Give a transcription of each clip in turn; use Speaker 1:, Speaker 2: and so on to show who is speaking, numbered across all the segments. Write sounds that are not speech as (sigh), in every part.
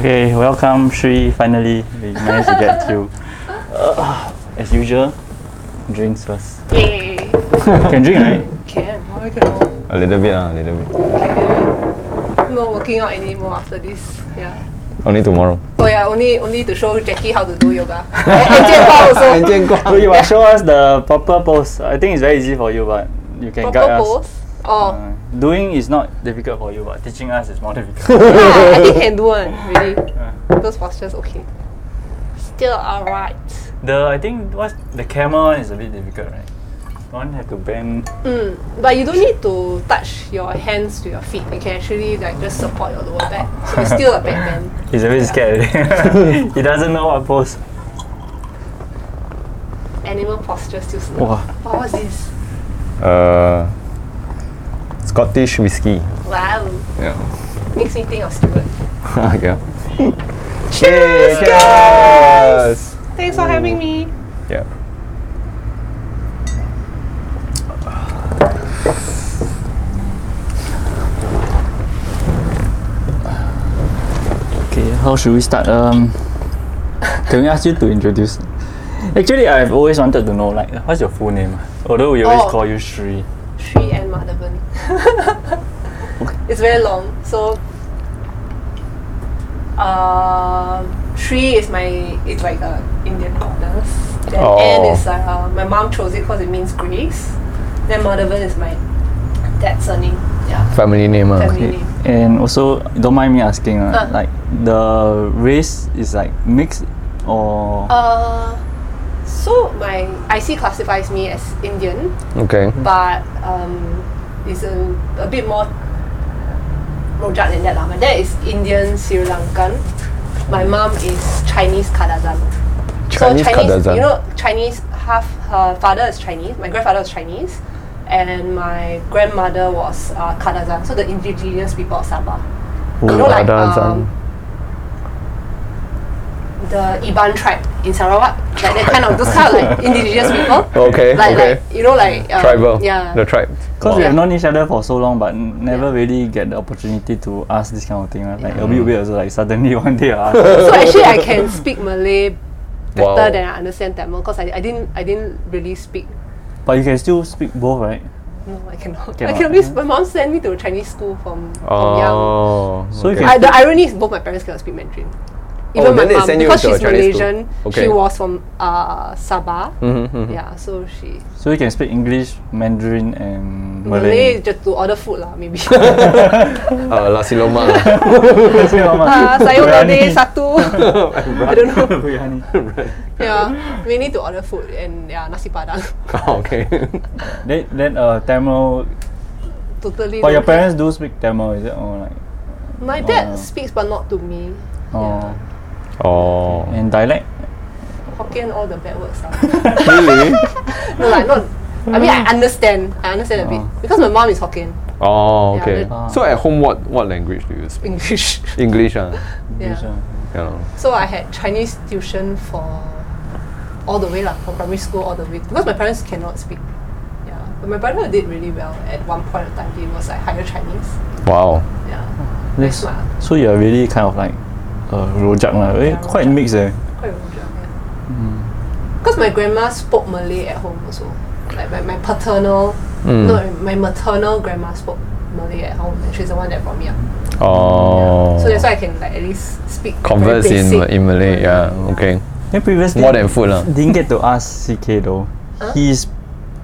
Speaker 1: Okay, welcome Sri. Finally, we managed to
Speaker 2: (laughs)
Speaker 1: get you. Uh, as usual, drinks first.
Speaker 2: Yay!
Speaker 1: Can drink, right?
Speaker 2: Can why cannot?
Speaker 3: A little bit, ah, a little bit.
Speaker 2: Not working out anymore after this. Yeah.
Speaker 3: Only tomorrow.
Speaker 2: Oh yeah, only only to show Jackie how to do yoga. and Jian also.
Speaker 3: And Jian Guang.
Speaker 1: So you must show us the proper pose. I think it's very easy for you, but you can
Speaker 2: Proper
Speaker 1: guide
Speaker 2: pose.
Speaker 1: us. (laughs)
Speaker 2: Oh,
Speaker 1: Uh, doing is not difficult for you, but teaching us is more
Speaker 2: (laughs)
Speaker 1: difficult.
Speaker 2: yeah, I think can do one really. Those postures okay. Still alright.
Speaker 1: the I think what's the camel one is a bit difficult, right? One have to bend.
Speaker 2: Mm. But you don't need to touch your hands to your feet. You can actually like just support your lower back. So it's still a back bend.
Speaker 1: He's a bit scared. (laughs) he doesn't know what pose.
Speaker 2: Animal posture still
Speaker 1: Wow.
Speaker 2: slow. What was this?
Speaker 3: Uh, Scottish whiskey.
Speaker 2: Wow.
Speaker 3: Yeah.
Speaker 2: Makes me think of Stuart.
Speaker 3: (laughs) okay.
Speaker 2: Cheers,
Speaker 3: Yes.
Speaker 2: Thanks for having me.
Speaker 3: Yeah.
Speaker 1: Okay, how should we start? Um, can we ask you to introduce? Actually, I've always wanted to know, like, what's your full name? ah? Although we always
Speaker 2: Oh.
Speaker 1: call you Shri.
Speaker 2: Sri and Madhavan. (laughs) it's very long. So, uh, Sri is my it's like a Indian goddess. Then
Speaker 3: Oh.
Speaker 2: Anne is uh, my mom chose it because it means grace. Then Madhavan is my dad's surname. Yeah,
Speaker 3: Family name, ah.
Speaker 2: family name.
Speaker 1: And also, don't mind me asking, ah,
Speaker 2: Ah.
Speaker 1: like, the race is like mixed or
Speaker 2: Uh, so my IC classifies me as Indian,
Speaker 3: Okay.
Speaker 2: but um, it's a, a bit more rojak than that lah. My dad is Indian Sri Lankan. My mom is Chinese Kadazan.
Speaker 3: Chinese ah.
Speaker 2: so Chinese,
Speaker 3: Kadazan.
Speaker 2: you know, Chinese half. Her father is Chinese. My grandfather was Chinese, and my grandmother was uh, Kadazan. So the indigenous people of Sabah. you know, like
Speaker 3: Kadazan.
Speaker 2: um, the Iban tribe in Sarawak, like that kind of those kind of like indigenous
Speaker 3: (laughs)
Speaker 2: people.
Speaker 3: Okay,
Speaker 2: Like,
Speaker 3: okay.
Speaker 2: like you know, like um,
Speaker 3: Tribal.
Speaker 2: Yeah.
Speaker 3: The tribe.
Speaker 1: because we
Speaker 2: yeah.
Speaker 1: have known each other for so long, but n- never really get the opportunity to ask this kind of thing. ah. Like a bit weird, also, like suddenly (laughs) one day I
Speaker 2: (laughs)
Speaker 1: ask.
Speaker 3: (laughs)
Speaker 2: so actually, I can speak Malay better
Speaker 3: Wow.
Speaker 2: than I understand Tamil because I, I didn't I didn't really speak.
Speaker 1: but you can still speak both, right?
Speaker 2: No, I cannot. I
Speaker 1: Cannot.
Speaker 2: can only. My mom sent me to a Chinese school from from young.
Speaker 3: Oh.
Speaker 1: So you
Speaker 3: okay. Oh,
Speaker 1: can-
Speaker 2: I, the irony is both my parents cannot speak Mandarin. Even my
Speaker 3: then they
Speaker 2: mom,
Speaker 3: send you
Speaker 2: because
Speaker 3: to a
Speaker 2: she's
Speaker 3: Chinese school.
Speaker 2: Malaysian,
Speaker 3: Okay.
Speaker 2: she was from uh, Sabah.
Speaker 3: Mhm, mhm.
Speaker 2: Yeah, so she
Speaker 1: So you can speak English, Mandarin, and
Speaker 2: Malay
Speaker 1: Malay. (laughs)
Speaker 2: is just to order food
Speaker 3: (laughs)
Speaker 2: lah, maybe.
Speaker 3: Uh, Nasi
Speaker 2: (laughs)
Speaker 3: Lemak.
Speaker 2: Ah, sayur lodeh
Speaker 1: Biryani.
Speaker 2: satu. I don't know.
Speaker 3: (laughs)
Speaker 1: Biryani.
Speaker 2: Yeah, we need to order food and yeah, nasi padang.
Speaker 3: (laughs)
Speaker 2: (laughs)
Speaker 3: oh, okay.
Speaker 1: (laughs) Then, then uh, Tamil.
Speaker 2: totally.
Speaker 1: But your
Speaker 2: don't have-
Speaker 1: parents do speak Tamil, is it? Or like,
Speaker 2: My
Speaker 1: Oh.
Speaker 2: dad speaks, but not to me.
Speaker 1: oh,
Speaker 3: oh.
Speaker 1: and dialect?
Speaker 2: Hokkien, all the bad words.
Speaker 3: (laughs)
Speaker 2: Are. (laughs)
Speaker 3: Really?
Speaker 2: no, like not. I mean, I understand. I understand a bit because my mom is Hokkien
Speaker 3: Oh,
Speaker 2: Yeah,
Speaker 3: okay.
Speaker 2: the-
Speaker 3: so at home, what what language do you speak?
Speaker 2: English. (laughs)
Speaker 3: English, ah.
Speaker 2: yeah.
Speaker 3: Yeah.
Speaker 2: So I had Chinese tuition for all the way lah, from primary school all the way because my parents cannot speak. Yeah, but my brother did really well at one point of time. He was like higher Chinese.
Speaker 3: Wow.
Speaker 2: Yeah,
Speaker 1: Yes.
Speaker 2: Smart.
Speaker 1: So you're really kind of like uh, rojak lah. Eh,
Speaker 2: Yeah,
Speaker 1: quite
Speaker 2: rojak.
Speaker 1: mixed eh.
Speaker 2: quite rojak. Because my grandma spoke Malay at home also. Like my, my paternal,
Speaker 3: Mm.
Speaker 2: no, my maternal grandma spoke Malay at home, and she's the one that brought me up.
Speaker 3: Oh.
Speaker 2: So that's why I can like at least speak very
Speaker 3: Converse in, Ma-
Speaker 2: basic
Speaker 3: in Malay, yeah, okay.
Speaker 1: Then previously
Speaker 3: More than food lah.
Speaker 1: Didn't get to ask CK though.
Speaker 2: Huh?
Speaker 1: He's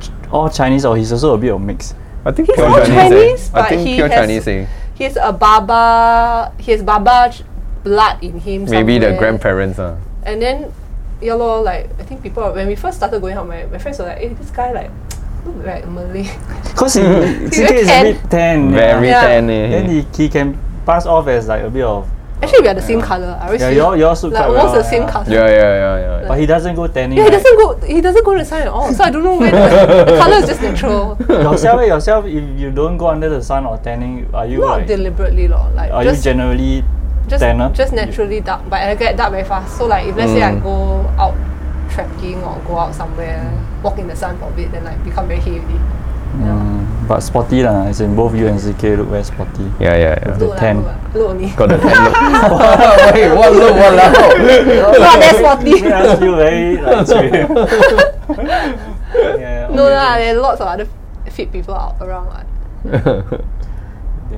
Speaker 1: ch- all Chinese or he's also a bit of mix.
Speaker 3: I think
Speaker 2: He's
Speaker 3: pure
Speaker 2: all
Speaker 3: Chinese,
Speaker 2: Chinese,
Speaker 3: eh. I
Speaker 2: but
Speaker 3: think
Speaker 2: he
Speaker 3: pure
Speaker 2: has-
Speaker 3: Chinese, eh.
Speaker 2: He has a Baba, he has Baba ch- blood in him.
Speaker 3: Maybe the
Speaker 2: somewhere.
Speaker 3: grandparents, ah.
Speaker 2: And then, yeah, lor, like I think people when we first started going out, my, my friends were like, "Hey, this guy like look like Malay." (laughs)
Speaker 3: (laughs)
Speaker 1: Cause he, CK is a
Speaker 2: tan.
Speaker 1: bit tan.
Speaker 3: Very
Speaker 1: Yeah.
Speaker 2: Yeah.
Speaker 3: tan,
Speaker 1: Then
Speaker 3: eh.
Speaker 1: he, he can pass off as like a bit of.
Speaker 2: Actually, we are the same color. I always
Speaker 1: Yeah,
Speaker 2: feel
Speaker 1: you all- you all suit
Speaker 2: like
Speaker 1: quite
Speaker 2: almost
Speaker 1: well,
Speaker 2: the same
Speaker 1: yeah.
Speaker 2: color.
Speaker 3: Yeah, yeah, yeah, yeah.
Speaker 1: But he doesn't go tanning.
Speaker 2: Yeah, he
Speaker 3: (laughs)
Speaker 1: right?
Speaker 2: doesn't go. He doesn't go to the sun at all. So I don't know where the, (laughs) the color is just natural.
Speaker 1: yourself, eh, yourself, if you don't go under the sun or tanning, are (laughs) you
Speaker 2: Not
Speaker 1: like,
Speaker 2: deliberately, lor. Like
Speaker 1: are
Speaker 2: just
Speaker 1: you generally
Speaker 2: just
Speaker 1: tanner?
Speaker 2: just naturally dark. But I get dark very fast. So like if let's say I
Speaker 3: Mm.
Speaker 2: go out trekking or go out somewhere, walk in the sun for a bit, then like become very heavy.
Speaker 1: Mm, but sporty lah. As in both you and ZK look very (laughs) sporty.
Speaker 4: Yeah, yeah, yeah.
Speaker 1: The
Speaker 2: Look lah,
Speaker 1: ten.
Speaker 2: look lah, Look only.
Speaker 4: Got the ten look. Wait, what look? What
Speaker 1: (laughs)
Speaker 4: look?
Speaker 2: Not that
Speaker 1: Make
Speaker 2: sporty.
Speaker 1: us feel very (laughs) like serious. yeah,
Speaker 2: No
Speaker 1: okay.
Speaker 2: lah, there are lots of other fit people out around. What.
Speaker 1: Then-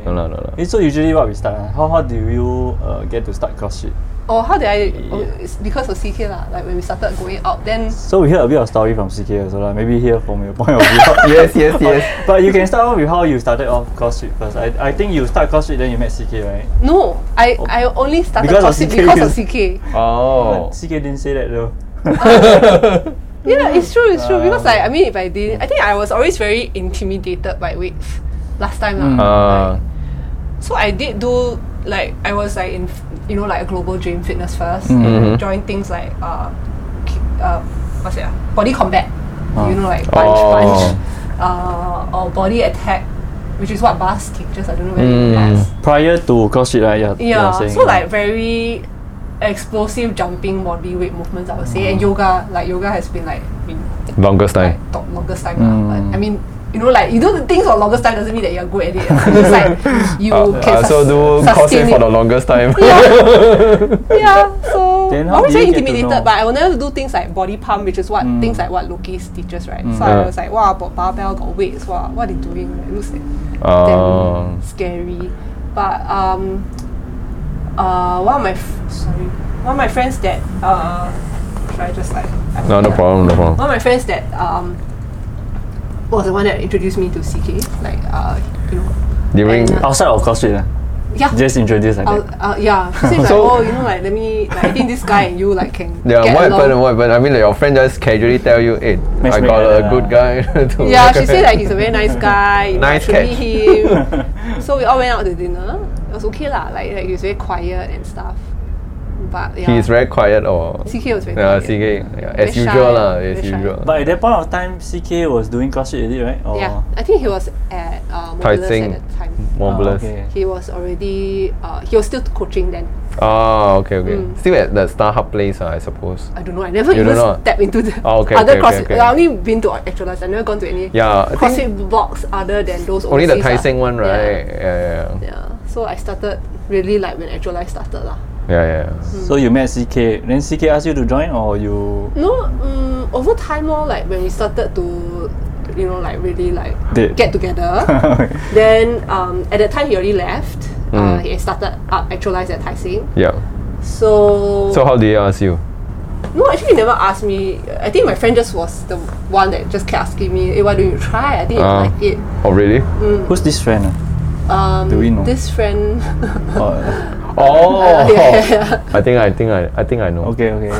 Speaker 4: no, no, no, no.
Speaker 1: Eh, so usually what we start? ah? How how do you uh, get to start CrossFit?
Speaker 2: Or how did I? Oh, it's because of CK lah. Like when we started going out, then
Speaker 1: So we heard a bit of story from CK also lah. Maybe hear from your (laughs) point of view.
Speaker 4: Yes, yes, yes.
Speaker 1: but you can start off with how you started off CrossFit first. I, I think you start CrossFit then you met CK right?
Speaker 2: no, I I only started
Speaker 1: Oh. Because of
Speaker 2: CrossFit
Speaker 1: CK.
Speaker 2: because of CK.
Speaker 4: Oh.
Speaker 1: But CK didn't say that though.
Speaker 2: Yeah, it's true, it's true. Because
Speaker 1: Ah.
Speaker 2: like I mean, if I didn't, I think I was always very intimidated by weights last time lah.
Speaker 1: Mm.
Speaker 4: (laughs) Uh,
Speaker 2: So I did do like I was like in you know like a global dream fitness first.
Speaker 1: Mhm.
Speaker 4: Mm-hmm.
Speaker 2: Join things like uh, ki- uh what's it? ah? Body combat.
Speaker 1: Ah.
Speaker 2: You know like punch
Speaker 4: Oh.
Speaker 2: punch. Uh, or body attack, which is what bars teaches. I don't know whether you
Speaker 4: Mm.
Speaker 2: bars.
Speaker 1: Prior to CrossFit right? Yeah.
Speaker 2: Yeah. so like very explosive jumping body weight movements I would say and yoga like yoga has been like been
Speaker 4: longest
Speaker 2: like
Speaker 4: time. Mm.
Speaker 2: top longest time lah. Like, I mean you know like you do the things for longest time doesn't mean that you're good at it. it's like you
Speaker 4: Uh,
Speaker 2: can
Speaker 4: I
Speaker 2: Oh, sus-
Speaker 4: also do
Speaker 2: sustain
Speaker 4: CrossFit for
Speaker 2: it.
Speaker 4: the longest time. (laughs)
Speaker 2: yeah. yeah. So
Speaker 1: Then how
Speaker 2: I was
Speaker 1: do you get to
Speaker 2: very
Speaker 1: know?
Speaker 2: intimidated, but I will never do things like body pump, which is what
Speaker 1: Mm.
Speaker 2: things like what Loki's teaches, right? So
Speaker 4: Yeah.
Speaker 2: I was like, wow, got barbell, got weights, wow, what are they doing? It looks like
Speaker 4: Oh.
Speaker 2: damn scary. But um, uh, one of my f- sorry, one of my friends that uh, should I just like I
Speaker 4: No, no
Speaker 2: forget.
Speaker 4: problem, no problem.
Speaker 2: One of my friends that um was the one that introduced me to CK, like uh, you know,
Speaker 4: During
Speaker 2: And, uh,
Speaker 1: outside of CrossFit, ah,
Speaker 2: yeah.
Speaker 1: just introduce like
Speaker 2: I'll,
Speaker 1: that.
Speaker 2: uh, yeah, she said like,
Speaker 4: (laughs) So-
Speaker 2: oh, you know, like let me, like, I think this guy and you like can
Speaker 4: yeah,
Speaker 2: get
Speaker 4: what
Speaker 2: along.
Speaker 4: happened? What happened? I mean, like, your friend just casually tell you, "Hey, I
Speaker 1: Matchmaker,
Speaker 4: got a
Speaker 1: yeah.
Speaker 4: good guy." (laughs) to
Speaker 2: Yeah,
Speaker 4: look
Speaker 2: she
Speaker 4: at."
Speaker 2: said like he's a very nice guy. You know,
Speaker 4: Nice
Speaker 2: should
Speaker 4: catch.
Speaker 2: meet
Speaker 4: (laughs)
Speaker 1: (laughs)
Speaker 2: him. so we all went out to dinner. It was okay lah. Like, like he was very quiet and stuff. But yeah,
Speaker 4: he's very quiet or
Speaker 2: CK was very
Speaker 4: yeah,
Speaker 2: quiet.
Speaker 4: CK yeah,
Speaker 2: Very
Speaker 4: as usual
Speaker 2: shy,
Speaker 4: lah, as
Speaker 2: very shy.
Speaker 4: usual.
Speaker 1: But at that point of time, CK was doing CrossFit already, right? Or
Speaker 2: Yeah, I think he was at uh,
Speaker 4: Tai
Speaker 2: Modulus
Speaker 4: Seng.
Speaker 2: at that time.
Speaker 1: Oh,
Speaker 4: Marvelous.
Speaker 1: okay.
Speaker 2: He was already uh, he was still coaching then.
Speaker 4: Oh, okay, okay.
Speaker 2: Mm.
Speaker 4: Still at the Starhub place, ah, I suppose.
Speaker 2: I don't know. I never
Speaker 4: You
Speaker 2: even
Speaker 4: don't know?
Speaker 2: step into the
Speaker 4: Oh, okay,
Speaker 2: (laughs) other
Speaker 4: okay,
Speaker 2: CrossFit.
Speaker 4: okay,
Speaker 2: I
Speaker 4: okay.
Speaker 2: only been to actualize. I never gone to any
Speaker 4: Yeah, I think
Speaker 2: CrossFit box other than those.
Speaker 4: only the Tai
Speaker 2: overseas, ah.
Speaker 4: Seng one, right? Yeah, yeah, yeah.
Speaker 2: Yeah. yeah. So I started really like when actualize started lah.
Speaker 4: yeah, yeah.
Speaker 1: So you met CK, then CK asked you to join, or you (laughs)
Speaker 2: No, um, over time more like when we started to, you know, like really like
Speaker 1: did?
Speaker 2: get
Speaker 1: (laughs)
Speaker 2: together. then um, at that time he already left.
Speaker 4: Hmm.
Speaker 2: Uh, he had started up actualize at Tai Seng.
Speaker 4: yeah.
Speaker 2: So,
Speaker 4: So how did he ask you?
Speaker 2: no, actually he never asked me. I think my friend just was the one that just kept asking me, "Hey, why don't you try? I think you
Speaker 4: Ah.
Speaker 2: like it."
Speaker 4: Oh,
Speaker 2: (laughs)
Speaker 4: really?
Speaker 1: Who's this friend? ah?
Speaker 2: Um,
Speaker 1: Do we know?
Speaker 2: This friend,
Speaker 1: (laughs) Oh, (laughs)
Speaker 4: Oh,
Speaker 2: (laughs) yeah, yeah, yeah.
Speaker 4: I think I think I I think I know.
Speaker 1: okay, okay.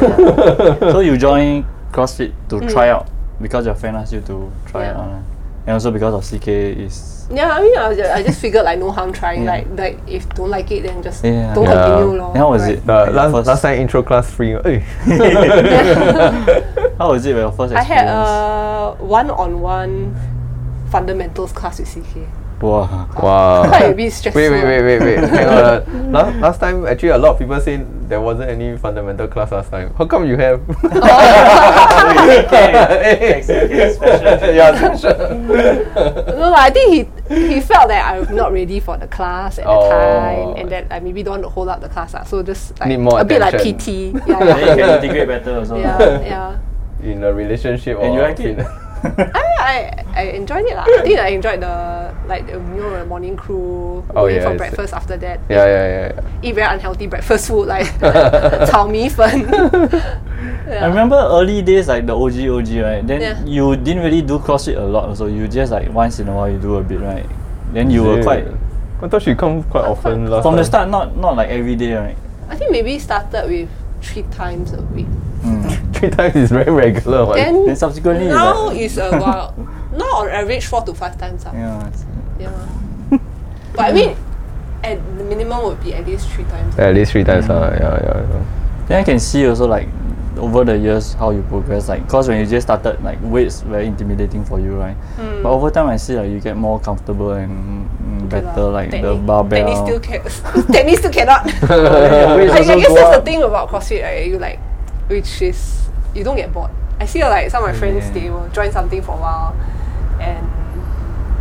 Speaker 2: (laughs)
Speaker 1: so you joined CrossFit to try out because your friend asked you to try
Speaker 2: Mm. Yeah.
Speaker 1: out, ah. and also because of CK
Speaker 2: (laughs)
Speaker 1: is (laughs)
Speaker 2: yeah, I mean, I, ju- I just figured like no harm trying.
Speaker 1: Yeah.
Speaker 2: Like, like if don't like it, then just
Speaker 1: Yeah.
Speaker 2: don't
Speaker 4: Yeah.
Speaker 2: continue, lor.
Speaker 1: Then how was
Speaker 2: right?
Speaker 1: it?
Speaker 4: The
Speaker 1: Like
Speaker 4: last
Speaker 1: first-
Speaker 4: last time intro class free. eh.
Speaker 1: (laughs)
Speaker 4: (laughs)
Speaker 1: how was it your first
Speaker 2: I had
Speaker 1: experience?
Speaker 2: a one-on-one fundamentals class with CK.
Speaker 1: wow.
Speaker 4: Wow.
Speaker 1: (laughs)
Speaker 2: Quite (laughs) a bit stressful.
Speaker 4: Wait, wait, wait, wait, wait.
Speaker 2: (laughs)
Speaker 4: Hang on. Last, last time, actually, a lot of people say there wasn't any fundamental class last time. How come
Speaker 2: (laughs)
Speaker 4: you have?
Speaker 2: Oh.
Speaker 1: (laughs)
Speaker 2: (laughs)
Speaker 4: (laughs) yeah, sure.
Speaker 2: No, lah, I think he he felt that I'm not ready for the class at
Speaker 4: Oh.
Speaker 2: the time, and that I maybe don't want to hold up the class. lah. so just like
Speaker 4: Need more
Speaker 2: a bit like
Speaker 4: attention.
Speaker 2: PT.
Speaker 1: Then you (laughs)
Speaker 2: Yeah, yeah,
Speaker 1: can integrate better also.
Speaker 2: yeah. yeah.
Speaker 4: In a relationship or
Speaker 1: And you like it?
Speaker 2: (laughs) I, I, I enjoyed it lah. I think I enjoyed the like the, you know the morning crew
Speaker 4: Oh,
Speaker 2: going
Speaker 4: yeah, I
Speaker 2: for
Speaker 4: see.
Speaker 2: breakfast after that.
Speaker 4: yeah, yeah, yeah, yeah.
Speaker 2: Eat very unhealthy breakfast
Speaker 1: (laughs)
Speaker 2: food like 炒米粉。
Speaker 1: I remember early days like the OG OG right. Then
Speaker 2: Yeah.
Speaker 1: you didn't really do CrossFit a lot, so you just like once in a while you do a bit right. Then you were
Speaker 4: Yeah.
Speaker 1: quite
Speaker 4: I thought she come quite often last
Speaker 1: from the start
Speaker 4: time.
Speaker 1: not not like every day right.
Speaker 2: I think maybe started with three times a week.
Speaker 4: Three times is very regular. One.
Speaker 2: Then,
Speaker 1: Hmm. Then subsequently you
Speaker 2: now
Speaker 1: like, (laughs)
Speaker 2: is about now on average four to five times. ah.
Speaker 1: yeah. it's-
Speaker 2: Yeah.
Speaker 1: (laughs)
Speaker 2: but I mean, at the minimum would be at least three times.
Speaker 4: At least three times. ah, yeah, yeah, yeah.
Speaker 1: Then I can see also like over the years how you progress. Like, cause when you just started, like weights very intimidating for you, right?
Speaker 2: Hmm.
Speaker 1: But over time, I see like you get more comfortable and mm,
Speaker 2: Okay
Speaker 1: better,
Speaker 2: lah.
Speaker 1: like the
Speaker 2: Technique-
Speaker 1: barbell.
Speaker 2: Technique still, (laughs) can, technique still cannot.
Speaker 1: (laughs) Your weights
Speaker 2: I, I
Speaker 1: also
Speaker 2: guess
Speaker 1: go
Speaker 2: that's
Speaker 1: up.
Speaker 2: the thing about CrossFit, right? You like, which is you don't get bored. I see like some of my friends
Speaker 1: Yeah.
Speaker 2: they will join something for a while, and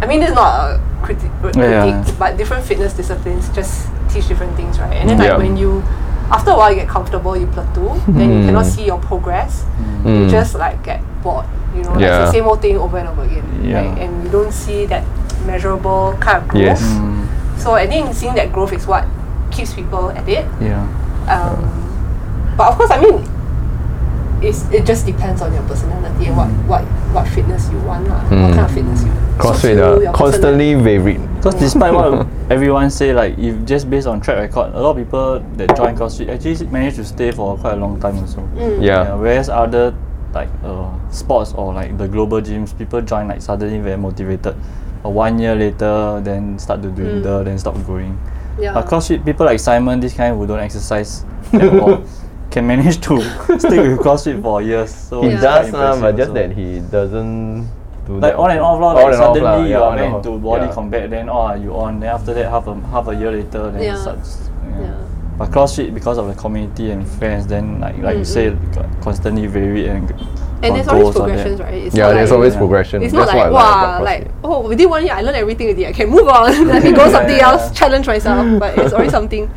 Speaker 2: I mean, it's not a critic, but
Speaker 1: Yeah.
Speaker 2: critique, but different fitness disciplines just teach different things, right? And then
Speaker 1: Yeah.
Speaker 2: like when you, after a while, you get comfortable, you plateau, then you
Speaker 1: Mm.
Speaker 2: cannot see your progress. You
Speaker 4: Hmm.
Speaker 3: Mm.
Speaker 2: just like get bored, you know. Like,
Speaker 3: Yeah.
Speaker 2: it's the same old thing over and over again,
Speaker 1: Yeah.
Speaker 2: right? And you don't see that measurable kind of growth.
Speaker 3: Yes.
Speaker 1: Mm,
Speaker 2: So I think seeing that growth is what keeps people at it.
Speaker 1: yeah.
Speaker 2: Um, but of course, I mean, it's, it just depends on your personality and what, what, what fitness you want, lah. what
Speaker 3: Mm.
Speaker 2: kind of fitness you
Speaker 3: CrossFit
Speaker 2: suits you,
Speaker 3: uh,
Speaker 2: your
Speaker 3: constantly varied.
Speaker 1: Because
Speaker 3: (laughs)
Speaker 1: despite what everyone say, like if just based on track record, a lot of people that join CrossFit actually manage to stay for quite a long time also.
Speaker 2: personality. Mm.
Speaker 3: Yeah.
Speaker 1: whereas other like uh, sports or like the global gyms, people join like suddenly very motivated. But one year later, then start to dwindle, then stop going.
Speaker 2: Yeah.
Speaker 3: uh,
Speaker 1: But CrossFit people like Simon, this kind who don't exercise
Speaker 3: (laughs)
Speaker 1: at all, can manage to stick with CrossFit for years. So
Speaker 3: He
Speaker 1: it's
Speaker 3: does,
Speaker 1: quite
Speaker 3: lah, but
Speaker 1: impressive
Speaker 3: just
Speaker 1: also.
Speaker 3: that he doesn't do
Speaker 1: Like
Speaker 3: that.
Speaker 1: on and off, lah, like
Speaker 3: and off lah,
Speaker 1: suddenly
Speaker 3: yeah, on
Speaker 1: you are
Speaker 3: and
Speaker 1: meant
Speaker 3: off,
Speaker 1: to body
Speaker 3: yeah.
Speaker 1: combat, then oh you on, then after that half a half a year later, then
Speaker 2: Yeah.
Speaker 1: it starts. Yeah.
Speaker 2: Yeah.
Speaker 1: But CrossFit because of the community and friends, then like like you said, co- constantly varied and
Speaker 2: Mm-hmm. And there's always progressions, right? It's
Speaker 3: Yeah,
Speaker 2: not
Speaker 3: there's
Speaker 2: like-
Speaker 3: always
Speaker 1: Yeah.
Speaker 3: progression.
Speaker 2: It's not
Speaker 3: That's
Speaker 2: like,
Speaker 3: what I
Speaker 2: wow,
Speaker 3: like,
Speaker 2: like, oh, within one year I learned everything already. I can move on. (laughs) Let me
Speaker 3: (laughs)
Speaker 2: go
Speaker 1: Yeah,
Speaker 2: something
Speaker 1: yeah,
Speaker 2: else,
Speaker 1: yeah.
Speaker 2: challenge myself. But it's always something.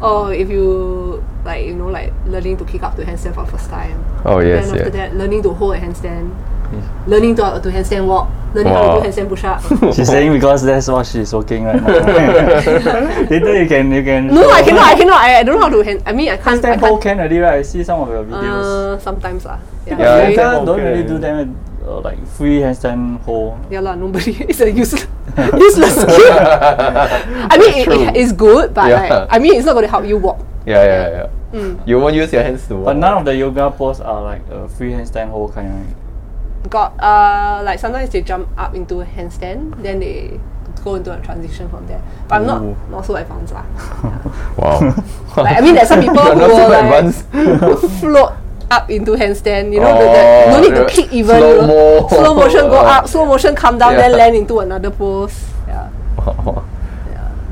Speaker 2: Oh, if you like, you know, like learning to kick up to handstand for first time.
Speaker 3: Oh, yes,
Speaker 2: Then after
Speaker 3: yeah.
Speaker 2: that, learning to hold a handstand,
Speaker 1: Yeah.
Speaker 2: learning to, to handstand walk, learning
Speaker 3: Wow.
Speaker 2: how to do handstand push up.
Speaker 3: (laughs)
Speaker 1: (laughs)
Speaker 2: (laughs)
Speaker 1: She's saying because that's what she's working right now. Later you can you can.
Speaker 2: no, I cannot. I cannot. I, I don't know how to hand. I mean, I can't. I
Speaker 1: Handstand pole
Speaker 2: can't
Speaker 1: can already right? I see some of your videos.
Speaker 2: uh, sometimes lah. Yeah,
Speaker 3: Yeah,
Speaker 2: very-
Speaker 3: handstand-
Speaker 1: Later don't
Speaker 3: pole
Speaker 1: really
Speaker 3: can.
Speaker 1: do them uh, like free handstand pole.
Speaker 2: Yeah lah, nobody. (laughs) It's a useless,
Speaker 3: (laughs)
Speaker 2: useless skill. I mean, it,
Speaker 3: True.
Speaker 2: it is good, but
Speaker 3: Yeah.
Speaker 2: like, I mean, it's not going to help you walk. Mm.
Speaker 3: Yeah, yeah, yeah. yeah. You won't use your hands to walk.
Speaker 1: But
Speaker 2: (laughs)
Speaker 1: none of the yoga poses are like a free handstand hold kind. Right?
Speaker 2: Got uh, like sometimes they jump up into a handstand, then they go into a transition from there. But I'm
Speaker 1: Ooh.
Speaker 2: not not so advanced lah.
Speaker 3: Wow.
Speaker 1: (laughs)
Speaker 2: Like, I mean, there's some people
Speaker 3: You're
Speaker 2: who
Speaker 3: not
Speaker 2: will
Speaker 3: super
Speaker 2: like
Speaker 3: advanced.
Speaker 2: float up into handstand. You know, the, the, no need
Speaker 3: Oh,
Speaker 2: to kick even.
Speaker 3: slow
Speaker 2: you know.
Speaker 3: mo.
Speaker 2: slow motion go up,
Speaker 1: (laughs)
Speaker 2: slow motion come down, then
Speaker 3: Yeah.
Speaker 2: land into another pose. Yeah,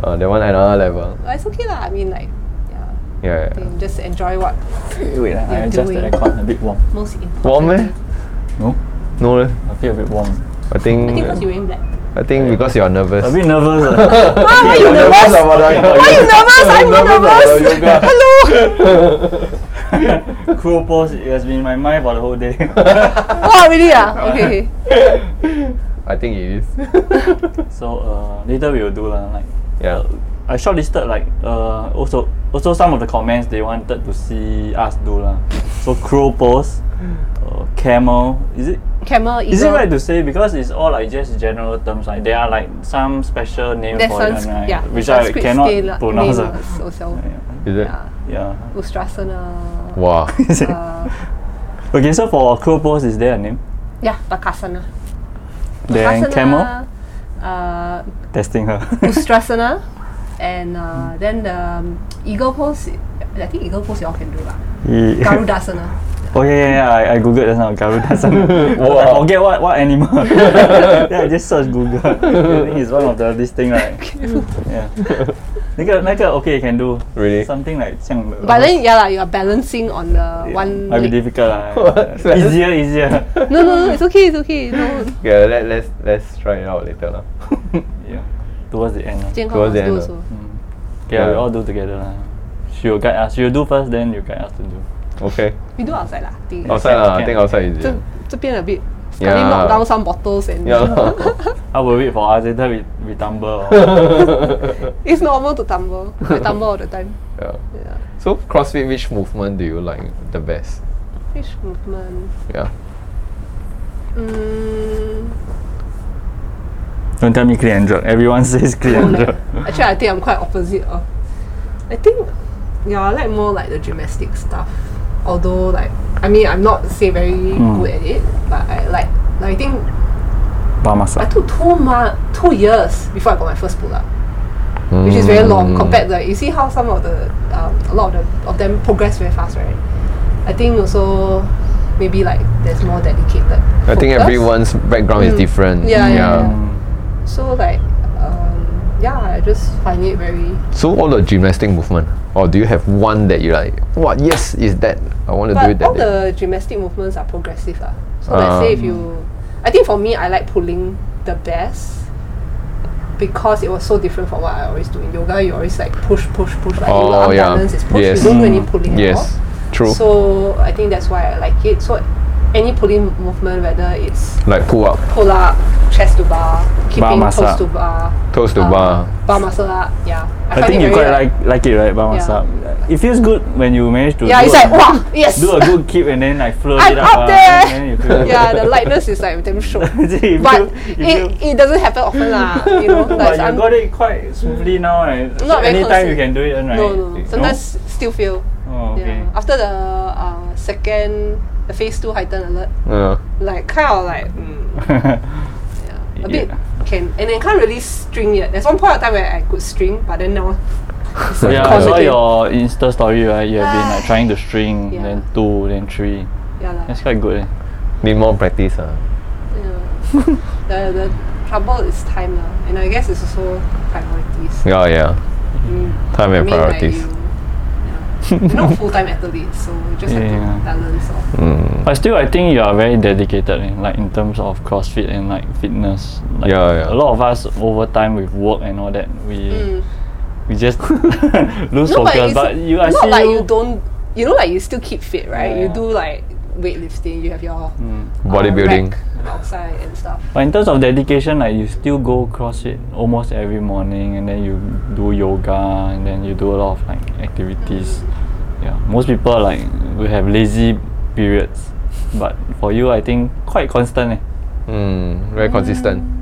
Speaker 3: uh, that one another level.
Speaker 2: but it's okay lah. I mean, like, yeah,
Speaker 3: Yeah, yeah.
Speaker 2: you can just enjoy what
Speaker 1: Wait, I
Speaker 2: You're
Speaker 1: adjust
Speaker 2: doing-
Speaker 1: the aircon a bit warm.
Speaker 2: most important.
Speaker 3: Warm eh?
Speaker 1: No,
Speaker 3: No leh.
Speaker 1: I feel a bit warm.
Speaker 3: I think.
Speaker 1: Mm.
Speaker 2: I think because you're wearing black.
Speaker 3: I think because you're nervous.
Speaker 1: A bit
Speaker 3: (laughs)
Speaker 1: nervous. ah.
Speaker 2: Ah, (laughs) why you
Speaker 3: You're
Speaker 2: nervous?
Speaker 3: about the-
Speaker 2: Why you nervous? I'm not
Speaker 3: about the
Speaker 2: nervous.
Speaker 3: yoga.
Speaker 2: Hello.
Speaker 1: (laughs) cool pose. It has been in my mind for the whole day. (laughs)
Speaker 2: (laughs) Oh, really? Ah, okay. okay.
Speaker 3: I think it
Speaker 2: (laughs)
Speaker 3: is.
Speaker 1: so uh, later we will do lah. Like
Speaker 3: yeah.
Speaker 1: I shortlisted like uh, also also some of the comments they wanted to see us do lah. So crow pose, uh, camel. Is it
Speaker 2: Camel eagle.
Speaker 1: is it right to say because it's all like just general terms like there are like some special name
Speaker 2: There's
Speaker 1: for it
Speaker 2: sans-
Speaker 1: right?
Speaker 2: yeah,
Speaker 1: which I
Speaker 2: Sanskrit
Speaker 1: cannot
Speaker 2: scale, uh,
Speaker 1: pronounce.
Speaker 2: name,
Speaker 1: ah. (laughs)
Speaker 2: uh, also.
Speaker 3: Is it?
Speaker 2: Yeah.
Speaker 1: Yeah.
Speaker 2: Ustrasana. (laughs)
Speaker 3: Wow. (laughs)
Speaker 2: Uh,
Speaker 1: (laughs) Okay, so for crow pose, is there a name?
Speaker 2: yeah, Bakasana.
Speaker 1: Then
Speaker 2: Asana,
Speaker 1: camel
Speaker 2: Uh,
Speaker 1: testing her. (laughs)
Speaker 2: Ustrasana. and uh, then the um, eagle pose. I think eagle pose you all can do lah.
Speaker 1: (laughs) Yeah.
Speaker 2: Garudasana.
Speaker 1: Oh yeah, yeah, yeah. I, I googled just now.
Speaker 2: (laughs)
Speaker 1: Garudasana. I
Speaker 3: Wow.
Speaker 1: forget what what animal. (laughs) yeah, I just search Google. (laughs) I think it's one of the this thing right.
Speaker 2: Mm.
Speaker 1: yeah. 那个那个 okay can do.
Speaker 3: Really?
Speaker 1: Something like 像的。
Speaker 2: But then yeah lah, you are balancing on the one.
Speaker 1: I be
Speaker 2: leg. (laughs)
Speaker 1: difficult lah.
Speaker 3: What?
Speaker 1: easier, easier.
Speaker 2: No, no, no. It's okay. It's okay.
Speaker 3: (laughs)
Speaker 2: No.
Speaker 3: Yeah. Let, let's let's try it out later lah.
Speaker 1: yeah. Towards the end. lah.
Speaker 2: Jian Kong
Speaker 3: Towards
Speaker 2: must
Speaker 3: the
Speaker 2: do
Speaker 3: end,
Speaker 2: also.
Speaker 1: Yeah, we
Speaker 3: Yeah.
Speaker 1: all do together lah. She will guide us. She will do first, then you guide us to do.
Speaker 3: Okay.
Speaker 2: We do outside lah. I think.
Speaker 3: Outside lah. I
Speaker 1: Can.
Speaker 3: think outside is
Speaker 2: 这
Speaker 3: easier.
Speaker 2: 这边 a bit
Speaker 3: Oh, Yeah.
Speaker 2: suddenly knock down some bottles and
Speaker 3: (laughs)
Speaker 2: (laughs)
Speaker 3: Yeah. lah.
Speaker 1: I will wait for us later. We we tumble. or-
Speaker 2: it's normal to tumble. I
Speaker 3: (laughs)
Speaker 2: tumble all the time.
Speaker 3: yeah.
Speaker 2: Yeah.
Speaker 3: So CrossFit, which movement do you like the best?
Speaker 2: Which movement?
Speaker 3: Yeah.
Speaker 2: Mm,
Speaker 1: (laughs) Don't tell me clean and jerk. Everyone (laughs) says clean
Speaker 2: no
Speaker 1: and
Speaker 2: leh.
Speaker 1: jerk.
Speaker 2: Actually, I think I'm quite opposite of. I think, yeah, I like more like the gymnastic stuff. Although, like, I mean, I'm not say very
Speaker 1: Mm.
Speaker 2: good at it, but I like. Like, I think
Speaker 1: Bar massage.
Speaker 2: I took two ma- two years before I got my first pull up. which is very
Speaker 4: Hmm.
Speaker 2: long
Speaker 3: Hmm.
Speaker 2: compared to like, you see how some of the um, a lot of, the, of them progress very fast right i think also maybe like there's more dedicated
Speaker 3: I think
Speaker 2: focus.
Speaker 3: everyone's background is
Speaker 2: Mm.
Speaker 3: different.
Speaker 2: Yeah, yeah, yeah.
Speaker 1: Mm.
Speaker 2: so like um, yeah i just find it very
Speaker 3: So all the gymnastic movement, or do you have one that you like? What? Yes, is that I want to do it
Speaker 2: but
Speaker 3: that
Speaker 2: all
Speaker 3: day.
Speaker 2: the gymnastic movements are progressive lah. so let's say if
Speaker 3: Um.
Speaker 2: you i think for me i like pulling the best because it was so different from what I always do. In yoga, you always like push, push, push. Like
Speaker 3: Oh,
Speaker 2: yoga
Speaker 3: yeah.
Speaker 2: balance is push.
Speaker 3: Yes.
Speaker 2: You don't do any pulling at all.
Speaker 3: Yes, true.
Speaker 2: So I think that's why I like it. So any pulling movement, whether it's
Speaker 3: like pull up,
Speaker 2: pull up, chest to bar, keeping
Speaker 1: masa.
Speaker 2: toes to bar,
Speaker 3: toes to
Speaker 2: uh,
Speaker 3: bar.
Speaker 2: bar muscle up. Yeah,
Speaker 1: I
Speaker 2: find
Speaker 1: think
Speaker 2: it
Speaker 1: you
Speaker 2: very,
Speaker 1: quite like like it, right? Bounce
Speaker 2: Yeah.
Speaker 1: up. It feels good when you manage to.
Speaker 2: Yeah,
Speaker 1: do
Speaker 2: it's
Speaker 1: a
Speaker 2: like
Speaker 1: good-
Speaker 2: wow, yes.
Speaker 1: Do a good kick and then like float
Speaker 2: I'm
Speaker 1: it up.
Speaker 2: up
Speaker 1: ah,
Speaker 2: there.
Speaker 1: And then you feel
Speaker 2: (laughs) yeah, the lightness is like damn short.
Speaker 1: if (laughs) you,
Speaker 2: But
Speaker 1: if you,
Speaker 2: it, it doesn't happen often lah. You
Speaker 1: (laughs)
Speaker 2: know,
Speaker 1: but
Speaker 2: like
Speaker 1: you
Speaker 2: I'm
Speaker 1: got it quite smoothly now, right? So
Speaker 2: Not very
Speaker 1: anytime you
Speaker 2: close.
Speaker 1: can do it, right?
Speaker 2: no no. Sometimes still feel.
Speaker 1: Oh, okay.
Speaker 2: Yeah. After the uh, second, the phase two heighten alert,
Speaker 3: Yeah.
Speaker 2: like kind of like mm,
Speaker 1: (laughs)
Speaker 2: (laughs) yeah, a bit
Speaker 1: Yeah.
Speaker 2: can and then can't really string yet. There's one point of time where I could string, but then now it's like
Speaker 1: yeah, I
Speaker 2: course
Speaker 1: saw
Speaker 2: again.
Speaker 1: your Insta story, right? You have been like trying to string,
Speaker 2: Ah, Yeah.
Speaker 1: then two, then three.
Speaker 2: yeah, lah.
Speaker 1: That's quite good. Eh?
Speaker 3: Need more practice. ah.
Speaker 2: yeah. (laughs) the the trouble is time now, and I guess it's also priorities.
Speaker 3: Yeah, yeah.
Speaker 2: Mm.
Speaker 3: Time
Speaker 2: I
Speaker 3: and
Speaker 2: mean, like
Speaker 3: priorities.
Speaker 2: you, yeah.
Speaker 1: (laughs)
Speaker 2: you're not full time athlete, so you just have
Speaker 1: Yeah.
Speaker 2: to balance off.
Speaker 3: Mm.
Speaker 1: But still, I think you are very dedicated, eh? like in terms of CrossFit and like fitness. Like,
Speaker 3: Yeah, yeah.
Speaker 1: A lot of us over time with work and all that, we
Speaker 2: Mm.
Speaker 1: we just (laughs) lose
Speaker 2: No, but
Speaker 1: focus.
Speaker 2: it's
Speaker 1: But, you, I
Speaker 2: not
Speaker 1: see
Speaker 2: like
Speaker 1: you.
Speaker 2: you don't. You know, like you still keep fit, right?
Speaker 1: Yeah,
Speaker 2: you
Speaker 1: yeah.
Speaker 2: do like weightlifting. You have your
Speaker 1: Mm.
Speaker 2: uh,
Speaker 3: Bodybuilding.
Speaker 2: rack outside and stuff.
Speaker 1: But in terms of dedication, like you still go CrossFit almost every morning, and then you do yoga, and then you do a lot of like activities. Yeah, most people like will have lazy periods, but for you, I think quite constant. Eh.
Speaker 3: Mm. Very consistent.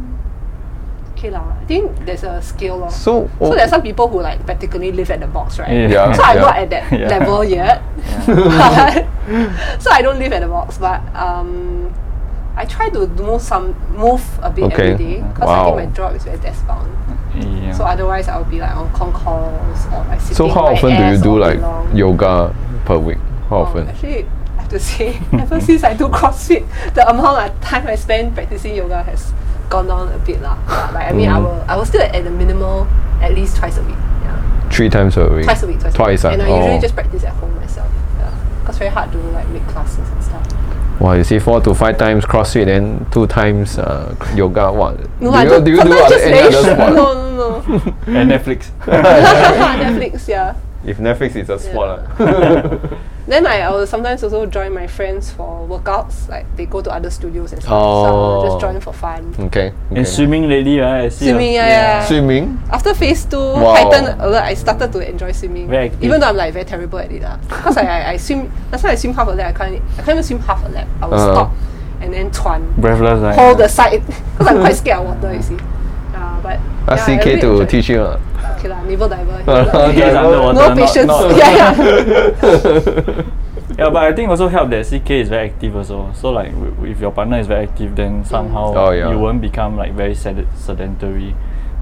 Speaker 2: Okay lah. I think there's a skill lor.
Speaker 3: So, oh,
Speaker 2: So there's some people who like practically live at the box, right?
Speaker 3: Yeah.
Speaker 2: So I'm
Speaker 3: Yeah.
Speaker 2: not at that
Speaker 1: (laughs) Yeah.
Speaker 2: level yet. (laughs) But- so I don't live at the box, but um, I try to do some move a bit
Speaker 3: Okay.
Speaker 2: every day because I
Speaker 3: Wow.
Speaker 2: think my job is very desk bound.
Speaker 1: eh. Yeah.
Speaker 2: So otherwise, I would be like on con calls or like sitting
Speaker 3: so how
Speaker 2: my
Speaker 3: often do you
Speaker 2: ass all
Speaker 3: do
Speaker 2: day
Speaker 3: like
Speaker 2: long.
Speaker 3: yoga per week? How
Speaker 2: Oh,
Speaker 3: often?
Speaker 2: Actually, I have to say, (laughs) ever since I do CrossFit, the amount of time I spend practicing yoga has gone down a bit lah. But, Like I mean, I
Speaker 3: Mm.
Speaker 2: will I will still at the minimal at least twice a week. Yeah.
Speaker 3: Three times a week.
Speaker 2: twice a week, twice,
Speaker 3: Twice, ah?
Speaker 2: a week. And I
Speaker 3: Oh.
Speaker 2: usually just practice at home myself. Yeah. Because very hard to like make classes and stuff.
Speaker 3: Wow, you see four to five times CrossFit and two times uh, yoga. What?
Speaker 2: No,
Speaker 3: do
Speaker 2: I
Speaker 3: you
Speaker 2: don't,
Speaker 3: do, you do
Speaker 2: sometimes
Speaker 3: other,
Speaker 2: just
Speaker 3: any
Speaker 2: very
Speaker 3: other
Speaker 2: (laughs)
Speaker 3: sport?
Speaker 2: short- No, no, no. (laughs)
Speaker 1: and Netflix.
Speaker 2: Netflix, yeah.
Speaker 3: If Netflix is a ah.
Speaker 2: sport, Then I, I will sometimes also join my friends for workouts. Like they go to other studios and stuff. So I'll
Speaker 3: Oh.
Speaker 2: just join for fun.
Speaker 3: (laughs) okay. okay.
Speaker 1: and swimming lately, right? I see a-
Speaker 2: Swimming, yeah, yeah.
Speaker 3: Swimming.
Speaker 2: After phase two,
Speaker 3: Wow.
Speaker 2: Titan alert, I started to enjoy swimming.
Speaker 1: Very active.
Speaker 2: Even though I'm like very terrible at it. ah. Because I, I, I swim, last time I swim half a lap, I can't, I can't even swim half a lap. I will
Speaker 3: Uh-huh.
Speaker 2: stop and then tuan.
Speaker 1: Breathless, right?
Speaker 2: hold the side (laughs) because I'm quite scared of water, you see. Uh, but
Speaker 3: Ask
Speaker 2: yeah, I
Speaker 3: CK
Speaker 2: really
Speaker 3: to
Speaker 2: enjoy-
Speaker 3: teach you. ah.
Speaker 2: Okay lah, naval
Speaker 3: (laughs)
Speaker 2: diver.
Speaker 3: Uh-huh.
Speaker 1: He's
Speaker 3: No
Speaker 1: underwater,
Speaker 2: no
Speaker 1: not-
Speaker 2: patience.
Speaker 1: not-
Speaker 2: (laughs) yeah,
Speaker 1: (laughs)
Speaker 2: yeah.
Speaker 1: Yeah, but I think also help that CK is very active also. So like, w- w- if your partner is very active, then somehow
Speaker 3: Oh, yeah.
Speaker 1: you won't become like very sed- sedentary.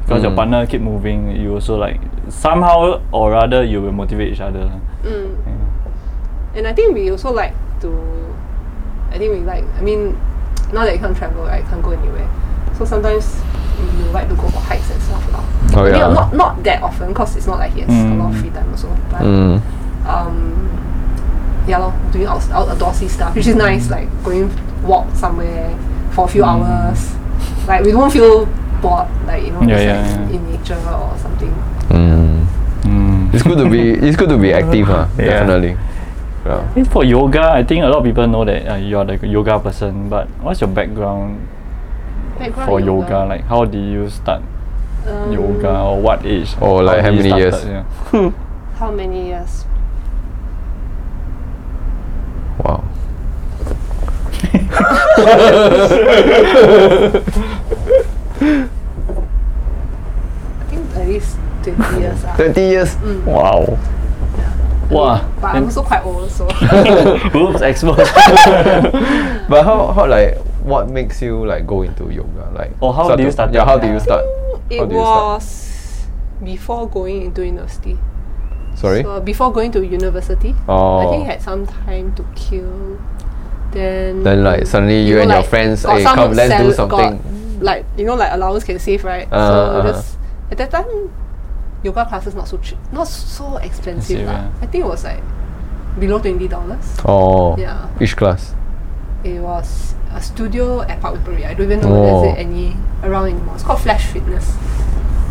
Speaker 1: Because your
Speaker 3: Mm.
Speaker 1: partner keep moving, you also like somehow or rather you will motivate each other. lah.
Speaker 2: Mm.
Speaker 1: Yeah.
Speaker 2: And I think we also like to. I think we like. I mean, now that you can't travel, right, can't go anywhere. So sometimes we like to go for hikes and stuff lah.
Speaker 3: (laughs) Oh,
Speaker 2: I mean,
Speaker 3: yeah.
Speaker 2: not not that often because it's not like he has a lot of free time also. But
Speaker 3: Mm.
Speaker 2: um, yeah, lor, doing out, out outdoorsy stuff, which is nice. Like going walk somewhere for a few
Speaker 1: Mm.
Speaker 2: hours. Like we don't feel bored. Like you know,
Speaker 1: Yeah,
Speaker 2: it's
Speaker 1: yeah,
Speaker 2: like
Speaker 1: yeah.
Speaker 2: in nature or something.
Speaker 3: Mm.
Speaker 1: Mm.
Speaker 3: It's good to be. It's good to be active. ah.
Speaker 1: Yeah.
Speaker 3: Definitely. Yeah.
Speaker 1: I think for yoga, I think a lot of people know that uh, you are the yoga person. But what's your background
Speaker 2: Background
Speaker 1: for yoga? Like, how did you start
Speaker 2: Um,
Speaker 1: yoga, or what age?
Speaker 3: Or, Oh, like, how
Speaker 1: did you
Speaker 3: many years?
Speaker 1: started, yeah.
Speaker 2: How many years?
Speaker 3: Wow.
Speaker 2: I think at least
Speaker 3: (laughs)
Speaker 2: twenty years. ah.
Speaker 3: Twenty years. Wow.
Speaker 1: Wow.
Speaker 2: But I'm also quite old, so
Speaker 1: (laughs) Oops, exposed.
Speaker 3: But how, how like what makes you like go into yoga like?
Speaker 1: Or Oh, how do you start
Speaker 3: Yeah,
Speaker 1: it?
Speaker 3: how do you (laughs) start?
Speaker 2: (laughs) it
Speaker 3: How do you start?
Speaker 2: was before going into university.
Speaker 3: Sorry.
Speaker 2: So before going to university,
Speaker 3: oh.
Speaker 2: I think had some time to kill. Then
Speaker 3: Then, like, suddenly you and your friends,
Speaker 2: got
Speaker 3: "Hey,
Speaker 2: some
Speaker 3: come, let's do
Speaker 2: sal-
Speaker 3: something."
Speaker 2: got, like you know, like allowance can save, right? so
Speaker 3: Uh, uh.
Speaker 2: just at that time, yoga classes not so cheap, not so
Speaker 1: Expensive,
Speaker 2: expensive. lah.
Speaker 1: yeah.
Speaker 2: I think it was like below twenty dollars.
Speaker 3: Oh.
Speaker 2: Yeah,
Speaker 3: Each
Speaker 1: (laughs)
Speaker 3: class.
Speaker 2: it was a studio at Park Woodbury. I don't even know
Speaker 3: Oh.
Speaker 2: whether there's any around anymore. It's called Flash Fitness.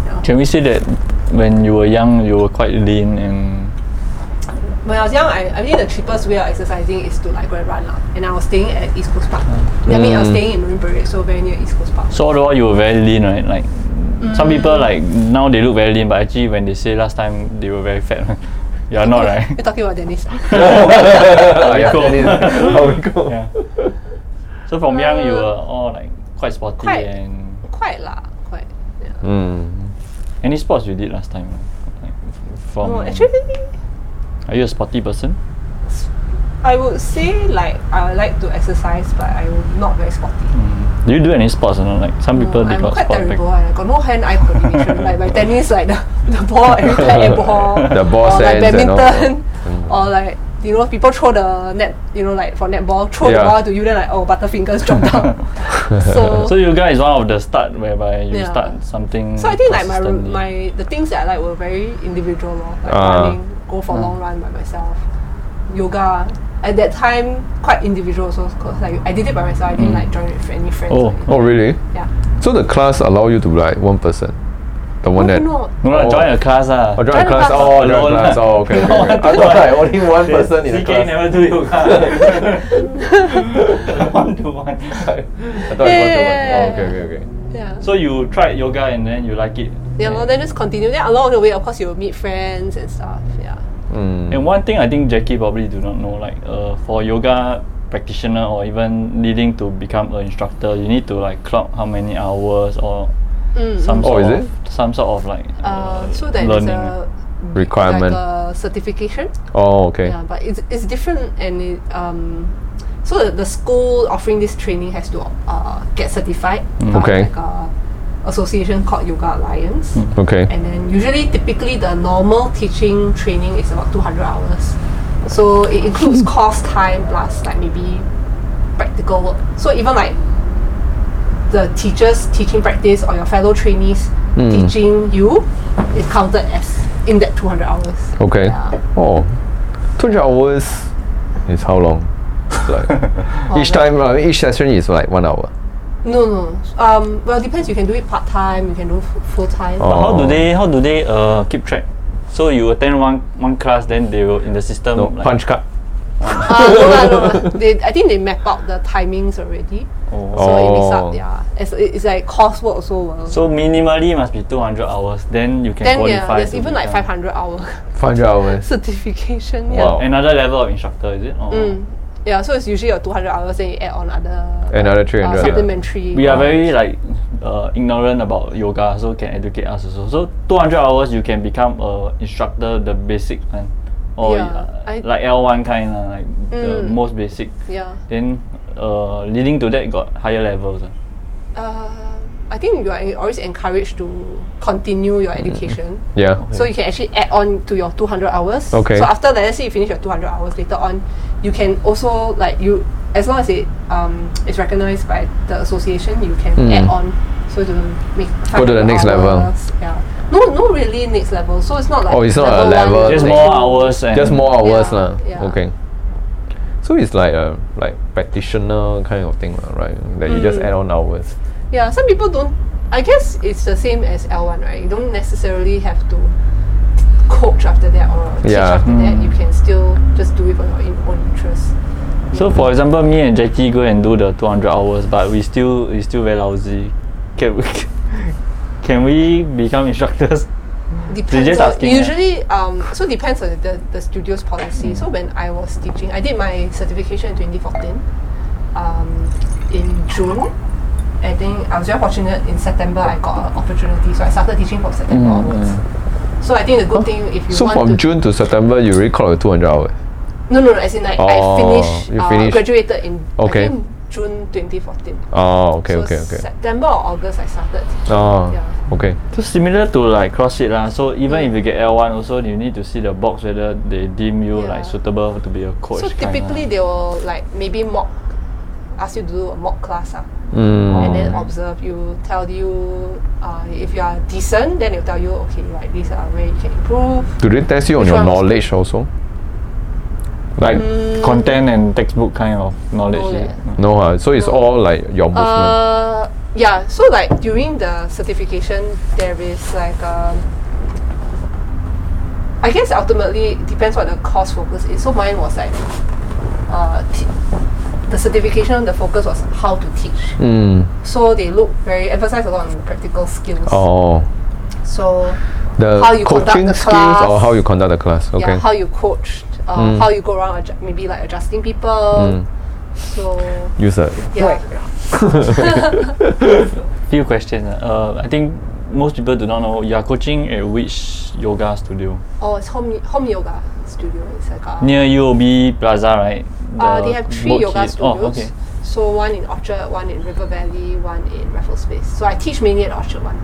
Speaker 2: now.
Speaker 1: Can we say that when you were young, you were quite lean and
Speaker 2: When I was young, I, I think the cheapest way of exercising is to like go and run lah. And I was staying at East Coast Park. I mean, I was staying in Marine Parade, so very near East Coast Park.
Speaker 1: Mm. so all the while you were very lean, right? Like some
Speaker 2: Mm.
Speaker 1: people like now they look very lean, but actually when they say last time they were very fat, (laughs) you are not right.
Speaker 2: (laughs) You're talking
Speaker 1: (laughs)
Speaker 2: about Dennis.
Speaker 3: Ah, yeah, (laughs)
Speaker 1: Cool.
Speaker 3: that is how we go.
Speaker 1: Oh, yeah. So from young you
Speaker 2: Uh,
Speaker 1: were all like quite sporty
Speaker 2: quite.
Speaker 1: and
Speaker 2: quite lah, quite. Yeah.
Speaker 4: Mm.
Speaker 1: any sports you did last time? Like, from
Speaker 2: No, Oh, actually,
Speaker 1: are you a sporty person?
Speaker 2: I would say like I would like to exercise, but I'm not very sporty.
Speaker 1: Do you do any sports or not? Like some people
Speaker 2: No,
Speaker 1: did
Speaker 2: I'm
Speaker 1: not
Speaker 2: quite
Speaker 1: sport back-
Speaker 2: terrible. I got no hand-eye coordination. like my tennis, like the, (laughs) the ball, every
Speaker 4: (laughs)
Speaker 2: time air ball,
Speaker 4: The ball
Speaker 2: or like
Speaker 4: sense and all.
Speaker 2: badminton,
Speaker 4: Mm.
Speaker 2: or like you know people throw the net, you know like for netball, throw
Speaker 4: Yeah.
Speaker 2: the ball to you, then like oh butterfingers drop
Speaker 4: (laughs)
Speaker 2: down. so,
Speaker 1: (laughs) So
Speaker 2: so,
Speaker 1: you guys is one of the start whereby you
Speaker 2: Yeah.
Speaker 1: start something.
Speaker 2: I think like my ru-
Speaker 1: consistently.
Speaker 2: my the things that I like were very individual, lor. like
Speaker 4: Ah.
Speaker 2: running, go for long run by myself, yoga. At that time, quite individual also, cause like I did it by myself. I didn't like join with any friends.
Speaker 1: Mm. Oh,
Speaker 2: or anything.
Speaker 4: Oh really?
Speaker 2: yeah.
Speaker 4: So the class allow you to be like one person, the one
Speaker 2: No,
Speaker 4: that.
Speaker 2: no,
Speaker 1: no lah,
Speaker 4: Oh.
Speaker 1: join a class ah.
Speaker 4: Oh, join a
Speaker 2: Join a
Speaker 4: class.
Speaker 2: class.
Speaker 4: Oh, join a
Speaker 1: Alone
Speaker 4: class.
Speaker 1: lah.
Speaker 4: Oh, okay. okay, okay.
Speaker 3: I thought like only one person in the
Speaker 1: CK
Speaker 3: class.
Speaker 1: never do yoga. one to one.
Speaker 4: I thought it
Speaker 2: Yeah.
Speaker 4: was the one. Oh, okay, okay, okay.
Speaker 2: yeah.
Speaker 1: So you tried yoga and then you like it.
Speaker 2: Yeah, well, then just continue. Then along the way, of course, you'll meet friends and stuff. Yeah.
Speaker 4: Mm.
Speaker 1: And one thing I think Jackie probably do not know, like uh, for yoga practitioner or even needing to become an instructor, you need to like clock how many hours or
Speaker 2: Mm,
Speaker 1: some
Speaker 4: mm.
Speaker 1: sort
Speaker 4: Oh, is
Speaker 1: of some sort of like
Speaker 2: Uh, so that is
Speaker 1: learning.
Speaker 2: a
Speaker 4: Requirement.
Speaker 2: like a certification.
Speaker 4: Oh, okay.
Speaker 2: Yeah, but it's, it's different, and it, um, so the, the school offering this training has to uh, get certified by
Speaker 4: Okay. Hmm.
Speaker 2: like a association called Yoga Alliance.
Speaker 4: Okay.
Speaker 2: And then usually, typically, the normal teaching training is about 200 hours. So it
Speaker 4: (laughs)
Speaker 2: includes course time plus like maybe practical work. So even like the teachers teaching practice or your fellow trainees
Speaker 4: Mm.
Speaker 2: teaching you is counted as in that 200 hours.
Speaker 4: Okay.
Speaker 2: Yeah.
Speaker 4: Oh, 200 hours is how long? Like each
Speaker 2: Oh,
Speaker 4: time, uh, each session is like one hour.
Speaker 2: No, no. Um, well, depends. You can do it part time. You can do f- full time.
Speaker 4: Oh.
Speaker 2: (laughs)
Speaker 1: But how do they how do they uh, keep track? So you attend one one class, then they will in the system
Speaker 4: No
Speaker 1: like,
Speaker 4: punch card.
Speaker 2: Uh, no, lah, no, lah. They, I think they map out the timings already.
Speaker 1: Oh.
Speaker 2: So it makes
Speaker 4: Oh.
Speaker 2: up. Yeah, it's, it's like coursework also. will-
Speaker 1: So minimally must be 200 hours, then you can
Speaker 2: Then yeah,
Speaker 1: qualify.
Speaker 2: there's
Speaker 1: to
Speaker 2: even like
Speaker 1: become
Speaker 2: 500 hour (laughs)
Speaker 4: 500 hours.
Speaker 2: certification. Yeah.
Speaker 4: Wow.
Speaker 1: Oh. Another level of instructor, is it? Or
Speaker 2: Mm. Yeah, so it's usually your 200 hours, then you add on other
Speaker 4: Another
Speaker 2: uh,
Speaker 4: 300.
Speaker 2: supplementary.
Speaker 1: We are very like uh, ignorant about yoga, so can educate us also. So 200 hours you can become a instructor, the basic one, or
Speaker 2: Yeah,
Speaker 1: uh,
Speaker 2: I-
Speaker 1: like L1 kind of like the
Speaker 2: Mm.
Speaker 1: most basic.
Speaker 2: Yeah.
Speaker 1: Then uh, leading to that got higher levels. ah.
Speaker 2: Uh, I think you are en- always encouraged to continue your education.
Speaker 4: Yeah.
Speaker 2: So you can actually add on to your 200 hours.
Speaker 4: Okay.
Speaker 2: So after that, let's say you finish your 200 hours later on, you can also like you as long as it um is recognized by the association, you can
Speaker 4: Mm.
Speaker 2: add on so to make
Speaker 4: Go to
Speaker 2: 500
Speaker 4: the next level.
Speaker 2: hours. Yeah. No, no, really next level. So it's not like
Speaker 4: Oh, it's not a
Speaker 2: one,
Speaker 4: level
Speaker 1: Just
Speaker 4: thing.
Speaker 1: more hours and
Speaker 4: Just more hours
Speaker 2: Yeah,
Speaker 4: lah.
Speaker 2: yeah.
Speaker 4: Okay. So it's like a like practitioner kind of thing lah, right? That you just add on hours.
Speaker 2: Yeah, some people don't. I guess it's the same as L1, right? You don't necessarily have to coach after that or teach
Speaker 4: Yeah.
Speaker 2: after
Speaker 4: Hmm.
Speaker 2: that. You can still just do it for your in- own interest.
Speaker 1: So for example, me and Jackie go and do the 200 hours, but we still we still very lousy. Can we, (laughs) can we become instructors? (laughs)
Speaker 2: Depends
Speaker 1: just
Speaker 2: on,
Speaker 1: asking, yeah.
Speaker 2: usually, um, so depends on the, the studio's policy.
Speaker 4: Mm.
Speaker 2: So when I was teaching, I did my certification in 2014, um, in June. I think I was very fortunate in September I got an opportunity, so I started teaching from September onwards. So I think the good thing if you
Speaker 4: Mm, Oh, So
Speaker 2: want
Speaker 4: from
Speaker 2: to
Speaker 4: June to September, you record 200 hours.
Speaker 2: No, no, no, as in like
Speaker 4: Oh,
Speaker 2: I finished,
Speaker 4: you
Speaker 2: uh,
Speaker 4: finished.
Speaker 2: graduated in
Speaker 4: Okay.
Speaker 2: I think June 2014.
Speaker 4: Oh, okay,
Speaker 2: so
Speaker 4: okay, okay.
Speaker 2: September or August I started.
Speaker 4: Oh,
Speaker 2: Yeah.
Speaker 4: okay.
Speaker 1: So similar to like CrossFit lah. So even if you get L1 also, you need to see the box whether they deem you
Speaker 2: Yeah.
Speaker 1: like suitable to be a
Speaker 4: Oh,
Speaker 1: coach.
Speaker 2: So
Speaker 1: kinda.
Speaker 2: typically they will like maybe mock, ask you to do a mock class ah,
Speaker 4: Mm.
Speaker 2: and then observe you, tell you uh, if you are decent, then they'll tell you okay, like these are where you can improve.
Speaker 4: Do they test you on
Speaker 2: Which
Speaker 4: your
Speaker 2: one was-
Speaker 4: knowledge also?
Speaker 1: like
Speaker 2: Mm.
Speaker 1: content and textbook kind of knowledge.
Speaker 2: No
Speaker 1: is
Speaker 2: leh.
Speaker 1: it?
Speaker 4: No, huh? so it's all like your movement.
Speaker 2: Uh, yeah, so like during the certification, there is like um, I guess ultimately it depends what the course focus is. So mine was like uh, t- the certification. The focus was how to teach.
Speaker 4: Mm.
Speaker 2: So they look very emphasize a lot on practical skills.
Speaker 4: Oh.
Speaker 2: So
Speaker 4: The
Speaker 2: How you conduct
Speaker 4: coaching
Speaker 2: the
Speaker 4: skills or
Speaker 2: class.
Speaker 4: how you conduct the class. Okay.
Speaker 2: yeah, how you coach, uh,
Speaker 4: Mm.
Speaker 2: how you go around, adju- maybe like adjusting people.
Speaker 4: Mm.
Speaker 2: So
Speaker 4: Use a
Speaker 2: yeah,
Speaker 1: Few questions. Uh, I think most people do not know you are coaching at which yoga studio
Speaker 2: oh, it's home home yoga studio. It's like a,
Speaker 1: near UOB Plaza, right?
Speaker 2: Uh, they
Speaker 1: The
Speaker 2: have three
Speaker 1: boat
Speaker 2: yoga
Speaker 1: kid-
Speaker 2: studios.
Speaker 1: Oh, okay.
Speaker 2: So one in Orchard, one in River Valley, one in Raffles Place. So I teach mainly at Orchard one,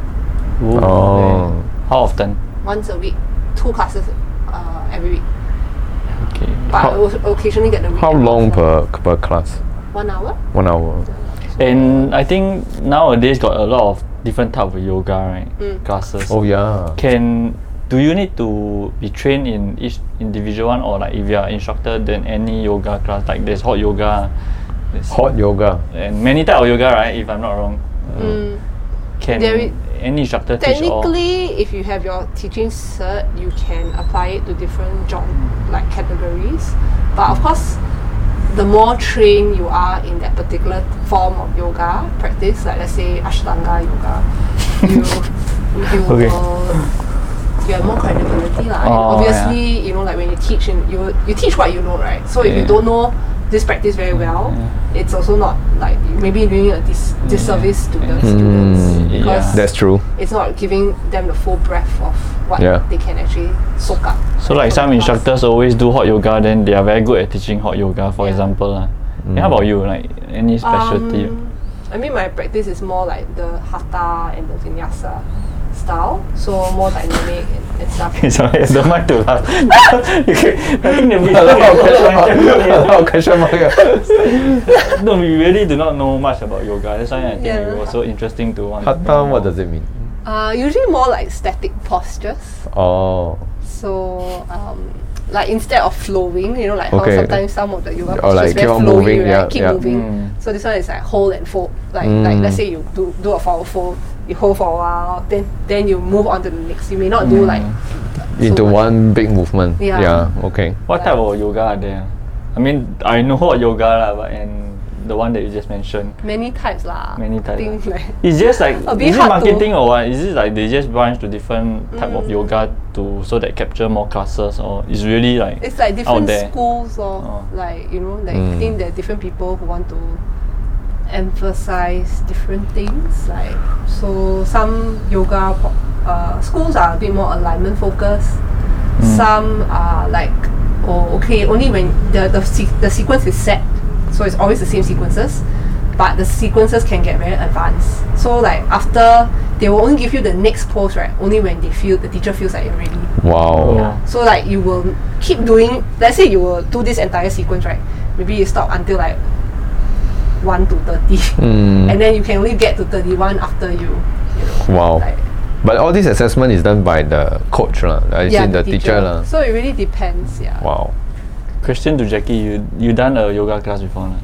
Speaker 1: Ooh,
Speaker 4: Oh.
Speaker 1: okay. How often?
Speaker 2: once a week, two classes uh, every week.
Speaker 1: Okay.
Speaker 2: But I
Speaker 4: How-
Speaker 2: will occasionally get the
Speaker 4: how
Speaker 2: weekend
Speaker 4: long
Speaker 2: off, like
Speaker 4: per per class?
Speaker 2: One hour.
Speaker 4: One hour.
Speaker 1: And I think nowadays got a lot of different type of yoga, right?
Speaker 2: Mm.
Speaker 1: Classes.
Speaker 4: Oh yeah.
Speaker 1: Can do you need to be trained in each individual one, or like if you are instructor, then any yoga class like there's hot yoga, there's
Speaker 4: Hot yoga.
Speaker 1: and many type of yoga, right? If I'm not wrong, Uh,
Speaker 2: Mm.
Speaker 1: can
Speaker 2: There is-
Speaker 1: any instructor teach all?
Speaker 2: Technically, if you have your teaching cert, you can apply it to different job like categories. But of course, the more trained you are in that particular form of yoga practice, like let's say Ashtanga yoga, you you
Speaker 1: (laughs) Okay.
Speaker 2: will you have more credibility lah. And
Speaker 1: Oh,
Speaker 2: obviously, you know, like when you teach, in, you you teach what you know, right? So if
Speaker 1: Yeah.
Speaker 2: you
Speaker 1: Mm,
Speaker 2: don't know this practice very well, it's also not like maybe doing a dis- disservice to the students
Speaker 4: Mm,
Speaker 1: yeah.
Speaker 2: because
Speaker 4: That's true.
Speaker 2: it's not giving them the full breadth of what
Speaker 4: Yeah.
Speaker 2: they can actually soak up.
Speaker 1: So like some
Speaker 2: from the class.
Speaker 1: instructors always do hot yoga, then they are very good at teaching hot yoga, for
Speaker 2: Yeah.
Speaker 1: example. lah.
Speaker 4: Mm.
Speaker 1: Then how about you? Like any specialty?
Speaker 2: Um, I mean, my practice is more like the hatha and the vinyasa style, so more dynamic and, and
Speaker 1: (laughs)
Speaker 2: stuff.
Speaker 1: It's alright, don't mind to laugh. you can, I think the
Speaker 4: a lot of question mark. a lot
Speaker 1: video
Speaker 4: of question mark. yeah.
Speaker 1: No, we really do not know much about yoga. That's why I think
Speaker 2: Yeah.
Speaker 1: it was so interesting to want. to
Speaker 4: Hatha,
Speaker 1: know
Speaker 4: what
Speaker 1: more.
Speaker 4: does it mean?
Speaker 2: Uh, usually more like static postures.
Speaker 4: Oh.
Speaker 2: So um, like instead of flowing, you know, like
Speaker 4: Okay.
Speaker 2: how sometimes some of the yoga
Speaker 4: Or
Speaker 2: postures
Speaker 4: like
Speaker 2: very
Speaker 4: keep on
Speaker 2: flowy,
Speaker 4: moving,
Speaker 2: right?
Speaker 4: yeah,
Speaker 2: keep
Speaker 4: yeah. Mm.
Speaker 2: moving.
Speaker 1: Mm.
Speaker 2: So this one is like hold and fold. Like like let's say you do do a forward fold, you hold for a while, then then you move on to the next. You may not do like
Speaker 4: Mm. Into
Speaker 2: So much.
Speaker 4: one big movement.
Speaker 2: Yeah.
Speaker 4: Okay.
Speaker 1: What type of yoga are there? I mean, I know what yoga lah, but and the one that you just mentioned.
Speaker 2: many types lah.
Speaker 1: Many
Speaker 2: I
Speaker 1: types.
Speaker 2: think like
Speaker 1: It's just like
Speaker 2: A bit
Speaker 1: is it
Speaker 2: hard to- Mm.
Speaker 1: marketing or what? Is it like they just branch to different type of yoga to so that capture more classes or it's really like
Speaker 2: it's like
Speaker 1: out
Speaker 2: different
Speaker 1: there?
Speaker 2: schools or
Speaker 1: Oh.
Speaker 2: like you know like I
Speaker 4: Mm.
Speaker 2: think there are different people who want to emphasize different things like so some yoga po- uh, schools are a bit more alignment focused
Speaker 1: Mm.
Speaker 2: some are like oh okay only when the the, se- the sequence is set so it's always the same sequences but the sequences can get very advanced so like after they will only give you the next pose right only when they feel the teacher feels like you're ready
Speaker 4: Wow.
Speaker 1: Yeah.
Speaker 2: so like you will keep doing. Let's say you will do this entire sequence, right? Maybe you stop until like one to thirty,
Speaker 4: Mm.
Speaker 2: and then you can only get to thirty-one after you. you know,
Speaker 4: Wow.
Speaker 2: Like,
Speaker 4: But all this assessment is done by the coach lah. I
Speaker 2: yeah,
Speaker 4: see the teacher, lah.
Speaker 2: So it really depends. Yeah.
Speaker 4: Wow.
Speaker 1: Question to Jackie, you you done a yoga class before? Nah?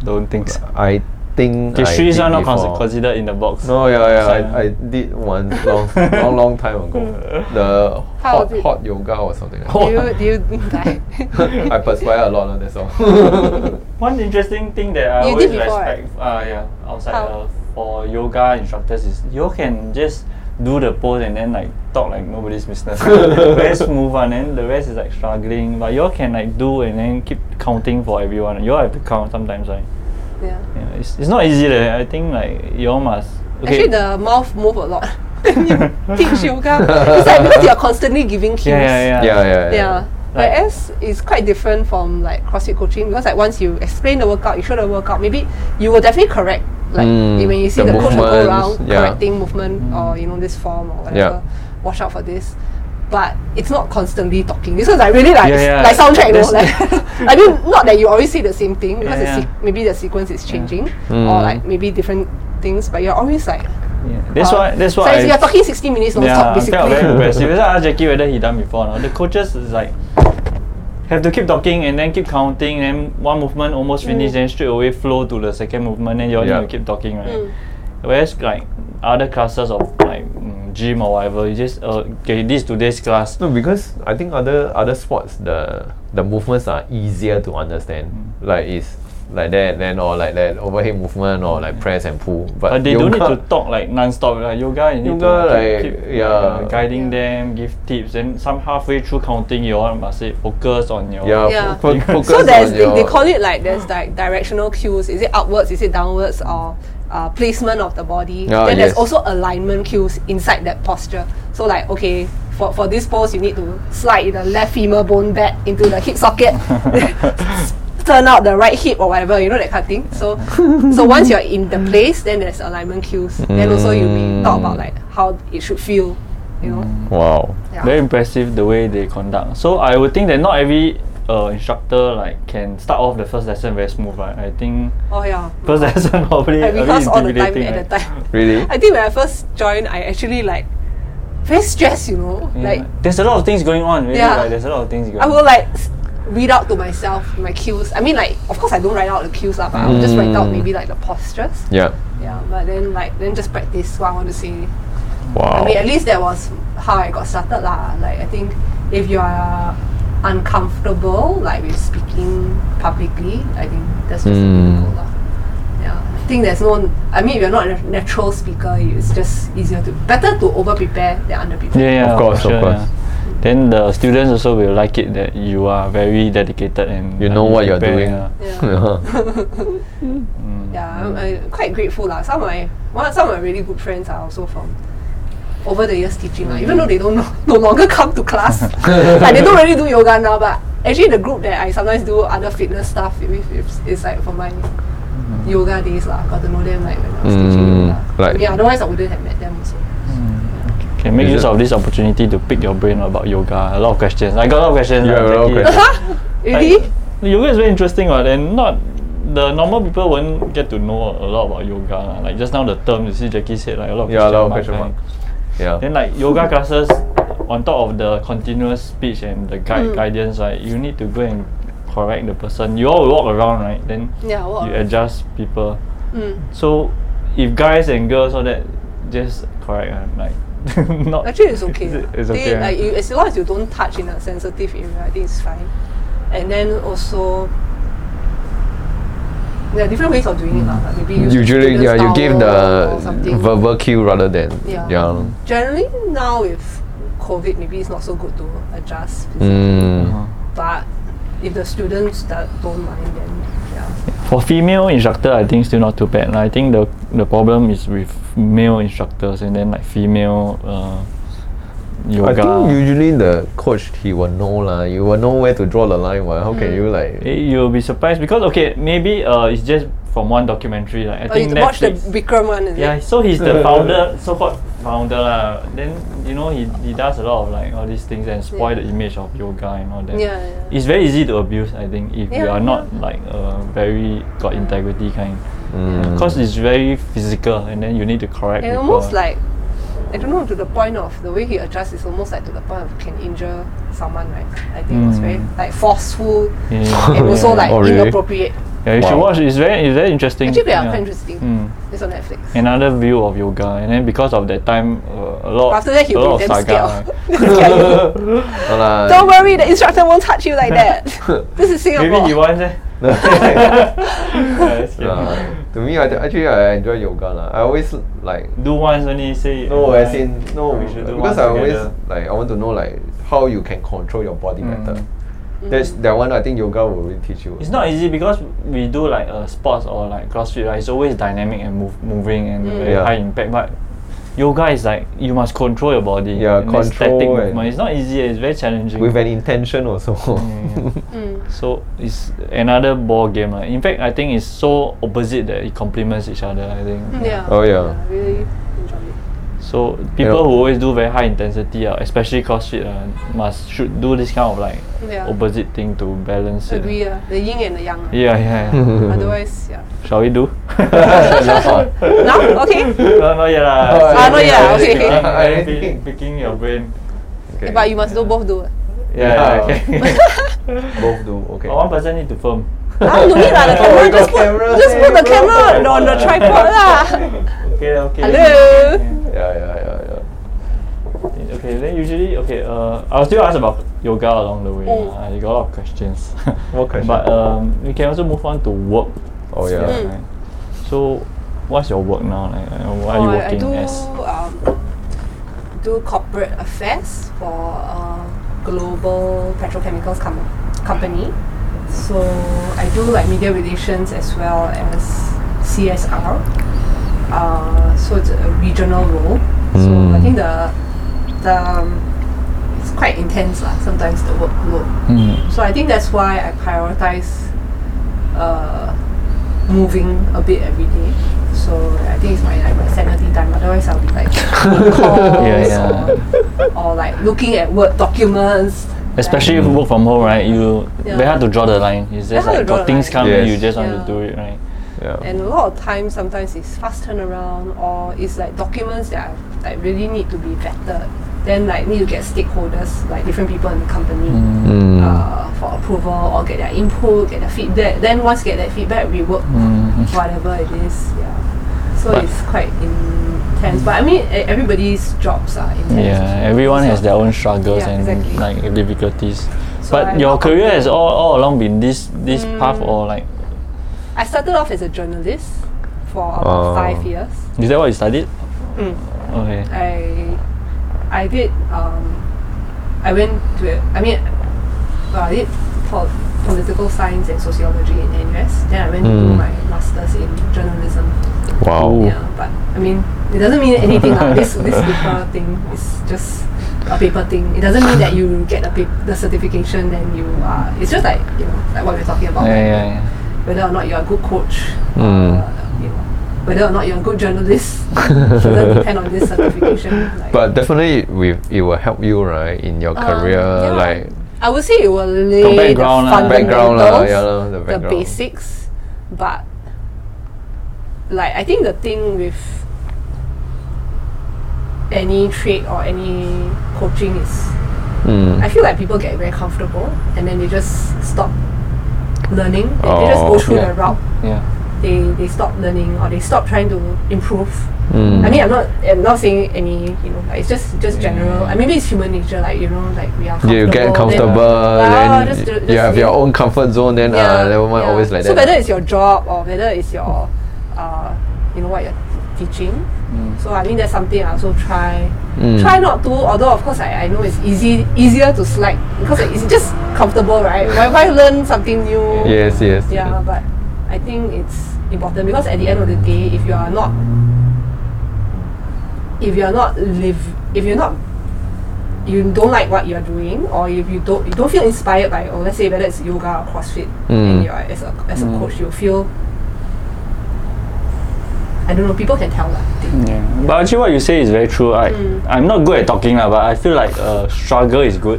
Speaker 1: Don't think so.
Speaker 4: I think
Speaker 1: The
Speaker 4: I
Speaker 1: shoes
Speaker 4: did
Speaker 1: are not
Speaker 4: before.
Speaker 1: consi- considered in the box.
Speaker 4: No, yeah, yeah.
Speaker 1: So-
Speaker 4: I, I did one long, long, long time ago. The
Speaker 2: How
Speaker 4: hot,
Speaker 2: was it? Oh.
Speaker 4: hot yoga or something. Like
Speaker 2: Do you do you (laughs)
Speaker 4: (laughs)
Speaker 2: like?
Speaker 4: that. (laughs) I perspire a lot, lah, that's all.
Speaker 1: One interesting thing that I
Speaker 2: You
Speaker 1: always
Speaker 2: did before,
Speaker 1: respect, uh, yeah, outside
Speaker 2: How?
Speaker 1: uh, for yoga instructors is you can just do the pose and then like talk like nobody's business.
Speaker 4: (laughs)
Speaker 1: Very smooth one, and the rest is like struggling. But you all can like do and then keep counting for everyone. You all have to count sometimes, right?
Speaker 2: yeah.
Speaker 1: Yeah, it's, it's not easy. Leh. I think like you all must. Okay.
Speaker 2: Actually, the mouth move a
Speaker 4: (laughs)
Speaker 2: lot. (laughs) when you teach yoga. It's like because you are constantly giving cues.
Speaker 1: yeah, yeah, yeah.
Speaker 4: yeah, yeah, yeah.
Speaker 2: Yeah.
Speaker 1: Like-
Speaker 2: Whereas it's quite different from like CrossFit coaching because like once you explain the workout, you show the workout, maybe you will definitely correct like
Speaker 4: Mm,
Speaker 2: when you see
Speaker 4: the
Speaker 2: the, coach will go
Speaker 4: movements,
Speaker 2: around
Speaker 4: yeah.
Speaker 2: correcting movement
Speaker 1: Mm.
Speaker 2: or you know this form or whatever. Watch out for this. But it's not constantly talking. This was like really like
Speaker 1: Yeah, yeah.
Speaker 2: like soundtrack, you know,
Speaker 1: That's- (laughs)
Speaker 2: like (laughs) I mean not that you always say the same thing because
Speaker 1: Yeah,
Speaker 2: the
Speaker 1: yeah.
Speaker 2: se- maybe the sequence is changing
Speaker 4: Mm.
Speaker 2: or like maybe different things, but you're always like
Speaker 1: (laughs) Yeah. That's
Speaker 2: uh,
Speaker 1: why. That's
Speaker 2: so
Speaker 1: why.
Speaker 2: it's-
Speaker 1: I-
Speaker 2: you're talking sixty minutes non
Speaker 1: Yeah,
Speaker 2: stop
Speaker 1: I felt
Speaker 2: basically.
Speaker 1: very
Speaker 2: (laughs)
Speaker 1: impressive. That's why I asked Jackie whether he done before or not. The coaches is like have to keep talking and then keep counting
Speaker 2: Mm.
Speaker 1: and one movement almost finished, then straight away flow to the second movement, then you all
Speaker 4: Yeah.
Speaker 2: Mm.
Speaker 1: need to keep talking, right? Whereas like other classes of like mm, gym or whatever, you just uh, okay this today's class.
Speaker 4: No, because I think other other sports the the movements are easier to understand.
Speaker 1: Mm.
Speaker 4: Like it's like that, then or like that overhead movement or like press and pull. But,
Speaker 1: Mm. But they
Speaker 4: yoga,
Speaker 1: don't need to talk like non-stop. Like yoga, you need
Speaker 4: Yoga,
Speaker 1: to
Speaker 4: like, yeah.
Speaker 1: guiding
Speaker 2: Yeah.
Speaker 1: them, give tips, and some halfway through counting, you all must say focus on your.
Speaker 4: Yeah,
Speaker 2: Yeah.
Speaker 4: fo- fo- focus
Speaker 2: So there's
Speaker 4: on
Speaker 2: they,
Speaker 4: your,
Speaker 2: they call it like there's like directional cues. Is it upwards? Is it downwards? Or uh, placement of the body?
Speaker 4: Ah,
Speaker 2: then
Speaker 4: yes.
Speaker 2: there's also alignment cues inside that posture. So like okay, for, for this pose you need to slide the left femur bone back into the hip socket. (laughs) turn out the right hip or whatever you know that kind of thing so so once you're in the place then there's alignment cues then also you may talk about like how it should feel you know
Speaker 4: Wow.
Speaker 2: yeah.
Speaker 1: Very impressive the way they conduct. So I would think that not every uh, instructor like can start off the first lesson very smooth. Right? I think (laughs)
Speaker 2: oh yeah
Speaker 1: first lesson probably
Speaker 2: Like,
Speaker 1: a bit
Speaker 2: because all the time
Speaker 1: intimidating,
Speaker 2: at the
Speaker 1: right?
Speaker 2: time
Speaker 4: Really?
Speaker 2: I think when I first joined, I actually like very stressed, you know.
Speaker 1: Yeah,
Speaker 2: Like
Speaker 1: there's a lot of things going on. Really,
Speaker 2: Yeah.
Speaker 1: like, there's a lot of things going.
Speaker 2: I will
Speaker 1: on.
Speaker 2: like s- read out to myself my cues. I mean, like of course I don't write out the cues lah, but I'll just write out maybe like the postures.
Speaker 4: Yeah.
Speaker 2: Yeah, but then like then just practice what I want to say.
Speaker 4: Wow.
Speaker 2: I mean, at least that was how I got started lah. Like I think if you are uncomfortable like with speaking publicly, I think that's just
Speaker 4: Mm.
Speaker 2: difficult lah. Yeah, I think there's no. I mean, if you're not a natural speaker, you- it's just easier to better to over prepare than under prepare.
Speaker 1: Yeah, yeah,
Speaker 4: Of
Speaker 1: for
Speaker 4: course, of
Speaker 1: sure,
Speaker 4: course.
Speaker 1: yeah. Then the students also will like it that you are very dedicated and
Speaker 4: You
Speaker 1: like,
Speaker 4: know what you're
Speaker 1: prepare,
Speaker 4: doing.
Speaker 1: yeah.
Speaker 4: (laughs)
Speaker 2: Yeah, (laughs) yeah I'm, I'm quite grateful lah. Some of my one, some of my really good friends are also from over the years teaching lah. Even though they don't (laughs) no, no longer come to class, like they don't really do yoga now. But actually, the group that I sometimes do other fitness stuff with is, is like for my yoga days lah. Got to know them like when I was teaching
Speaker 4: Mm,
Speaker 2: yoga.
Speaker 4: like-
Speaker 2: yeah, otherwise I wouldn't have met them also.
Speaker 1: Can make
Speaker 4: Is
Speaker 1: use
Speaker 4: it-
Speaker 1: of this opportunity to pick your brain about yoga. A lot of questions. I got a lot of questions.
Speaker 4: You
Speaker 1: lah,
Speaker 4: have a lot of
Speaker 1: Jackie.
Speaker 4: questions.
Speaker 2: (laughs) Really?
Speaker 1: Like, yoga is very interesting, right? And not the normal people won't get to know a lot about yoga. lah. Like just now the term you see Jackie said like a lot of
Speaker 4: Yeah, a lot of
Speaker 1: question
Speaker 4: question
Speaker 1: mark,
Speaker 4: mark.
Speaker 1: right?
Speaker 4: Yeah.
Speaker 1: Then like yoga classes, on top of the continuous speech and the
Speaker 2: Mm.
Speaker 1: guide guidance, right? You need to go and correct the person. You all walk around, right? Then
Speaker 2: Yeah, walk
Speaker 1: you
Speaker 2: around.
Speaker 1: adjust people.
Speaker 2: Mm.
Speaker 1: So if guys and girls, all that, just correct, ah, like (laughs) not.
Speaker 2: Actually, it's okay. lah.
Speaker 1: It's, it's okay.
Speaker 2: They-
Speaker 1: ah.
Speaker 2: like, you, as long as you don't touch in a sensitive area, I think it's fine. And then also, there are different ways of doing it. lah. Like maybe use
Speaker 4: Usually,
Speaker 2: students
Speaker 4: yeah, you
Speaker 2: towel
Speaker 4: give the
Speaker 2: or something.
Speaker 4: verbal cue rather than
Speaker 2: Yeah. Uh-huh.
Speaker 4: yeah.
Speaker 2: Generally, now with COVID, maybe it's not so good to adjust.
Speaker 4: Mm.
Speaker 1: Uh-huh.
Speaker 2: But if the students that don't mind, then yeah.
Speaker 1: For female instructor, I think still not too bad. lah. I think the the problem is with male instructors and then like female uh,
Speaker 4: I
Speaker 1: yoga.
Speaker 4: think usually the coach he will know lah. You will know where to draw the line. What? How
Speaker 2: Mm.
Speaker 4: can you like?
Speaker 1: Eh, you'll be surprised because okay, maybe uh, it's just from one documentary. Like I
Speaker 2: Or
Speaker 1: think
Speaker 2: Oh, you watch the
Speaker 1: Netflix.
Speaker 2: Bikram one, is
Speaker 1: yeah,
Speaker 2: it?
Speaker 1: so he's the founder, so-called founder lah. Then you know he, he does a lot of like all these things and spoil
Speaker 2: Yeah.
Speaker 1: the image of yoga and all that.
Speaker 2: Yeah, yeah.
Speaker 1: It's very easy to abuse, I think, if you
Speaker 2: Yeah,
Speaker 1: are not
Speaker 2: yeah.
Speaker 1: like uh, very got integrity kind.
Speaker 4: Mm.
Speaker 1: Because it's very physical, and then you need to correct.
Speaker 2: And
Speaker 1: people.
Speaker 2: almost like, I don't know, to the point of the way he adjusts is almost like to the point of can injure someone, right? I think it was very
Speaker 1: Mm.
Speaker 2: like
Speaker 1: (laughs)
Speaker 2: forceful
Speaker 1: Yeah.
Speaker 2: (laughs) and also like
Speaker 4: Oh, really?
Speaker 2: inappropriate.
Speaker 1: Yeah, you should
Speaker 4: Wow.
Speaker 1: watch. It's very, it's very interesting.
Speaker 2: Actually, they are
Speaker 1: yeah.
Speaker 2: quite interesting.
Speaker 1: Mm.
Speaker 2: It's on Netflix.
Speaker 1: Another view of yoga, and then because of that time, uh, a lot.
Speaker 2: After
Speaker 1: a
Speaker 2: that, he'll
Speaker 1: lot
Speaker 2: be
Speaker 1: of
Speaker 2: damn
Speaker 1: saga.
Speaker 2: scared.
Speaker 1: (laughs)
Speaker 2: (laughs) Scare you.
Speaker 4: No lah.
Speaker 2: don't worry, the instructor won't touch you like
Speaker 1: (laughs)
Speaker 2: that. (laughs) this is Singapore.
Speaker 1: Maybe you want
Speaker 4: (laughs)
Speaker 1: eh? (laughs) Yeah, just kidding.
Speaker 4: Nah. to me, I, actually I enjoy yoga lah. I always like
Speaker 1: Do once only say.
Speaker 4: no
Speaker 1: uh,
Speaker 4: as in no
Speaker 1: We should do
Speaker 4: because
Speaker 1: once
Speaker 4: I always
Speaker 1: together.
Speaker 4: like I want to know like how you can control your body better.
Speaker 1: Mm.
Speaker 4: That's that one I think yoga will really teach you.
Speaker 1: It's not easy because we do like uh, sports or like CrossFit, right? It's always dynamic and move, moving and
Speaker 2: Mm.
Speaker 1: very
Speaker 4: Yeah.
Speaker 1: high impact. But yoga is like you must control your body. and
Speaker 4: Yeah,
Speaker 1: then
Speaker 4: control
Speaker 1: static
Speaker 4: and-
Speaker 1: movement. It's not easy. It's very challenging.
Speaker 4: with an intention
Speaker 1: (laughs)
Speaker 4: also. (laughs)
Speaker 1: Yeah.
Speaker 2: Mm.
Speaker 1: so it's another ball game. Right? In fact, I think it's so opposite that it complements each other. I think.
Speaker 2: Mm. Yeah.
Speaker 4: Oh, yeah.
Speaker 2: Really enjoy it.
Speaker 1: So people
Speaker 4: Yeah.
Speaker 1: who always do very high intensity, uh, especially CrossFit, uh, must should do this kind of like
Speaker 2: Yeah.
Speaker 1: opposite thing to balance it.
Speaker 2: Agree, uh, the yin and the yang.
Speaker 1: Oh, Yeah, yeah.
Speaker 4: (laughs)
Speaker 1: yeah.
Speaker 2: Otherwise, yeah.
Speaker 1: Shall we do? (laughs)
Speaker 2: No? (laughs) Okay.
Speaker 1: no, not yet lah.
Speaker 4: Oh,
Speaker 1: Still
Speaker 4: not yet
Speaker 1: (laughs) picking-
Speaker 2: ah, okay,
Speaker 1: picking-
Speaker 4: okay.
Speaker 1: picking- Picking your brain.
Speaker 4: Okay.
Speaker 2: But you must do both, do.
Speaker 1: Yeah, yeah, okay. (laughs)
Speaker 3: Both do, okay.
Speaker 1: But one person need to film.
Speaker 2: Ah, no need
Speaker 1: (laughs)
Speaker 2: lah, the
Speaker 3: Oh,
Speaker 2: camera,
Speaker 3: we got
Speaker 2: just put,
Speaker 3: camera,
Speaker 2: just put the
Speaker 3: hey,
Speaker 2: camera
Speaker 3: bro.
Speaker 2: on the tripod
Speaker 1: (laughs)
Speaker 2: lah.
Speaker 1: Okay, okay.
Speaker 2: Hello.
Speaker 4: Yeah, yeah, yeah, yeah.
Speaker 1: Okay, Okay, then usually, okay, uh, I'll still ask about yoga along the way.
Speaker 2: Mm.
Speaker 1: Uh, you got a lot of (laughs) questions.
Speaker 4: What question?
Speaker 1: But um, we can also move on to work.
Speaker 4: Oh
Speaker 1: Yeah,
Speaker 2: Mm.
Speaker 4: yeah.
Speaker 2: Hmm.
Speaker 1: right. So, what's your work now? Like, uh, what are you
Speaker 2: Oh, I- I
Speaker 1: working
Speaker 2: do,
Speaker 1: as?
Speaker 2: Um, do corporate affairs for a global petrochemicals com- company. So I do like media relations as well as CSR. Uh, so it's a regional role. So
Speaker 1: Hmm.
Speaker 2: I
Speaker 4: Mm.
Speaker 2: think the the um, it's quite intense lah. Sometimes the workload.
Speaker 1: Hmm.
Speaker 2: So I think that's why I prioritize uh, moving a bit every day. So I think it's my like my sanity time. Otherwise, I'll
Speaker 1: (laughs)
Speaker 2: be like on calls
Speaker 1: Yeah, yeah.
Speaker 2: Or, or like looking at word documents.
Speaker 1: Especially if you work from home, right? You
Speaker 2: Yeah.
Speaker 1: very hard to draw the line. It's just
Speaker 2: hard to
Speaker 1: like
Speaker 2: draw
Speaker 1: got
Speaker 2: the
Speaker 1: things
Speaker 2: line.
Speaker 1: come and you
Speaker 4: Yes.
Speaker 1: just want
Speaker 2: Yeah.
Speaker 1: to do it, right?
Speaker 4: Yeah.
Speaker 2: And a lot of times, sometimes it's fast turnaround or it's like documents that I like really need to be vetted. Then like need to get stakeholders, like different people in the company.
Speaker 4: Mm.
Speaker 2: uh, for approval or get their input, get their feedback. Then once get that feedback, we work
Speaker 1: Mm.
Speaker 2: whatever it is. Yeah, so
Speaker 1: But-
Speaker 2: it's quite intense. But I mean, e- everybody's jobs are intense.
Speaker 1: Yeah, everyone has their own struggles
Speaker 2: Yeah,
Speaker 1: and
Speaker 2: exactly.
Speaker 1: like difficulties.
Speaker 2: So
Speaker 1: but
Speaker 2: I'm
Speaker 1: your
Speaker 2: not
Speaker 1: career
Speaker 2: complaining.
Speaker 1: has all, all along been this this
Speaker 2: Mm.
Speaker 1: path or like
Speaker 2: I started off as a journalist for about
Speaker 4: Oh.
Speaker 2: five years.
Speaker 1: is that what you studied?
Speaker 2: Mm.
Speaker 1: Okay.
Speaker 2: I I did um, I went to I mean well, I did pol- political science and sociology in NUS. Then I went to do
Speaker 4: Mm.
Speaker 2: my masters in journalism.
Speaker 4: Wow.
Speaker 2: Yeah, but I mean, it doesn't mean anything. lah. This this paper thing is just a paper thing. It doesn't mean that you get a pap- the certification and you are. It's just like you know, like what we're talking about.
Speaker 1: Yeah,
Speaker 2: like,
Speaker 1: yeah, yeah.
Speaker 2: Whether or not you're a good coach,
Speaker 4: Mm.
Speaker 2: uh, you know, whether or not you're a good journalist, shouldn't depend on this certification. Like,
Speaker 4: But definitely, we, it will help you, right, in your
Speaker 2: um,
Speaker 4: career,
Speaker 2: yeah.
Speaker 4: like
Speaker 2: I would say it will lay
Speaker 1: The
Speaker 2: the,
Speaker 1: background lah.
Speaker 2: fundamentals,
Speaker 4: background lah, yeah, lah, the
Speaker 2: the
Speaker 4: background.
Speaker 2: basics, but like I think the thing with any trade or any coaching is
Speaker 4: Mm.
Speaker 2: I feel like people get very comfortable and then they just stop learning. They, they just
Speaker 4: Oh,
Speaker 2: go through
Speaker 1: yeah.
Speaker 2: the route.
Speaker 1: Yeah.
Speaker 2: They they stop learning or they stop trying to improve.
Speaker 4: Mm.
Speaker 2: I mean, I'm not I'm not saying any you know like it's just just general. I mean, maybe it's human nature like you know like we are comfortable.
Speaker 4: Mm. you get
Speaker 2: then-
Speaker 4: comfortable,
Speaker 2: Ah,
Speaker 4: then
Speaker 2: just do-
Speaker 4: you
Speaker 2: just
Speaker 4: have your
Speaker 2: do-
Speaker 4: own comfort zone. Then uh, never mind,
Speaker 2: yeah.
Speaker 4: always like
Speaker 2: so
Speaker 4: that. ah.
Speaker 2: whether it's your job or whether it's your, uh, you know what you're teaching. So I mean that's something I also try.
Speaker 4: Mm.
Speaker 2: Try not to, although of course I, I know it's easy easier to slack because it's just comfortable, right? Why, why learn something new?
Speaker 4: yes, yes.
Speaker 2: Yeah, but I think it's important because at the end of the day, if you are not, if you are not live, if you're not, you don't like what you are doing, or if you don't, you don't feel inspired by, or let's say whether it's yoga or CrossFit, and
Speaker 4: Mm.
Speaker 2: you're as a as a coach, you feel. I don't know. People can tell lah. They-
Speaker 1: Yeah. But actually what you say is very true. I
Speaker 2: Mm.
Speaker 1: I'm not good at talking lah, but I feel like uh, struggle is good.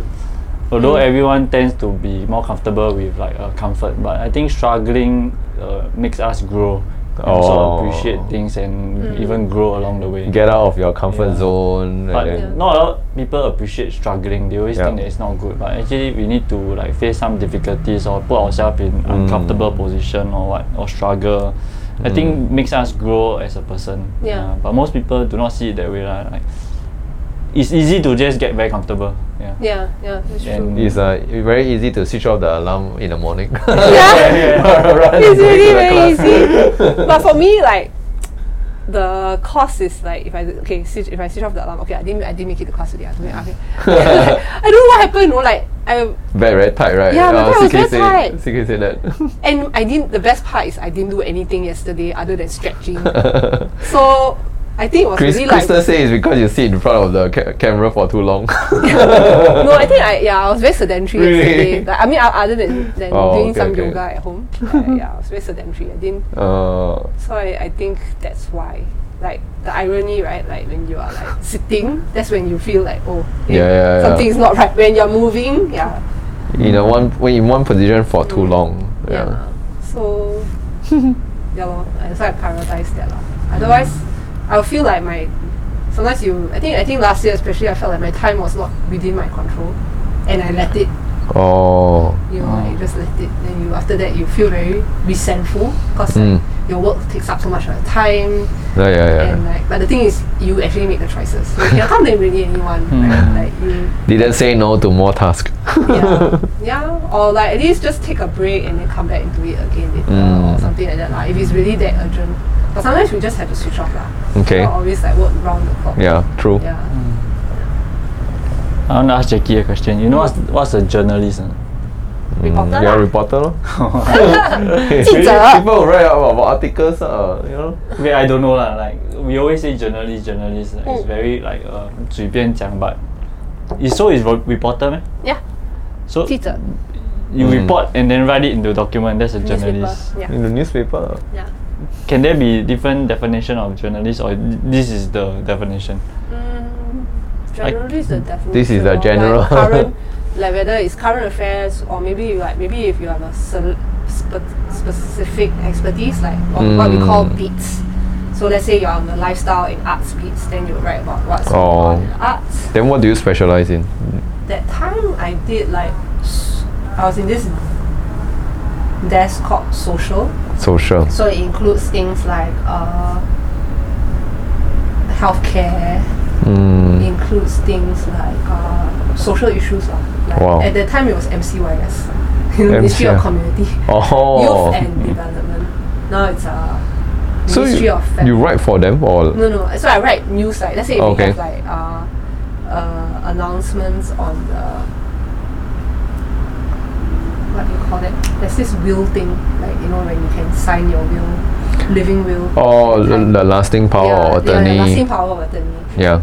Speaker 1: Although
Speaker 2: Mm.
Speaker 1: everyone tends to be more comfortable with like uh, comfort, but I think struggling uh, makes us grow. and Also
Speaker 4: Oh.
Speaker 1: appreciate things and even
Speaker 2: Mm.
Speaker 1: grow along the way.
Speaker 4: Get out of your comfort
Speaker 1: Yeah.
Speaker 4: zone.
Speaker 1: But
Speaker 4: and then,
Speaker 1: not a lot of people appreciate struggling. They always
Speaker 4: Yeah.
Speaker 1: think that it's not good. But actually, we need to like face some difficulties or put ourselves in
Speaker 4: Mm.
Speaker 1: uncomfortable position or what or struggle. I think
Speaker 4: Mm.
Speaker 1: makes us grow as a person.
Speaker 2: Yeah.
Speaker 1: but most people do not see it that way. lah. Like, it's easy to just get very comfortable. Yeah.
Speaker 2: Yeah, yeah, that's true.
Speaker 1: And- (laughs)
Speaker 4: it's uh, very easy to switch off the alarm in the
Speaker 2: (laughs)
Speaker 4: morning. (laughs) Run
Speaker 2: it's
Speaker 4: straight
Speaker 2: really
Speaker 4: to the
Speaker 2: very
Speaker 4: class.
Speaker 2: easy. but for me, like the cost is like if I okay switch, if I switch off the alarm, okay, I didn't I didn't make it to class today. I don't know, okay.
Speaker 4: (laughs)
Speaker 2: (laughs) I don't know what happened. No, like I
Speaker 4: Very, very tight, right?
Speaker 2: Yeah, my
Speaker 4: Uh,
Speaker 2: back was very
Speaker 4: CK said-
Speaker 2: tight.
Speaker 4: CK said that.
Speaker 2: and I didn't. The best part is I didn't do anything yesterday other than stretching.
Speaker 4: (laughs)
Speaker 2: (laughs) so I think it was
Speaker 4: Chris,
Speaker 2: really like
Speaker 4: Krista says it's because you sit in front of the ca- camera for too long. (laughs)
Speaker 2: no. I think I yeah I was very sedentary
Speaker 4: Really?
Speaker 2: yesterday. Like, I mean o- other than than
Speaker 4: Oh,
Speaker 2: doing
Speaker 4: okay,
Speaker 2: some
Speaker 4: okay.
Speaker 2: yoga at home. Uh, yeah, I was very sedentary. I didn't.
Speaker 4: uh,
Speaker 2: So I, I think that's why. Like the irony, right? Like when you are like sitting, that's when you feel like oh eh,
Speaker 4: Yeah, yeah, yeah.
Speaker 2: something's not right. When you're moving, yeah.
Speaker 4: in a one when in one position for too long. Yeah. (laughs)
Speaker 2: So yeah, lor. I so I prioritize that lah. Otherwise I'll feel like my sometimes you I think I think last year especially I felt like my time was not within my control. and I let it.
Speaker 4: Oh.
Speaker 2: You know, like,
Speaker 1: Oh.
Speaker 2: you just let it. Then you after that you feel very resentful because
Speaker 4: Mm.
Speaker 2: your work takes up so much of your time.
Speaker 4: Yeah, yeah, yeah.
Speaker 2: And like, but the thing is, you actually make the choices. So you can't blame really anyone,
Speaker 4: Hmm.
Speaker 1: Mm.
Speaker 2: right? Like you,
Speaker 4: Didn't say no to more task. (laughs)
Speaker 2: yeah, yeah, or like at least just take a break and then come back into it again later
Speaker 4: Mm.
Speaker 2: or something like that. Like if it's really that urgent, but sometimes we just have to switch off lah.
Speaker 4: Okay.
Speaker 2: Not always like work round the clock.
Speaker 4: Yeah, true.
Speaker 2: Yeah.
Speaker 1: I want to ask Jackie a question. You know what's, what's a journalist? or
Speaker 2: Reporter
Speaker 4: You're a
Speaker 2: lah.
Speaker 4: Mm. reporter, (laughs) lor.
Speaker 3: Maybe
Speaker 2: 记者。
Speaker 3: People will write about, about articles, uh, you know.
Speaker 1: not? Okay, I don't know lah. Like we always say journalist, journalist. Like, It's
Speaker 2: Mm.
Speaker 1: very like uh, 随便讲 but it's so is re- reporter meh?
Speaker 2: Yeah.
Speaker 1: So
Speaker 2: 记者。
Speaker 1: you
Speaker 4: Mm.
Speaker 1: report and then write it into a document. That's a journalist.
Speaker 2: Newspaper. Yeah.
Speaker 4: In the newspaper.
Speaker 2: Yeah.
Speaker 1: Can there be different definition of journalist or th- this is the definition?
Speaker 2: Mm,
Speaker 1: Like,
Speaker 2: generally is the definition.
Speaker 4: this is the
Speaker 2: of,
Speaker 4: general.
Speaker 2: Like
Speaker 4: (laughs)
Speaker 2: current, like whether it's current affairs or maybe you like maybe if you have a sel- spe- specific expertise, like what, what we call
Speaker 4: Mm.
Speaker 2: beats. So let's say you're on the lifestyle and arts beats, then you write about what's going
Speaker 4: Oh.
Speaker 2: on in arts.
Speaker 4: Then what do you specialize in?
Speaker 2: That time I did like s- I was in this desk called social.
Speaker 4: Social.
Speaker 2: So it includes things like uh, healthcare.
Speaker 4: Mm.
Speaker 2: includes things like uh, social issues. lah. Like
Speaker 4: Wow.
Speaker 2: At that time, it was MCYS, Ministry
Speaker 4: MCY.
Speaker 2: of Community,
Speaker 4: Oh.
Speaker 2: Youth and Development. Now it's uh,
Speaker 4: so
Speaker 2: Ministry
Speaker 4: you,
Speaker 2: of Family.
Speaker 4: you write for them or?
Speaker 2: No, no. So I write news like let's say if
Speaker 4: Okay.
Speaker 2: we have like uh, uh, announcements on the what do you call it? There's this will thing, like you know when you can sign your will, living will.
Speaker 4: Oh, the,
Speaker 2: Like-
Speaker 4: the lasting power
Speaker 2: yeah,
Speaker 4: or attorney.
Speaker 2: Yeah, lasting power of attorney.
Speaker 4: Yeah.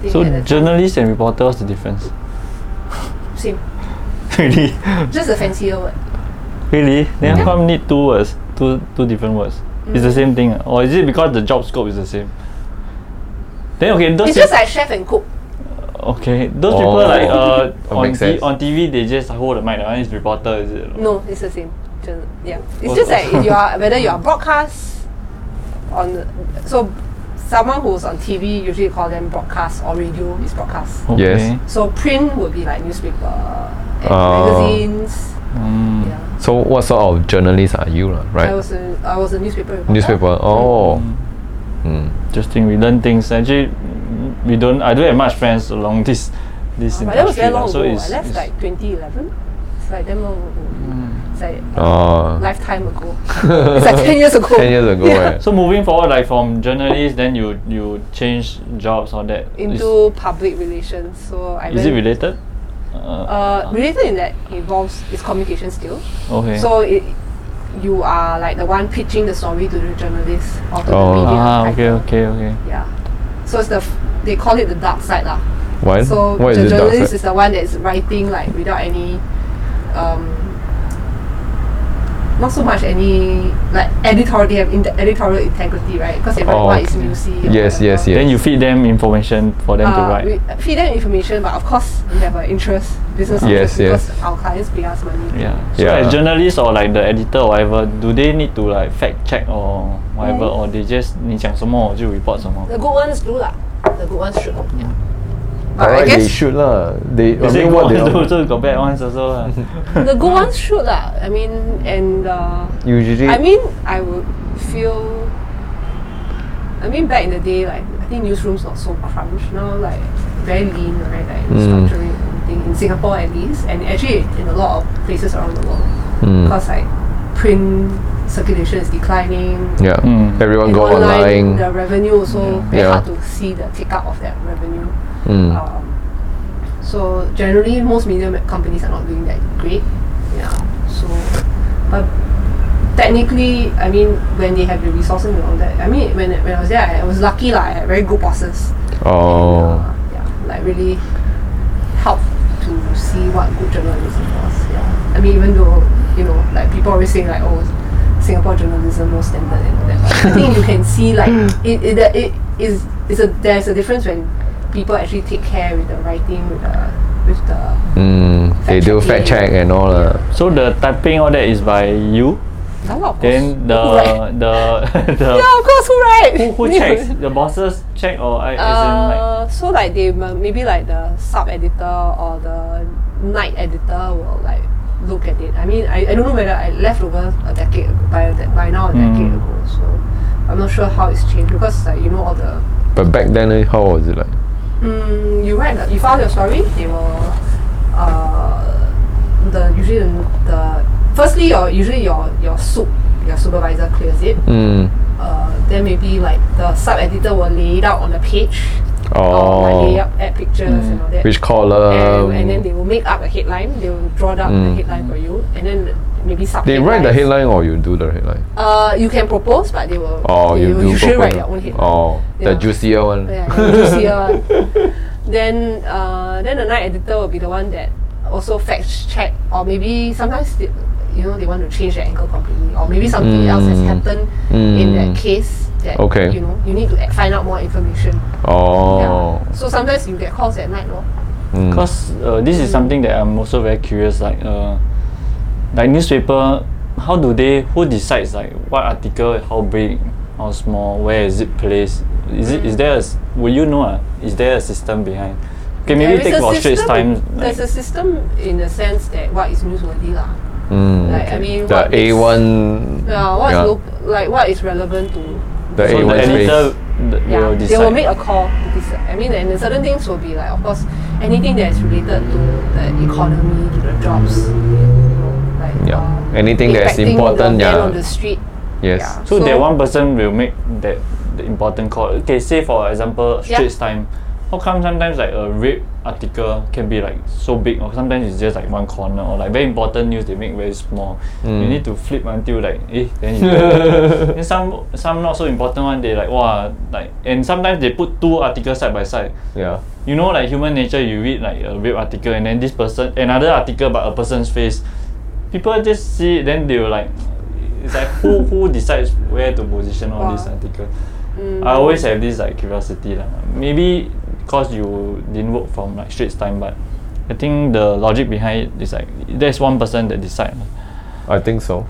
Speaker 2: Thing
Speaker 1: So
Speaker 2: at that time.
Speaker 1: journalist and reporter, what's the difference? (laughs)
Speaker 2: same,
Speaker 1: really?
Speaker 2: just a fancier word.
Speaker 1: Really? Then
Speaker 4: Yeah.
Speaker 1: how come need two words? Two two different words. It's the
Speaker 2: Mm.
Speaker 1: same thing. ah? Or is it because the job scope is the same? Then okay, those
Speaker 2: It's
Speaker 1: peop-
Speaker 2: just
Speaker 1: (laughs)
Speaker 2: like chef and cook.
Speaker 1: okay, those people
Speaker 4: Oh.
Speaker 1: like uh,
Speaker 4: That
Speaker 1: on,
Speaker 4: makes
Speaker 1: t-
Speaker 4: sense.
Speaker 1: on TV they just hold the mic. That one is reporter, is it?
Speaker 2: No, it's the same. Just, yeah, it's
Speaker 1: Well-
Speaker 2: just
Speaker 1: (laughs)
Speaker 2: like if you are whether you are broadcast on the, so someone who's on TV usually call them broadcast or radio is broadcast.
Speaker 1: Okay.
Speaker 4: Yes.
Speaker 2: So print would be like newspaper and
Speaker 4: Oh.
Speaker 2: magazines.
Speaker 1: Mm.
Speaker 2: Yeah,
Speaker 4: So what sort of journalist are you, lah?
Speaker 2: I
Speaker 4: right?
Speaker 2: was a I was a newspaper. Reporter.
Speaker 4: Newspaper. Oh.
Speaker 1: Mm.
Speaker 4: Mm.
Speaker 1: Interesting. We learn things. Actually, mm, we don't. I don't have much friends along this this
Speaker 2: Oh,
Speaker 1: industry.
Speaker 2: But that was very
Speaker 1: lah.
Speaker 2: long
Speaker 1: so
Speaker 2: ago.
Speaker 1: it's,
Speaker 2: I left
Speaker 1: it's-
Speaker 2: like 2011. It's like damn long ago. It's like
Speaker 1: Uh-huh.
Speaker 4: Oh.
Speaker 2: lifetime
Speaker 1: (laughs)
Speaker 2: ago. it's like 10 years ago.
Speaker 4: 10 years ago,
Speaker 2: Yeah.
Speaker 4: eh?
Speaker 1: So moving forward, like from journalist, then you you change jobs or that. is-
Speaker 2: (laughs) Into public relations. So I
Speaker 1: Is it
Speaker 2: went-
Speaker 1: related? Uh,
Speaker 2: Uh, related in that involves is communication skill.
Speaker 1: okay.
Speaker 2: So it, you are like the one pitching the story to the journalist or to
Speaker 4: Oh.
Speaker 2: the media.
Speaker 1: ah, okay,
Speaker 2: type.
Speaker 1: okay, okay.
Speaker 2: Yeah. So it's the f- they call it the dark side lah.
Speaker 4: What?
Speaker 2: So
Speaker 4: what
Speaker 2: the
Speaker 4: is it? dark
Speaker 2: journalist
Speaker 4: side?
Speaker 2: is the one that's writing like without any, um, not so much any like editorial they have in- editorial integrity, right? Because they write
Speaker 4: Oh,
Speaker 2: what
Speaker 4: okay.
Speaker 2: is musy. or
Speaker 4: Yes, yes,
Speaker 2: whatever.
Speaker 4: yes.
Speaker 1: Then you feed them information for them to
Speaker 2: Uh,
Speaker 1: write.
Speaker 2: We feed them information, but of course we have an interest, business
Speaker 4: Yes,
Speaker 2: interest, because
Speaker 4: yes.
Speaker 2: our clients pay us money.
Speaker 1: yeah. So
Speaker 4: Yeah.
Speaker 1: as journalists or like the editor or whatever, do they need to like fact check or whatever, or they just 你讲什么我就 report 什么
Speaker 2: The good ones do lah. The good ones should. Yeah. But I
Speaker 4: Alright, they
Speaker 2: guess
Speaker 4: should lah. They, I
Speaker 1: Is it
Speaker 4: mean,
Speaker 1: (laughs)
Speaker 4: what they
Speaker 1: good
Speaker 4: are-
Speaker 1: ones also got bad ones also lah.
Speaker 4: (laughs)
Speaker 2: the good ones should lah. I mean, and uh,
Speaker 4: usually.
Speaker 2: I mean, I would feel. I mean, back in the day, like I think newsrooms not so crunch now, like very lean, right? Like
Speaker 4: Mm.
Speaker 2: structuring everything in Singapore at least, and actually in a lot of places around the world,
Speaker 4: Mm.
Speaker 2: because like print circulation is declining.
Speaker 4: yeah.
Speaker 1: Mm.
Speaker 2: And
Speaker 4: Everyone go online.
Speaker 2: the revenue also very
Speaker 4: Yeah.
Speaker 2: hard to see the take up of that revenue.
Speaker 4: Mm.
Speaker 2: Um, so generally, most media ma- companies are not doing that great. Yeah. So, but technically, I mean, when they have the resources and all that, I mean, when when I was there, I was lucky like I had very good bosses.
Speaker 4: Oh.
Speaker 2: Uh, yeah, like really help to see what good journalism was. Yeah. I mean, even though you know, like people always say like, oh, Singapore journalism no standard and all that. But I think you can see
Speaker 1: (laughs)
Speaker 2: like it it, that it is is a there's a difference when people actually take care with the writing with the with the
Speaker 4: Mm. They do
Speaker 2: checking.
Speaker 4: fact check and all. lah.
Speaker 1: so the typing all that is by you
Speaker 2: Yeah, lah, of
Speaker 1: Then the
Speaker 2: course. Right.
Speaker 1: the (laughs) the
Speaker 2: yeah, of course, who right?
Speaker 1: who, who checks
Speaker 2: (laughs)
Speaker 1: the bosses check or I
Speaker 2: Uh,
Speaker 1: as
Speaker 2: so like they ma- maybe like the sub editor or the night editor will like look at it. I mean, I, I don't know whether I left over a decade ago, by that by now a decade
Speaker 1: Mm.
Speaker 2: ago, so I'm not sure how it's changed because like you know all the
Speaker 4: But back then, eh, how was it like?
Speaker 2: Mm, you write the- you found your story. They will uh, the usually the, the firstly your usually your your soup your supervisor clears it.
Speaker 4: Mm.
Speaker 2: Uh, then maybe like the sub editor will lay it out on a page or like lay
Speaker 4: Oh.
Speaker 2: up add pictures and all that.
Speaker 4: Which column?
Speaker 2: and, and then they will make up a headline. They will draw down
Speaker 4: Mm.
Speaker 2: the headline for you, and then maybe sub.
Speaker 4: They write the headline or you do the headline?
Speaker 2: Uh, you can propose, but they will.
Speaker 4: Oh,
Speaker 2: they
Speaker 4: you
Speaker 2: will
Speaker 4: do
Speaker 2: usually write
Speaker 4: proper-
Speaker 2: their own headline.
Speaker 4: Oh, the
Speaker 2: Yeah.
Speaker 4: juicier one.
Speaker 2: Yeah, yeah, you see,
Speaker 4: (laughs)
Speaker 2: uh, then uh, then the night editor will be the one that also fact check or maybe sometimes they, you know they want to change the angle completely or maybe something else has
Speaker 4: Mm.
Speaker 2: happened in that
Speaker 4: Mm.
Speaker 2: case that
Speaker 4: Okay.
Speaker 2: you know you need to find out more information.
Speaker 4: Oh.
Speaker 2: Yeah. So sometimes you get calls at night, lor.
Speaker 4: Mm.
Speaker 1: because uh, this is something that I'm also very curious. Like uh, like newspaper, how do they who decides like what article, how big, how small, where is it placed? Is it is there a, s- will you know? Uh, is there a system behind? Okay, maybe take
Speaker 2: There is a
Speaker 1: for Straits
Speaker 2: system-
Speaker 1: Times.
Speaker 2: There's a system in the sense that what is newsworthy lah.
Speaker 4: Mm.
Speaker 2: Like I mean,
Speaker 4: the
Speaker 2: what is-
Speaker 4: A one.
Speaker 2: Yeah, what's loc- like what is relevant to
Speaker 4: The
Speaker 1: so
Speaker 4: A1
Speaker 1: the
Speaker 4: space.
Speaker 1: editor th-
Speaker 2: yeah,
Speaker 1: will
Speaker 2: they
Speaker 1: decide.
Speaker 2: will make a call to decide. I mean, and then certain things will be like, of course, anything that is related to the economy, to the jobs. you know, Like,
Speaker 4: Yeah.
Speaker 2: uh,
Speaker 4: Anything that is
Speaker 2: impacting
Speaker 4: important,
Speaker 2: The man
Speaker 4: yeah.
Speaker 2: on the street. (laughs)
Speaker 4: Yes.
Speaker 2: Yeah.
Speaker 1: So, that
Speaker 2: So-
Speaker 1: one person will make that the important call. Okay, say for example,
Speaker 2: Yeah.
Speaker 1: Straits Time. How come sometimes like a rape article can be like so big, or sometimes it's just like one corner, or like very important news they make very small. You
Speaker 4: Mm.
Speaker 1: need to flip until like eh, then
Speaker 4: (laughs)
Speaker 1: you. then some some not so important one they like wow like and sometimes they put two articles side by side.
Speaker 4: Yeah.
Speaker 1: You know, like human nature, you read like a rape article and then this person, another article about a person's face. People just see it, then they will like, it's like
Speaker 2: (laughs)
Speaker 1: who who decides where to position all these
Speaker 2: Wow.
Speaker 1: article.
Speaker 2: Mm.
Speaker 1: I always have this like curiosity lah. Maybe because you didn't work from like Straits Time, but I think the logic behind it is like there's one person that decide. lah.
Speaker 4: I think so.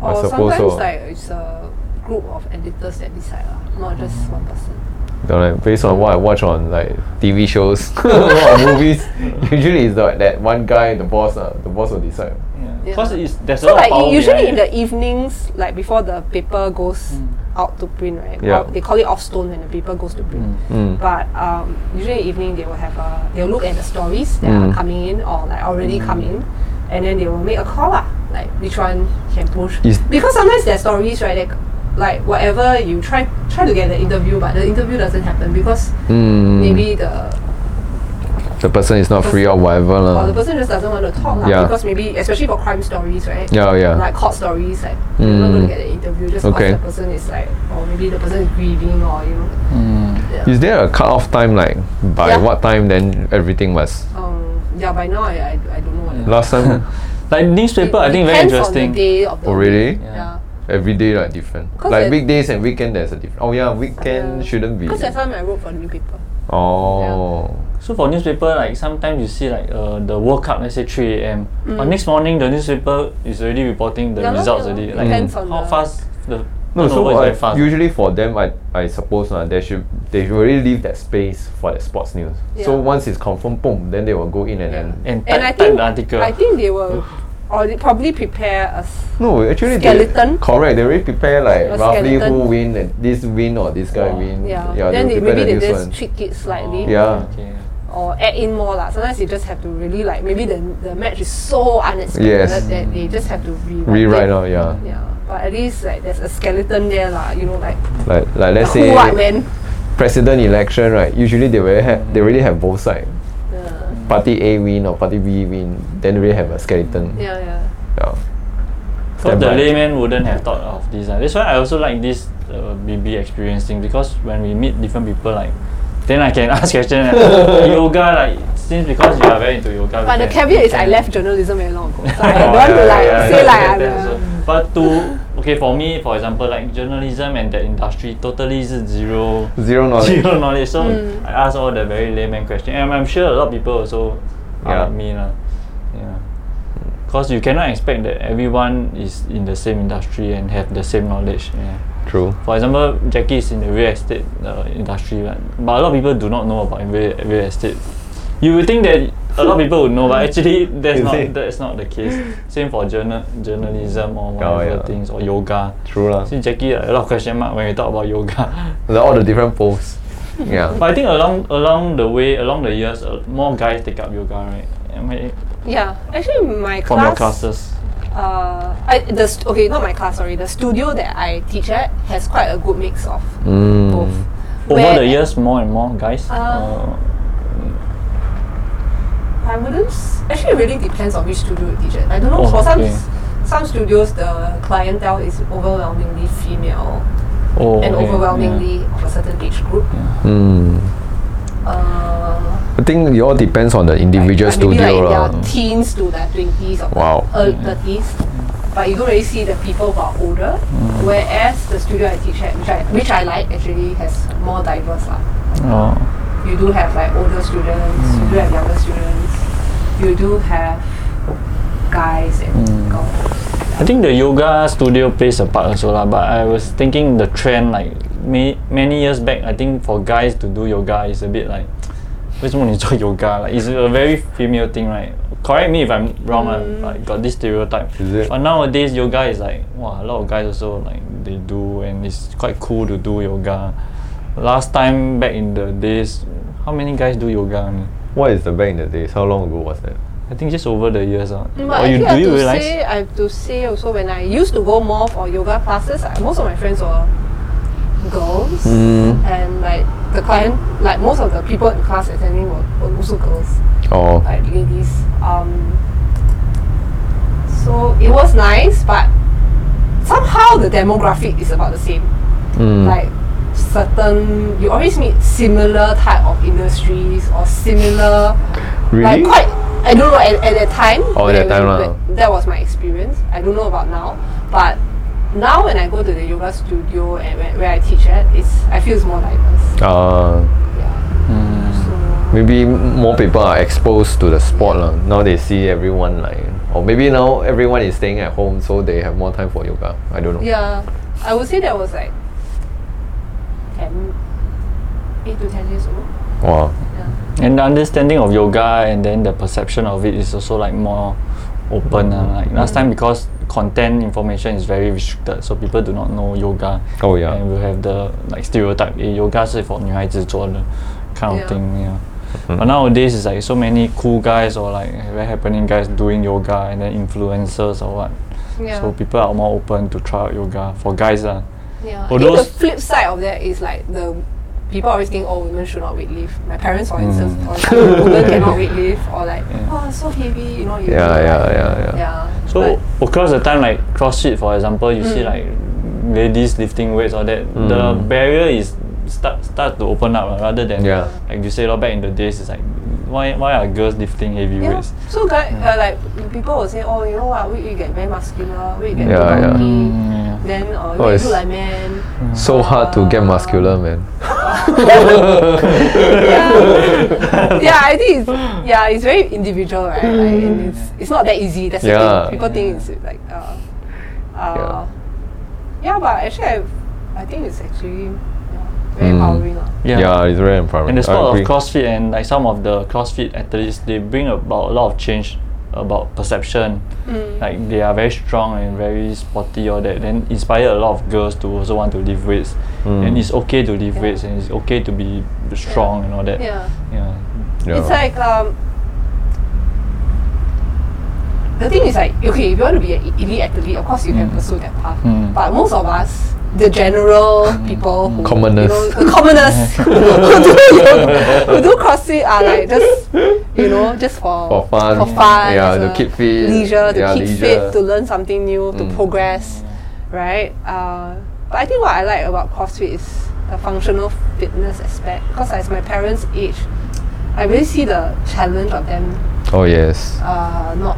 Speaker 2: Or
Speaker 4: I suppose
Speaker 2: sometimes
Speaker 4: so.
Speaker 2: like it's a group of editors that decide, lah, not just one person.
Speaker 4: Don't know, based on what I watch on like TV shows (laughs) or
Speaker 2: (laughs)
Speaker 4: movies, usually it's like that one guy, the boss, uh, the boss will decide.
Speaker 1: Yeah. Cause
Speaker 2: Yeah.
Speaker 1: it's there's a lot
Speaker 2: So like
Speaker 1: of power
Speaker 2: usually in
Speaker 1: behind
Speaker 2: the
Speaker 1: it.
Speaker 2: evenings, like before the paper goes out to print, right?
Speaker 4: Yeah.
Speaker 2: Or They call it off stone when the paper goes to print.
Speaker 4: Mm.
Speaker 2: But um, usually evening they will have a they'll look at the stories that
Speaker 4: Mm.
Speaker 2: are coming in or like already come in, and then they will make a call lah, like which one can push.
Speaker 4: Is-
Speaker 2: because sometimes there are stories right, that, like whatever you try try to get the interview, but the interview doesn't happen because
Speaker 4: Mm.
Speaker 2: maybe the
Speaker 4: the person is not free or whatever.
Speaker 2: or the
Speaker 4: lah.
Speaker 2: person just doesn't want to talk lah,
Speaker 4: Uh. Yeah.
Speaker 2: because maybe especially for crime stories right
Speaker 4: Yeah, yeah.
Speaker 2: like court stories like you're not
Speaker 4: Mm.
Speaker 2: gonna get the interview just because
Speaker 4: Okay.
Speaker 2: the person is like or maybe the person is grieving or you know
Speaker 1: Mm.
Speaker 4: Is there a cut off time like by
Speaker 2: Yeah.
Speaker 4: what time then everything was?
Speaker 2: um yeah by now I, I, I don't know what it-
Speaker 4: Last
Speaker 2: (laughs)
Speaker 4: time
Speaker 1: like newspaper, I
Speaker 2: it
Speaker 1: think very
Speaker 2: depends
Speaker 1: interesting.
Speaker 2: on the day of the
Speaker 4: Oh, really?
Speaker 2: week. yeah
Speaker 4: every day like different.
Speaker 2: 'Cause
Speaker 4: Like
Speaker 2: it-
Speaker 4: weekdays and weekend there's a different. Oh yeah, weekend
Speaker 2: Yeah.
Speaker 4: shouldn't be.
Speaker 2: because that time I wrote for newspaper
Speaker 4: Oh.
Speaker 1: So for newspaper, like sometimes you see like uh, the World Cup, let's say 3 a.m. But next morning, the newspaper is already reporting the
Speaker 2: Mm. Yeah lah,
Speaker 1: results
Speaker 2: yeah lah.
Speaker 1: already. Like
Speaker 2: Depends on
Speaker 1: how
Speaker 2: the-
Speaker 1: fast the
Speaker 4: No, so
Speaker 1: turnover is
Speaker 4: I,
Speaker 1: very fast.
Speaker 4: usually for them, I, I suppose uh, they should they should really leave that space for the sports news. So
Speaker 2: Yeah.
Speaker 4: once it's confirmed, boom, then they will go in and
Speaker 2: Yeah.
Speaker 4: then.
Speaker 1: and,
Speaker 2: and
Speaker 1: type,
Speaker 2: I
Speaker 1: type
Speaker 2: think
Speaker 1: the article.
Speaker 2: I think they will or they probably prepare us
Speaker 4: No, actually, they,
Speaker 2: Skeleton?
Speaker 4: correct. They already prepare like
Speaker 2: A
Speaker 4: roughly who
Speaker 2: skeleton.
Speaker 4: win, and this win or this guy
Speaker 1: Wow.
Speaker 4: win.
Speaker 2: yeah,
Speaker 4: Mm. yeah
Speaker 2: then
Speaker 4: they
Speaker 2: they,
Speaker 4: will
Speaker 2: maybe they
Speaker 4: prepare the news
Speaker 2: just
Speaker 4: one. Oh.
Speaker 2: tweak it slightly
Speaker 4: Yeah.
Speaker 1: Okay.
Speaker 2: or add in more lah. Sometimes you just have to really like maybe the the match is so unexpected
Speaker 4: Yes.
Speaker 2: that they just have to rewrite.
Speaker 4: Rewrite
Speaker 2: it.
Speaker 4: now, yeah.
Speaker 2: Yeah, but at least like there's a skeleton there lah. You know Mm. like
Speaker 4: Like like let's
Speaker 2: who,
Speaker 4: say
Speaker 2: what, when.
Speaker 4: president election, right? Usually they will have they already have both sides.
Speaker 2: Yeah,
Speaker 4: Party A win or party B win, then they already have a skeleton.
Speaker 2: yeah, yeah.
Speaker 4: Yeah.
Speaker 1: Because the
Speaker 4: Standby.
Speaker 1: layman wouldn't have thought of this. ah. That's why I also like this uh, BB experience thing because when we meet different people, like then I can (laughs) ask question. like,
Speaker 4: (laughs)
Speaker 1: yoga, like since because you are very into yoga. we
Speaker 2: But the
Speaker 1: can-
Speaker 2: caveat
Speaker 1: we
Speaker 2: is I
Speaker 1: can-
Speaker 2: left journalism very long ago, so
Speaker 1: (laughs) Oh,
Speaker 2: I don't want to
Speaker 1: yeah,
Speaker 2: like
Speaker 1: yeah,
Speaker 2: say
Speaker 1: yeah,
Speaker 2: like
Speaker 1: yeah,
Speaker 2: I'm.
Speaker 1: that
Speaker 2: a-
Speaker 1: also. But to okay for me, for example, like journalism and that industry totally is zero
Speaker 4: Zero knowledge.
Speaker 1: eh? (laughs) zero knowledge. So
Speaker 2: Mm.
Speaker 1: I ask all the very layman question, and I'm sure a lot of people also
Speaker 4: Yeah.
Speaker 1: are like me lah. Yeah. Because you cannot expect that everyone is in the same industry and have the same knowledge. Yeah.
Speaker 4: True.
Speaker 1: For example, Jackie is in the real estate uh, industry, right? but a lot of people do not know about real, real estate. You would think that a lot of people would know,
Speaker 4: (laughs)
Speaker 1: but actually that's
Speaker 4: Is
Speaker 1: not
Speaker 4: it?
Speaker 1: that's not the case. Same for journal, journalism or whatever
Speaker 4: Oh, yeah.
Speaker 1: things or yoga.
Speaker 4: True lah.
Speaker 1: See Jackie, like, a lot of question mark when we talk about yoga. (laughs)
Speaker 4: The, all the different posts. Yeah.
Speaker 2: (laughs)
Speaker 1: But I think along along the way, along the years, uh, more guys take up yoga, right? Am I,
Speaker 2: Yeah, actually, my
Speaker 1: from your
Speaker 2: class-
Speaker 1: classes.
Speaker 2: Uh, I, the st- okay, not my class. Sorry, the studio that I teach at has quite a good mix of
Speaker 4: Mm.
Speaker 2: both.
Speaker 1: Over
Speaker 2: Where-
Speaker 1: the years, more and more guys.
Speaker 2: Uh,
Speaker 1: or-
Speaker 2: I wouldn't. s- Actually, it really depends on which studio you teach at. I don't know.
Speaker 1: Oh,
Speaker 2: for some
Speaker 1: okay.
Speaker 2: some studios, the clientele is overwhelmingly female
Speaker 1: oh,
Speaker 2: and
Speaker 1: okay,
Speaker 2: overwhelmingly of a certain age group.
Speaker 4: Mm.
Speaker 2: Uh,
Speaker 4: I think it all depends on the individual
Speaker 2: like
Speaker 4: studio
Speaker 2: maybe like
Speaker 4: lah.
Speaker 2: in their teens to their twenties or
Speaker 4: um, Wow.
Speaker 2: early thirties. But you don't really see the people who are older.
Speaker 4: Mm.
Speaker 2: Whereas the studio I teach at, which I which I like actually has more diverse lah.
Speaker 1: yeah. Oh,
Speaker 2: You do have like older students, you do have younger students, you do have guys and
Speaker 4: Mm.
Speaker 2: girls.
Speaker 1: I think the yoga studio plays a part also lah. But I was thinking the trend like may, many years back. I think for guys to do yoga is a bit like, 为什么你做 (laughs) yoga? Like it's a very female thing, right? Correct me if I'm wrong.
Speaker 2: Mm.
Speaker 1: lah, Like got this stereotype.
Speaker 4: Is it?
Speaker 1: But nowadays yoga is like wow, a lot of guys also like they do and it's quite cool to do yoga. Last time back in the days, how many guys do yoga? Only?
Speaker 4: What is the back in the days? How long ago was that?
Speaker 1: I think just over the years, ah.
Speaker 4: Oh,
Speaker 2: But actually, I have to say, I have to say also when I used to go more for yoga classes, I, most of my friends were girls,
Speaker 4: Mm.
Speaker 2: and like the client, like most of the people in class attending were, were also girls,
Speaker 4: Oh.
Speaker 2: like ladies. Um, so it was nice, but somehow the demographic is about the same.
Speaker 4: Mm.
Speaker 2: Like certain, you always meet similar type of industries or similar
Speaker 4: really?
Speaker 2: like quite I don't know at, at that time
Speaker 4: Oh, at that
Speaker 2: when-
Speaker 4: time lah.
Speaker 2: when- that was my experience I don't know about now but now when I go to the yoga studio and where, where I teach at it's I feel it's more diverse
Speaker 4: uh,
Speaker 2: yeah so
Speaker 4: maybe more people are exposed to the sport lah. Now they see everyone like, or maybe now everyone is staying at home, so they have more time for yoga. I don't know.
Speaker 2: yeah I would say that was like 10 8 to 10 years old
Speaker 4: Wow.
Speaker 2: yeah
Speaker 1: And the understanding of yoga and then the perception of it is also like more open. ah. Like last time because content information is very restricted, so people do not know yoga.
Speaker 4: Oh, yeah.
Speaker 1: And we have the like stereotype, eh, yoga 是 for 女孩子做的 kind
Speaker 2: Yeah.
Speaker 1: of thing. Yeah. But nowadays it's like so many cool guys or like very happening guys doing yoga and then influencers or what.
Speaker 2: yeah,
Speaker 1: So people are more open to try out yoga for guys. ah.
Speaker 2: yeah.
Speaker 1: for
Speaker 2: I think
Speaker 1: those-
Speaker 2: the flip side of that is like the people always think oh women should not weight lift my parents for instance
Speaker 4: Mm.
Speaker 2: always think "Oh, women
Speaker 4: (laughs)
Speaker 2: cannot weight lift or like oh it's so heavy you know you
Speaker 4: Yeah,
Speaker 2: feel
Speaker 4: yeah,
Speaker 2: like-
Speaker 4: yeah, yeah.
Speaker 2: Yeah.
Speaker 1: So across the time, like CrossFit, for example, you see like ladies lifting weights or that. The barrier is start start to open up uh, rather than
Speaker 4: Mm. Yeah.
Speaker 1: like you say, lor, back in the days, it's like why why are girls lifting heavy
Speaker 2: but- yeah.
Speaker 1: weights?
Speaker 2: So guy,
Speaker 4: Mm.
Speaker 2: uh, like people will say, oh, you know what? We you get very muscular. We get
Speaker 4: Yeah,
Speaker 2: too
Speaker 4: yeah.
Speaker 2: bulky.
Speaker 1: Mm, yeah.
Speaker 2: Then uh,
Speaker 4: Oh,
Speaker 2: oh,
Speaker 4: it's-
Speaker 2: look like man.
Speaker 4: So hard to get muscular, man.
Speaker 2: yeah. yeah, I think it's yeah, it's very individual, right? Like, and it's it's not that easy. That's
Speaker 4: Yeah.
Speaker 2: the thing. People think it's like uh, uh, yeah. but actually, I've, I think it's actually yeah, very empowering. lah.
Speaker 1: Yeah.
Speaker 4: it's very empowering.
Speaker 1: And the
Speaker 4: I
Speaker 1: sport
Speaker 4: agree.
Speaker 1: of CrossFit and like some of the CrossFit athletes, they bring about a lot of change about perception.
Speaker 2: Mm.
Speaker 1: Like they are very strong and very sporty, all that. Then inspire a lot of girls to also want to lift weights. And it's okay to lift weights, and it's okay to be strong and all that.
Speaker 2: Yeah.
Speaker 1: Yeah.
Speaker 4: Yeah.
Speaker 2: It's like um, the thing is like okay, if you want to be an e- elite athlete, of course you can pursue that path.
Speaker 4: Hmm.
Speaker 1: Mm.
Speaker 2: But most of us, the general people, who, you
Speaker 4: Commoners.
Speaker 2: know, the
Speaker 4: (laughs)
Speaker 2: commoners who do yoga, who do CrossFit are like just you know just for
Speaker 4: For fun.
Speaker 2: for fun,
Speaker 4: Yeah,
Speaker 2: as
Speaker 4: to
Speaker 2: a
Speaker 4: keep fit.
Speaker 2: leisure, to
Speaker 4: Yeah,
Speaker 2: keep
Speaker 4: leisure.
Speaker 2: fit, to learn something new, to progress, right? Uh, but I think what I like about CrossFit is the functional fitness aspect. Because as my parents' age, I really see the challenge of them
Speaker 4: oh yes.
Speaker 2: uh, not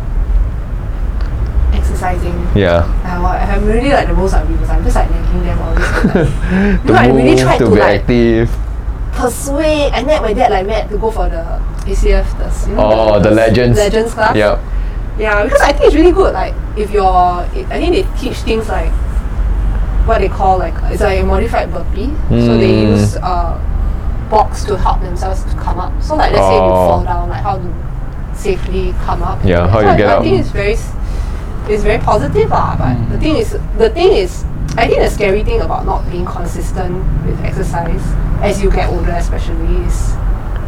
Speaker 2: exercising.
Speaker 4: Yeah.
Speaker 2: Uh, well, I'm really like the most I'm I'm just like nagging them all this. Like,
Speaker 4: (laughs)
Speaker 2: you know, I really
Speaker 4: move,
Speaker 2: tried to,
Speaker 4: to be
Speaker 2: like
Speaker 4: active.
Speaker 2: persuade. I met my dad like mad to go for the ACF, the you know,
Speaker 4: Oh, the legends.
Speaker 2: Mm-hmm. legends class.
Speaker 4: Yep.
Speaker 2: Yeah, because I think it's really good. Like if you're, it, I think they teach things like what they call like it's like a modified burpee. So they
Speaker 4: Mm.
Speaker 2: use uh, box to help themselves to come up. So like let's say you
Speaker 4: Oh.
Speaker 2: fall down, like how to safely come up. and
Speaker 4: Yeah,
Speaker 2: all that.
Speaker 4: how
Speaker 2: so
Speaker 4: you
Speaker 2: I,
Speaker 4: get
Speaker 2: I
Speaker 4: up. Hmm.
Speaker 2: think it's very, s- it's very positive lah. But the thing is, the thing is, I think the scary thing about not being consistent with exercise as you get older, especially, is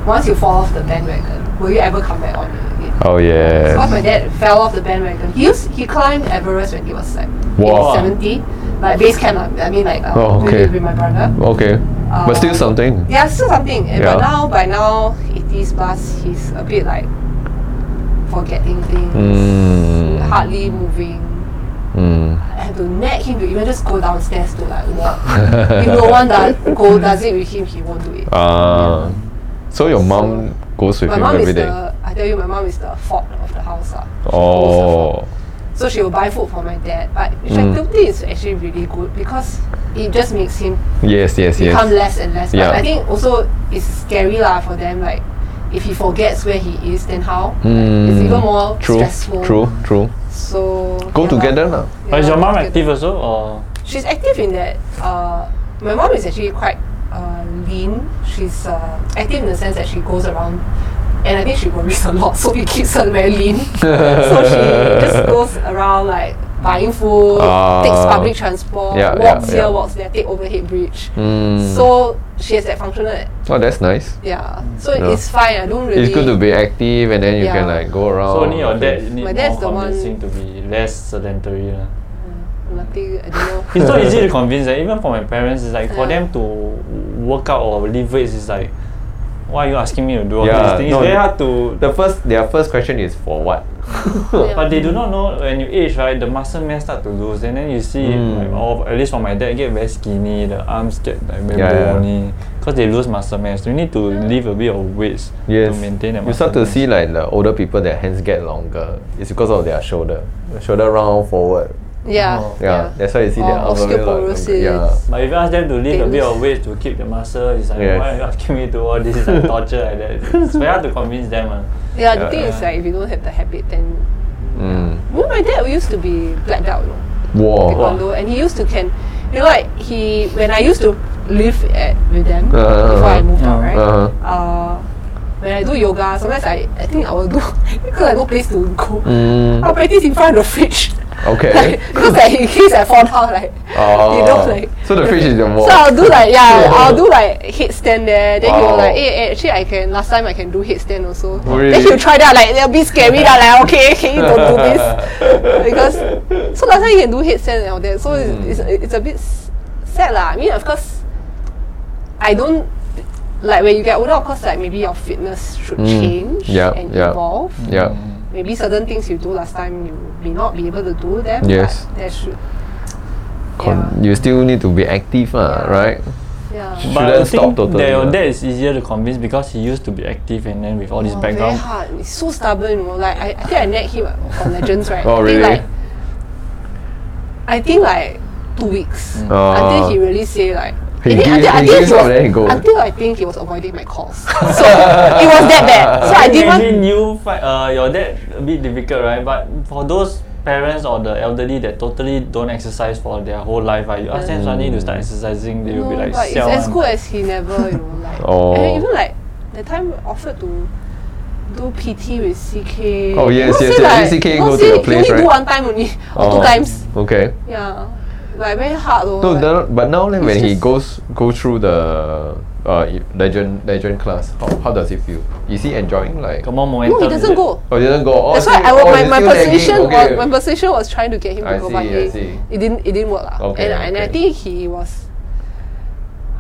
Speaker 2: once you fall off the bandwagon, will you ever come back on it again?
Speaker 4: Oh
Speaker 2: Because my
Speaker 4: yeah.
Speaker 2: dad fell off the bandwagon. He used, he climbed Everest when he was like
Speaker 4: Wow.
Speaker 2: age 70. Like base camp, uh, I mean like uh,
Speaker 4: Oh,
Speaker 2: with-
Speaker 4: okay.
Speaker 2: with my brother.
Speaker 4: Okay, but still
Speaker 2: Uh,
Speaker 4: something.
Speaker 2: Yeah, still something. And But
Speaker 4: Yeah.
Speaker 2: now, by now, 80s plus, he's a bit like forgetting things,
Speaker 4: Mm.
Speaker 2: hardly moving.
Speaker 4: Mm.
Speaker 2: I had to nag him to even just go downstairs to like walk. if
Speaker 4: (laughs)
Speaker 2: no one does, go, does it with him, he won't do it.
Speaker 4: Ah, so your mom goes with
Speaker 2: my
Speaker 4: you
Speaker 2: mom
Speaker 4: every
Speaker 2: is
Speaker 4: day.
Speaker 2: the, I tell you, my mom is the fort of the house. uh. lah. She holds the fort.
Speaker 4: Oh,
Speaker 2: So she will buy food for my dad, but which I
Speaker 4: Mm.
Speaker 2: don't think is actually really good because it just makes him
Speaker 4: yes, yes, yes.
Speaker 2: become less and less. But
Speaker 4: Yeah.
Speaker 2: I think also it's scary lah for them. Like if he forgets where he is, then how? Like, it's
Speaker 4: Mm.
Speaker 2: even more
Speaker 4: True,
Speaker 2: stressful.
Speaker 4: true, true.
Speaker 2: So yeah lah.
Speaker 4: Go together now.
Speaker 2: Yeah
Speaker 1: But is your
Speaker 2: lah,
Speaker 1: mom
Speaker 2: together.
Speaker 1: active also or
Speaker 2: She's active in that. Uh, my mom is actually quite uh, lean. She's uh, active in the sense that she goes around, and I think she worries a lot, (laughs) so it keeps her very lean. so she
Speaker 4: (laughs)
Speaker 2: just goes around like buying food,
Speaker 4: Ah.
Speaker 2: takes public transport,
Speaker 4: Yeah, yeah,
Speaker 2: walks
Speaker 4: yeah.
Speaker 2: here, walks there, take overhead bridge.
Speaker 4: Mm.
Speaker 2: So she has that functional.
Speaker 4: oh, that's nice.
Speaker 2: Yeah, so
Speaker 4: Yeah.
Speaker 2: it's fine. I don't really.
Speaker 4: It's good to be active and then you can
Speaker 2: Yeah.
Speaker 4: like go around.
Speaker 1: so only your dad
Speaker 2: My
Speaker 1: need more
Speaker 2: dad's the one-
Speaker 1: convincing to be less sedentary lah.
Speaker 2: Nothing. I don't
Speaker 1: It's
Speaker 2: know.
Speaker 4: (laughs)
Speaker 1: so easy to convince. eh, Even for my parents, it's like for
Speaker 2: Yeah.
Speaker 1: them to work out or lift weights is like, why are you asking me to do all
Speaker 4: Yeah,
Speaker 1: these things?
Speaker 4: no,
Speaker 1: it's very hard to.
Speaker 4: The first, their first question is for what?
Speaker 2: Yeah.
Speaker 1: (laughs) But they do not know when you age, right? The muscle mass start to lose, and then you see,
Speaker 4: Mm.
Speaker 1: like, or at least for my dad, get very skinny. The arms get like very
Speaker 4: Yeah, yeah.
Speaker 1: bony because they lose muscle mass. You need to lift a bit of weights
Speaker 4: Yes.
Speaker 1: to maintain that.
Speaker 4: you start
Speaker 1: muscle
Speaker 4: to
Speaker 1: mass.
Speaker 4: see like the older people, their hands get longer. It's because of their shoulder, shoulder round forward.
Speaker 2: yeah.
Speaker 1: Oh.
Speaker 4: Yeah, that's why you see their
Speaker 2: Or
Speaker 4: arms a bit like-
Speaker 2: osteoporosis.
Speaker 4: Yeah.
Speaker 1: But if you ask them to lift a bit
Speaker 2: Things.
Speaker 1: of weight to keep the muscle, it's like,
Speaker 4: Yes.
Speaker 1: why are you asking me to do all this? It's like torture like that. It's very hard to convince them. ah.
Speaker 2: Yeah, the
Speaker 4: Yeah.
Speaker 2: thing is like if you don't have the habit, then
Speaker 4: Mm.
Speaker 2: you know, my dad used to be black belt, you know.
Speaker 4: Oh, Wow.
Speaker 2: taekwondo, and he used to can, you know, like he when I used to live at with them
Speaker 4: Uh-huh,
Speaker 2: before I
Speaker 4: uh-huh.
Speaker 2: moved out,
Speaker 1: Yeah.
Speaker 2: right?
Speaker 4: Uh-huh.
Speaker 2: Uh, when I do yoga, sometimes I, I think I will do (laughs) because I no place to go. (laughs)
Speaker 4: Mm.
Speaker 2: I'll practice in front of the fridge. (laughs)
Speaker 4: Okay.
Speaker 2: Like, because like in case I fall down, like you know,
Speaker 4: Eh? Oh.
Speaker 2: like
Speaker 4: so the fish is your wall.
Speaker 2: so I'll do like
Speaker 4: (laughs)
Speaker 2: yeah, I'll do like headstand there. Then he
Speaker 4: Wow.
Speaker 2: will like, eh, eh, actually I can last time I can do headstand also. Then
Speaker 4: Really?
Speaker 2: he'll try that like a bit scary that like okay, okay, don't do
Speaker 4: (laughs)
Speaker 2: this because so last time he can do headstand and all that. So
Speaker 4: Hmm.
Speaker 2: it's, it's it's a bit s- sad lah. I mean of course, I don't like when you get older. Of course, like maybe your fitness should
Speaker 4: Mm.
Speaker 2: change
Speaker 4: Yeah,
Speaker 2: and
Speaker 4: yeah.
Speaker 2: evolve
Speaker 4: Yeah.
Speaker 2: maybe certain things you do last time you may not be able to do them. but
Speaker 4: Yes.
Speaker 2: There should.
Speaker 4: Con- You still need to be active, ah,
Speaker 2: Yeah.
Speaker 4: right?
Speaker 2: yeah. yeah.
Speaker 4: Should
Speaker 1: But
Speaker 4: I
Speaker 1: I
Speaker 4: stop
Speaker 1: think
Speaker 4: totally,
Speaker 1: that your
Speaker 4: ah?
Speaker 1: dad is easier to convince because he used to be active and then with all this
Speaker 2: Oh, Very
Speaker 1: background.
Speaker 2: hard. He's so stubborn. You know? Like I, I think I met him on Legends, right?
Speaker 4: (laughs)
Speaker 2: I
Speaker 4: Oh,
Speaker 2: think,
Speaker 4: really?
Speaker 2: Like, I think like two weeks
Speaker 4: Oh.
Speaker 2: until he really say like.
Speaker 4: He
Speaker 2: I think- I
Speaker 4: give-
Speaker 2: think- I
Speaker 4: he
Speaker 2: think
Speaker 4: gives
Speaker 2: was-
Speaker 4: up, then he go.
Speaker 2: Until I think he was avoiding my
Speaker 4: (laughs)
Speaker 2: calls, so it was that bad. So I didn't want.
Speaker 1: Uh, Imagine you find uh, your dad a bit difficult, right? But for those parents or the elderly that totally don't exercise for their whole life, right? You ask them suddenly to start exercising, they will be
Speaker 2: No,
Speaker 1: like,
Speaker 2: but it's
Speaker 1: "Siao ah."
Speaker 2: as
Speaker 1: one."
Speaker 2: good as he never, you know, like
Speaker 4: (laughs) Oh.
Speaker 2: and even like the time offered to do PT with CK.
Speaker 4: Oh, yes,
Speaker 2: Not
Speaker 4: yes,
Speaker 2: say
Speaker 4: yes,
Speaker 2: like-
Speaker 4: CK can
Speaker 2: not
Speaker 4: go to
Speaker 2: say
Speaker 4: your
Speaker 2: you
Speaker 4: place,
Speaker 2: only do
Speaker 4: right?
Speaker 2: one time only or
Speaker 4: Oh,
Speaker 2: two times.
Speaker 4: Okay.
Speaker 2: Yeah, like very hard though.
Speaker 4: No,
Speaker 2: like,
Speaker 4: no, but now like, when he
Speaker 2: just-
Speaker 4: goes go through the uh, e- legend legend class, how, how does he feel? Is he enjoying like?
Speaker 1: Got more
Speaker 2: no,
Speaker 1: momentum.
Speaker 2: he
Speaker 1: is
Speaker 2: doesn't
Speaker 1: it?
Speaker 2: go.
Speaker 4: Oh, he doesn't go. Oh,
Speaker 2: That's
Speaker 4: see,
Speaker 2: why I,
Speaker 4: oh,
Speaker 2: wa- my,
Speaker 4: he's
Speaker 2: my
Speaker 4: still lagging,
Speaker 2: position
Speaker 4: okay.
Speaker 2: was my position was trying to get him to
Speaker 4: I
Speaker 2: go,
Speaker 4: see,
Speaker 2: but
Speaker 4: I
Speaker 2: he,
Speaker 4: see.
Speaker 2: it didn't it didn't work lah.
Speaker 4: Okay,
Speaker 2: and and I
Speaker 4: okay.
Speaker 2: think he was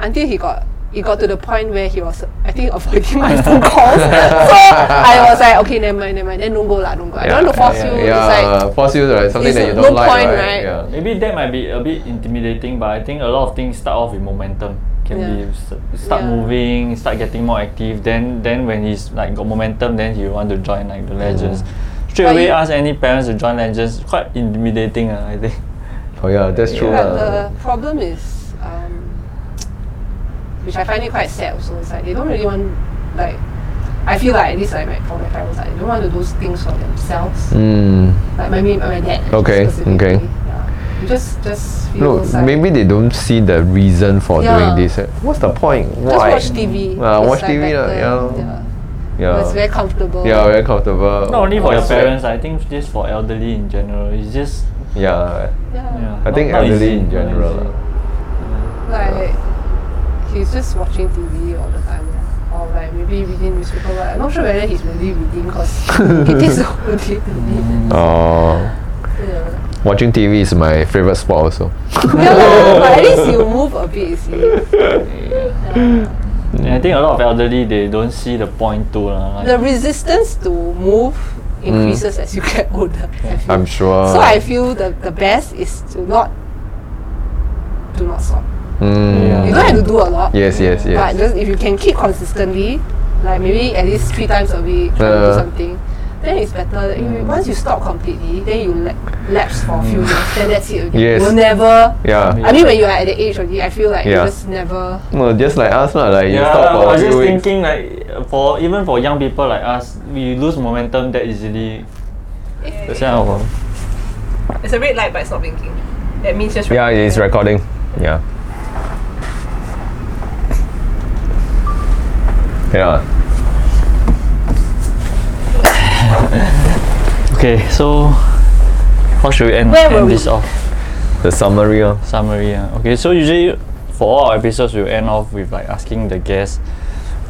Speaker 2: until he got it got to the point where he was I think (laughs) avoiding my phone
Speaker 4: (laughs)
Speaker 2: calls. so I was like, okay, never mind, never mind. Then don't go lah, don't go. I don't want to force
Speaker 1: yeah,
Speaker 2: you.
Speaker 4: Yeah,
Speaker 2: It's like
Speaker 4: force you like something
Speaker 2: it's
Speaker 4: that you
Speaker 2: no
Speaker 4: don't like,
Speaker 2: point,
Speaker 4: right?
Speaker 2: right?
Speaker 4: Yeah.
Speaker 1: Maybe that might be a bit intimidating, but I think a lot of things start off with momentum. Can
Speaker 2: Yeah.
Speaker 1: be s- start
Speaker 2: Yeah.
Speaker 1: moving, start getting more active. Then, then when he's like got momentum, then he want to join like the legends. Straight
Speaker 2: But
Speaker 1: away,
Speaker 2: you-
Speaker 1: ask any parents to join legends. Quite intimidating, uh, I think.
Speaker 4: Oh yeah, that's true.
Speaker 2: but
Speaker 4: lah.
Speaker 2: the problem is um, which I find it quite sad also, it's like they don't really want like I feel like at least like my, for my parents, like, they don't want to do things for themselves.
Speaker 4: Mm.
Speaker 2: Like maybe my dad.
Speaker 4: Okay,
Speaker 2: specifically,
Speaker 4: okay.
Speaker 2: Yeah. You just just
Speaker 4: No,
Speaker 2: feels like
Speaker 4: maybe they don't see the reason for
Speaker 2: Yeah.
Speaker 4: doing this. eh. What's the point?
Speaker 2: just
Speaker 4: Why?
Speaker 2: watch TV.
Speaker 4: Ah,
Speaker 2: It's
Speaker 4: watch
Speaker 2: like
Speaker 4: TV lah,
Speaker 2: better,
Speaker 4: yeah.
Speaker 2: But It's
Speaker 4: Yeah.
Speaker 2: very comfortable.
Speaker 4: Yeah, very comfortable.
Speaker 1: Not only for your
Speaker 4: Yeah.
Speaker 1: parents, I think just for elderly in general. It's just
Speaker 4: Yeah.
Speaker 2: Yeah.
Speaker 1: yeah. not-
Speaker 4: I think
Speaker 1: not
Speaker 4: elderly
Speaker 1: easy,
Speaker 4: in
Speaker 1: not
Speaker 4: general.
Speaker 1: easy.
Speaker 4: ah. lah.
Speaker 2: Like he's just watching TV all the time. lah. Or like maybe reading newspaper. Like, I'm not sure whether he's really reading
Speaker 4: (laughs)
Speaker 2: because it takes a whole day to read.
Speaker 4: Oh, (laughs)
Speaker 2: Yeah.
Speaker 4: watching TV is my favorite sport also.
Speaker 2: Yeah, lah, but at least you move a bit, you see.
Speaker 1: And I think a lot of elderly they don't see the point too lah.
Speaker 2: The
Speaker 1: Like,
Speaker 2: resistance to move increases as you get older. I feel.
Speaker 4: Mm. I'm sure.
Speaker 2: so I feel the, the best is to not do not stop.
Speaker 4: Mm.
Speaker 1: Yeah.
Speaker 2: You don't have to do a lot.
Speaker 4: Yes, yes, yes.
Speaker 2: But just if you can keep consistently, like maybe at least three times a week, try to do
Speaker 4: Uh.
Speaker 2: something, then it's better. If you- once you stop completely, then you la- lapse for a few years, then that's it again.
Speaker 4: Yes.
Speaker 2: You'll never.
Speaker 4: yeah.
Speaker 2: I mean, when you are at the age already, I feel like you
Speaker 4: Yeah.
Speaker 2: just never.
Speaker 4: No, just like us, not like you
Speaker 1: yeah,
Speaker 4: stop
Speaker 1: I
Speaker 4: for a
Speaker 1: was just
Speaker 4: few weeks.
Speaker 1: thinking like uh, for even for young people like us, we lose momentum that easily. That's how.
Speaker 2: It's a red light, but it's not blinking. That means just.
Speaker 4: Yeah, it's recording. Yeah. Yeah.
Speaker 1: Okay, so how should we end,
Speaker 2: Where were
Speaker 1: end this
Speaker 2: we?
Speaker 1: off?
Speaker 4: The summary. ah.
Speaker 1: Summary. ah. Okay, so usually for all our episodes, we'll end off with like asking the guests,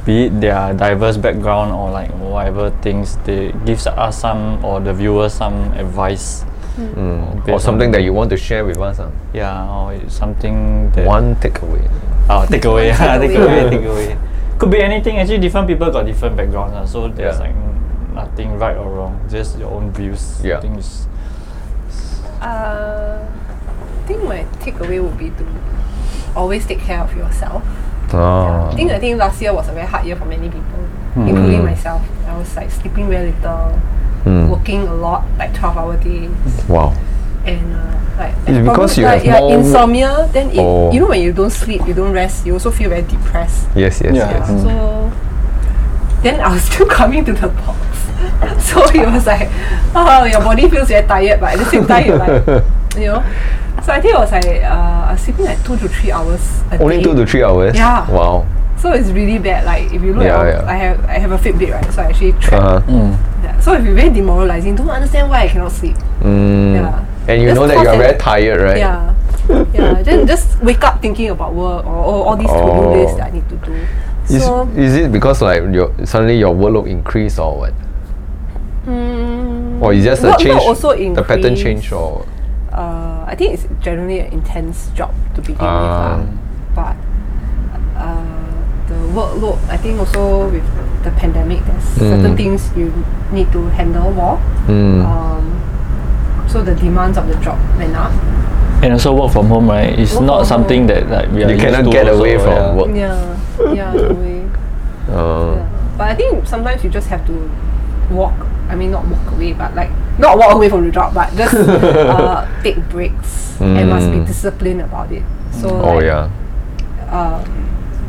Speaker 1: be it their diverse background or like whatever things they gives us some or the viewers some advice.
Speaker 4: Mm.
Speaker 1: Based
Speaker 4: Or
Speaker 1: on-
Speaker 4: something that you want to share with us. ah.
Speaker 1: Yeah, or something that
Speaker 4: One takeaway.
Speaker 1: Oh, take away, (laughs)
Speaker 2: One
Speaker 1: take
Speaker 2: takeaway.
Speaker 1: away, take away. Could be anything. Actually, different people got different backgrounds, ah, so there's
Speaker 4: Yeah.
Speaker 1: like nothing right or wrong. Just your own views.
Speaker 4: Yeah.
Speaker 1: Things.
Speaker 2: Uh, I think my takeaway would be to always take care of yourself.
Speaker 4: Oh.
Speaker 2: I think I think last year was a very hard year for many people,
Speaker 4: Hmm.
Speaker 2: including myself. I was like sleeping very little,
Speaker 4: Mm.
Speaker 2: working a lot, like twelve hour days,
Speaker 4: Wow.
Speaker 2: and uh, like
Speaker 4: It's
Speaker 2: and
Speaker 4: because
Speaker 2: probably, like,
Speaker 4: you have
Speaker 2: yeah,
Speaker 4: more-
Speaker 2: insomnia. Then it,
Speaker 4: Oh.
Speaker 2: you know when you don't sleep, you don't rest, you also feel very depressed.
Speaker 4: Yes, yes,
Speaker 1: Yeah.
Speaker 4: yes.
Speaker 1: Mm.
Speaker 2: So then I was (laughs) still coming to the box. (laughs) so it was like, oh, your body feels very tired, but at the same time, you're like, you know. So I think it was like uh, I was sleeping like two to three hours a day.
Speaker 4: Only two to three hours.
Speaker 2: Yeah.
Speaker 4: Wow.
Speaker 2: So it's really bad. Like if you look
Speaker 4: Yeah,
Speaker 2: at
Speaker 4: yeah.
Speaker 2: I have I have a Fitbit right, so I actually track
Speaker 4: Uh-huh.
Speaker 1: Mm.
Speaker 2: that. So if it's very demoralizing, don't understand why I cannot sleep.
Speaker 4: Mm.
Speaker 2: Yeah.
Speaker 4: And you
Speaker 2: Just
Speaker 4: know that you're
Speaker 2: cause
Speaker 4: very
Speaker 2: it-
Speaker 4: tired, right?
Speaker 2: Yeah.
Speaker 4: (laughs)
Speaker 2: yeah. Then just wake up thinking about work or oh, all these to-do
Speaker 4: Oh.
Speaker 2: lists that I need to do.
Speaker 4: Is,
Speaker 2: so
Speaker 4: is it because like your suddenly your workload increased or what?
Speaker 2: mm,
Speaker 4: Or is just a
Speaker 2: workload
Speaker 4: change?
Speaker 2: also
Speaker 4: the pattern
Speaker 2: increase.
Speaker 4: change or
Speaker 2: uh, I think it's generally an intense job to begin with, lah.
Speaker 4: Ah.
Speaker 2: but uh, the workload I think also with the pandemic, there's certain
Speaker 4: Mm.
Speaker 2: things you need to handle more.
Speaker 4: Mm.
Speaker 2: Um, so the demands of the job went up.
Speaker 1: And also work from home, right? It's
Speaker 2: Work
Speaker 1: not
Speaker 2: from
Speaker 1: something that like we are
Speaker 4: You
Speaker 1: used
Speaker 4: cannot
Speaker 1: to
Speaker 4: get
Speaker 1: also,
Speaker 4: away from
Speaker 1: yeah.
Speaker 4: work.
Speaker 2: Yeah, yeah, in a way.
Speaker 4: Uh,
Speaker 2: Yeah. But I think sometimes you just have to walk. I mean, not walk away, but like not walk away from the job, but
Speaker 4: (laughs)
Speaker 2: just uh, take breaks and must be
Speaker 4: Mm.
Speaker 2: disciplined about it. So
Speaker 4: Oh
Speaker 2: like,
Speaker 4: yeah.
Speaker 2: um,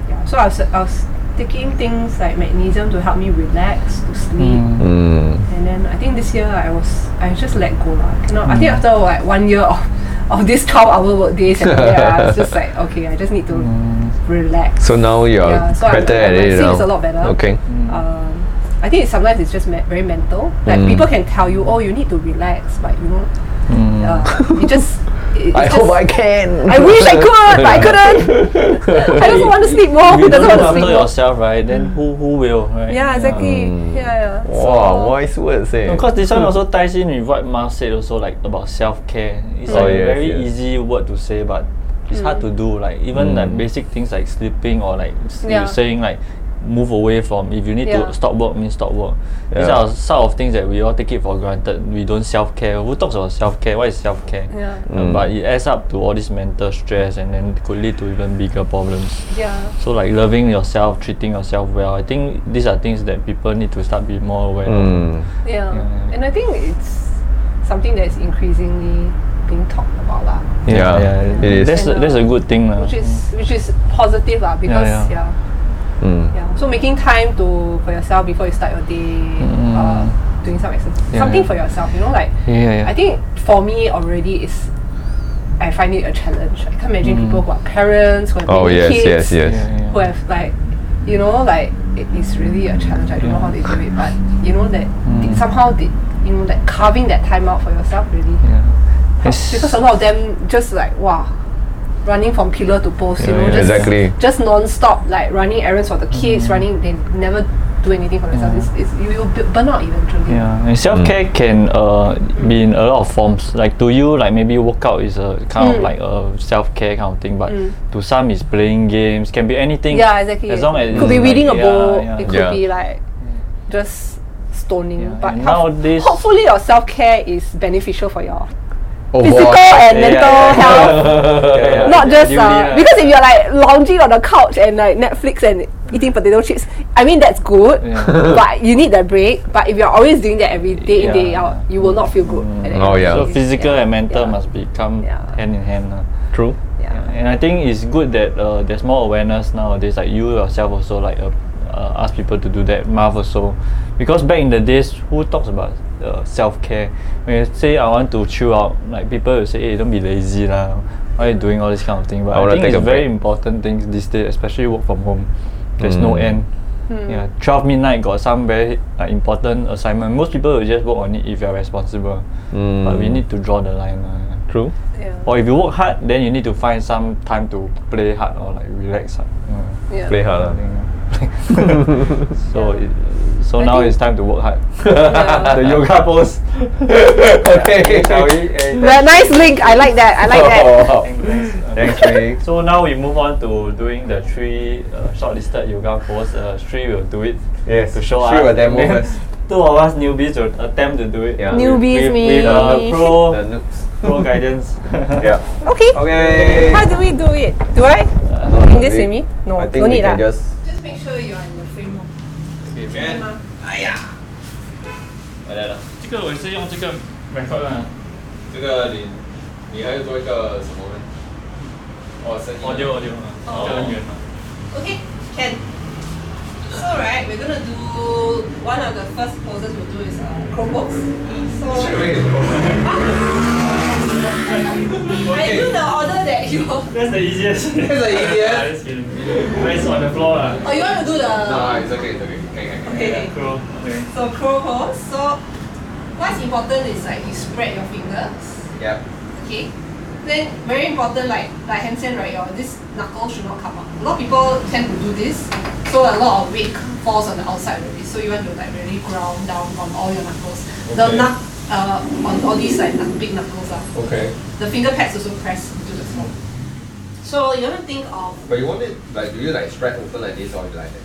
Speaker 2: yeah. So I was, I was taking things like magnesium to help me relax, to sleep.
Speaker 4: Mm.
Speaker 2: And then I think this year I was I just let go lah. You know, I
Speaker 4: Hmm.
Speaker 2: think after like one year of of this (laughs) twelve hour work days, and all that, I was
Speaker 4: (laughs)
Speaker 2: just like okay, I just need to relax.
Speaker 4: Hmm. So now you're
Speaker 2: Yeah, so I'm-
Speaker 4: better
Speaker 2: I'm-
Speaker 4: at
Speaker 2: my
Speaker 4: it
Speaker 2: sleep
Speaker 4: now.
Speaker 2: is a lot better.
Speaker 4: Okay.
Speaker 2: Um, I think it's sometimes it's just me- very mental. Like
Speaker 4: Mm.
Speaker 2: people can tell you, oh, you need to relax, but you know, (laughs) uh, it just. It, it's
Speaker 4: Hmm. (laughs) I hope
Speaker 2: just-
Speaker 4: I can.
Speaker 2: (laughs) I
Speaker 4: (laughs)
Speaker 2: wish I could, but I couldn't. I just want to sleep more.
Speaker 1: If
Speaker 2: (laughs)
Speaker 1: you
Speaker 2: Who
Speaker 1: don't
Speaker 2: doesn't
Speaker 1: look
Speaker 2: want to sleep
Speaker 1: after
Speaker 2: more?
Speaker 1: yourself, right? Then who who will, right?
Speaker 2: Yeah, exactly.
Speaker 4: Mm.
Speaker 2: Yeah, yeah.
Speaker 4: (laughs) Wow, wise words, eh?
Speaker 1: Because this one also ties in with what Mao said also like about self care. It's
Speaker 4: Oh,
Speaker 1: like a
Speaker 4: yes,
Speaker 1: very
Speaker 4: yes.
Speaker 1: easy word to say, but it's hard
Speaker 2: Hmm.
Speaker 1: to do. Like even like
Speaker 4: Mm.
Speaker 1: basic things like sleeping or like s- you
Speaker 2: Yeah.
Speaker 1: saying like move away from if you need to
Speaker 2: Yeah.
Speaker 1: stop work means stop work. These are
Speaker 4: Yeah.
Speaker 1: some of things that we all take it for granted. We don't self care. Who talks about self care? What is self care?
Speaker 2: Yeah.
Speaker 4: Mm.
Speaker 1: But it adds up to all this mental stress and then could lead to even bigger problems.
Speaker 2: Yeah.
Speaker 1: So like loving yourself, treating yourself well. I think these are things that people need to start being more aware. of.
Speaker 4: Mm.
Speaker 2: Yeah.
Speaker 1: Yeah.
Speaker 2: And I think it's something that's increasingly being talked about lah,
Speaker 4: Yeah,
Speaker 1: yeah,
Speaker 4: it is.
Speaker 1: That's a, that's a good thing lah.
Speaker 2: which is which is positive lah because
Speaker 1: Uh-huh. yeah.
Speaker 2: yeah,
Speaker 4: Mm.
Speaker 2: Yeah. So making time to for yourself before you start your day, uh, doing some exercise,
Speaker 1: Mm-hmm. Yeah,
Speaker 2: something
Speaker 1: yeah.
Speaker 2: for yourself. You know, like
Speaker 1: Yeah, yeah, yeah.
Speaker 2: I think for me already is. I find it a challenge. I can't imagine
Speaker 1: Mm.
Speaker 2: people who are parents who have
Speaker 4: Oh
Speaker 2: baby
Speaker 4: yes,
Speaker 2: kids,
Speaker 4: yes, yes.
Speaker 1: Yeah, yeah.
Speaker 2: who have like you know like it is really a challenge i don't know
Speaker 1: Yeah.
Speaker 2: how they do it but you know that they-
Speaker 1: Mm.
Speaker 2: somehow they you know that carving that time out for yourself really
Speaker 1: yeah.
Speaker 2: helps.
Speaker 1: It's-
Speaker 2: because a lot of them just like wow running from pillar to post
Speaker 1: Yeah,
Speaker 2: you
Speaker 1: Mm.
Speaker 2: know
Speaker 1: yeah.
Speaker 2: just
Speaker 4: Exactly.
Speaker 2: just non-stop like running errands for the kids running they never do anything for themselves it's, it's you will bu- burn out eventually
Speaker 1: Mm. Yeah, and self care can uh, be in a lot of forms. Like to you, like maybe workout is a kind of
Speaker 2: Mm.
Speaker 1: like a self care kind of thing, but
Speaker 2: Mm.
Speaker 1: to some is playing games. Can be anything.
Speaker 2: Yeah, exactly
Speaker 1: As long as it's
Speaker 2: it could be
Speaker 1: like-
Speaker 2: reading a
Speaker 1: yeah,
Speaker 2: book
Speaker 1: yeah.
Speaker 2: it could
Speaker 4: Yeah.
Speaker 2: be like just stoning
Speaker 1: Yeah,
Speaker 2: but
Speaker 1: and
Speaker 2: how-
Speaker 1: nowadays-
Speaker 2: hopefully your self-care is beneficial for your
Speaker 4: Oh,
Speaker 2: physical
Speaker 4: Overall,
Speaker 1: Yeah,
Speaker 2: and
Speaker 1: yeah,
Speaker 2: mental
Speaker 1: yeah.
Speaker 2: health.
Speaker 1: (laughs) Yeah, yeah.
Speaker 2: Not just
Speaker 1: You need
Speaker 2: uh,
Speaker 1: a-
Speaker 2: because if you're like lounging on the couch and like Netflix and eating potato chips, I mean that's good,
Speaker 1: Yeah.
Speaker 2: (laughs) but you need that break. But if you're always doing that every day in day
Speaker 1: Yeah. Mm.
Speaker 2: out, you will not feel good. at the end of
Speaker 4: Oh,
Speaker 2: the
Speaker 4: yeah.
Speaker 1: So
Speaker 2: day.
Speaker 1: physical
Speaker 2: Yeah,
Speaker 1: and mental
Speaker 2: yeah.
Speaker 1: must become
Speaker 2: Yeah.
Speaker 1: hand in hand. lah.
Speaker 4: True.
Speaker 2: Yeah.
Speaker 1: And I think it's good that uh, there's more awareness nowadays. Like you yourself also like uh, uh, ask people to do that. Marv also, because back in the days, who talks about uh, self care? When you say I want to chill out, like people will say, "Hey, don't be lazy lah. Why you doing all this kind of thing?" But
Speaker 4: I
Speaker 1: I,
Speaker 4: wanna
Speaker 1: think
Speaker 4: take
Speaker 1: it's
Speaker 4: a
Speaker 1: very
Speaker 4: break.
Speaker 1: important things these days, especially work from home. There's no
Speaker 4: Mm.
Speaker 1: end. Yeah, twelve midnight got some very uh, important assignment. Most people will just work on it if you're responsible. But we
Speaker 4: Mm.
Speaker 1: need to draw the line. uh, lah.
Speaker 4: True.
Speaker 2: Yeah.
Speaker 1: Or if you work hard, then you need to find some time to play hard or like relax ah. hard. Yeah.
Speaker 2: Yeah.
Speaker 4: Play hard. ah. lah.
Speaker 1: (laughs)
Speaker 4: (laughs)
Speaker 1: so
Speaker 2: Yeah.
Speaker 1: it, so
Speaker 2: I
Speaker 1: now
Speaker 2: think-
Speaker 1: it's time to work hard.
Speaker 2: Yeah.
Speaker 1: the yoga pose. okay, shall
Speaker 4: (laughs)
Speaker 1: we? Eh,
Speaker 2: Well, nice link. I like that. I like
Speaker 1: (laughs)
Speaker 2: that.
Speaker 4: Oh,
Speaker 1: thank- thanks.
Speaker 4: Thanks, Ray.
Speaker 1: So now we move on to doing the three uh, shortlisted yoga pose. Uh, Sri will do it
Speaker 4: Yes,
Speaker 1: to show
Speaker 4: Sri
Speaker 1: us. (laughs)
Speaker 4: will demo
Speaker 1: and then
Speaker 4: first.
Speaker 1: Two of us newbies will attempt to do it.
Speaker 4: Yeah.
Speaker 1: with-
Speaker 2: Newbies,
Speaker 1: with,
Speaker 2: me.
Speaker 1: with uh, pro
Speaker 4: The noobs.
Speaker 1: pro guidance.
Speaker 4: (laughs)
Speaker 1: (laughs)
Speaker 4: Yeah.
Speaker 2: Okay.
Speaker 4: Okay.
Speaker 2: How do we do it? Do I? Can this see me? No,
Speaker 4: I think
Speaker 2: no
Speaker 4: we
Speaker 2: need ah.
Speaker 4: can
Speaker 2: lah.
Speaker 4: just.
Speaker 2: Just make sure you're in the frame.
Speaker 1: Okay, man. ah. 哎呀，回来了。这个我是用这个 record
Speaker 3: 这个你，你还要做一个什么呢？哦，声音。
Speaker 1: audio audio 比较远嘛。
Speaker 2: Okay, can. So right, we're gonna do one of the first poses we'll do is uh, crow pose. So I do the order that you. (laughs) Or
Speaker 1: That's the easiest. That's
Speaker 3: the easiest.
Speaker 1: Just kidding. But it's on the floor ah. lah.
Speaker 2: Oh, you want to do the?
Speaker 3: it's okay, it's okay. Can, can, can.
Speaker 2: Okay.
Speaker 1: Cool. Okay.
Speaker 2: (laughs) So crow pose. So what's important is like you spread your fingers.
Speaker 3: Yeah.
Speaker 2: Okay. Then very important like like handstand right your this knuckle should not come up. A lot of people tend to do this, so a lot of weight falls on the outside already. So you want to like really ground down on all your knuckles. The
Speaker 3: Okay.
Speaker 2: knuck uh, on all these like knuck- big knuckles are.
Speaker 3: Okay.
Speaker 2: The finger pads also press into the floor. So you want to think of
Speaker 3: But you want it like do you like spread open like this or you like that?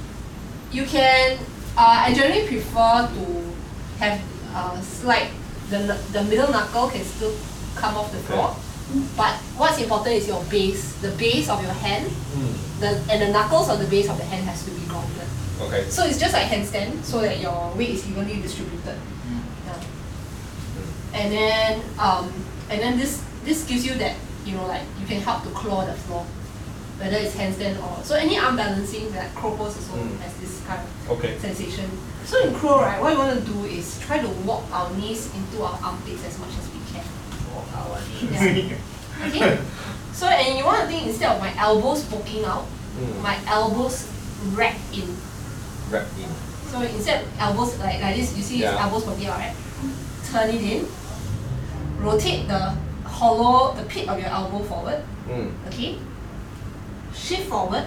Speaker 2: you can uh, I generally prefer to have uh, slight the, kn- the middle knuckle can still come off the floor but what's important is your base the base of your hand the, and the knuckles of the base of the hand has to be grounded
Speaker 3: Okay.
Speaker 2: so it's just like handstand so that your weight is evenly distributed yeah.
Speaker 3: Hmm.
Speaker 2: and then um, and then this this gives you that you know like you can help to claw the floor whether it's handstand or so any arm balancing like crow pose also
Speaker 3: Mm.
Speaker 2: has this kind of
Speaker 3: Okay.
Speaker 2: sensation. So in crow, right, what we want to do is try to walk our knees into our armpits as much as we can.
Speaker 3: Walk our
Speaker 2: Yeah. (laughs) Okay? So and you want to think instead of my elbows poking out,
Speaker 3: Hmm.
Speaker 2: my elbows wrap in.
Speaker 3: Wrap in.
Speaker 2: So instead of elbows like, like this, you see it's
Speaker 3: Yeah.
Speaker 2: elbows poking out, right? Turn it in. Rotate the hollow, the pit of your elbow forward.
Speaker 3: Mm.
Speaker 2: Okay? Shift forward.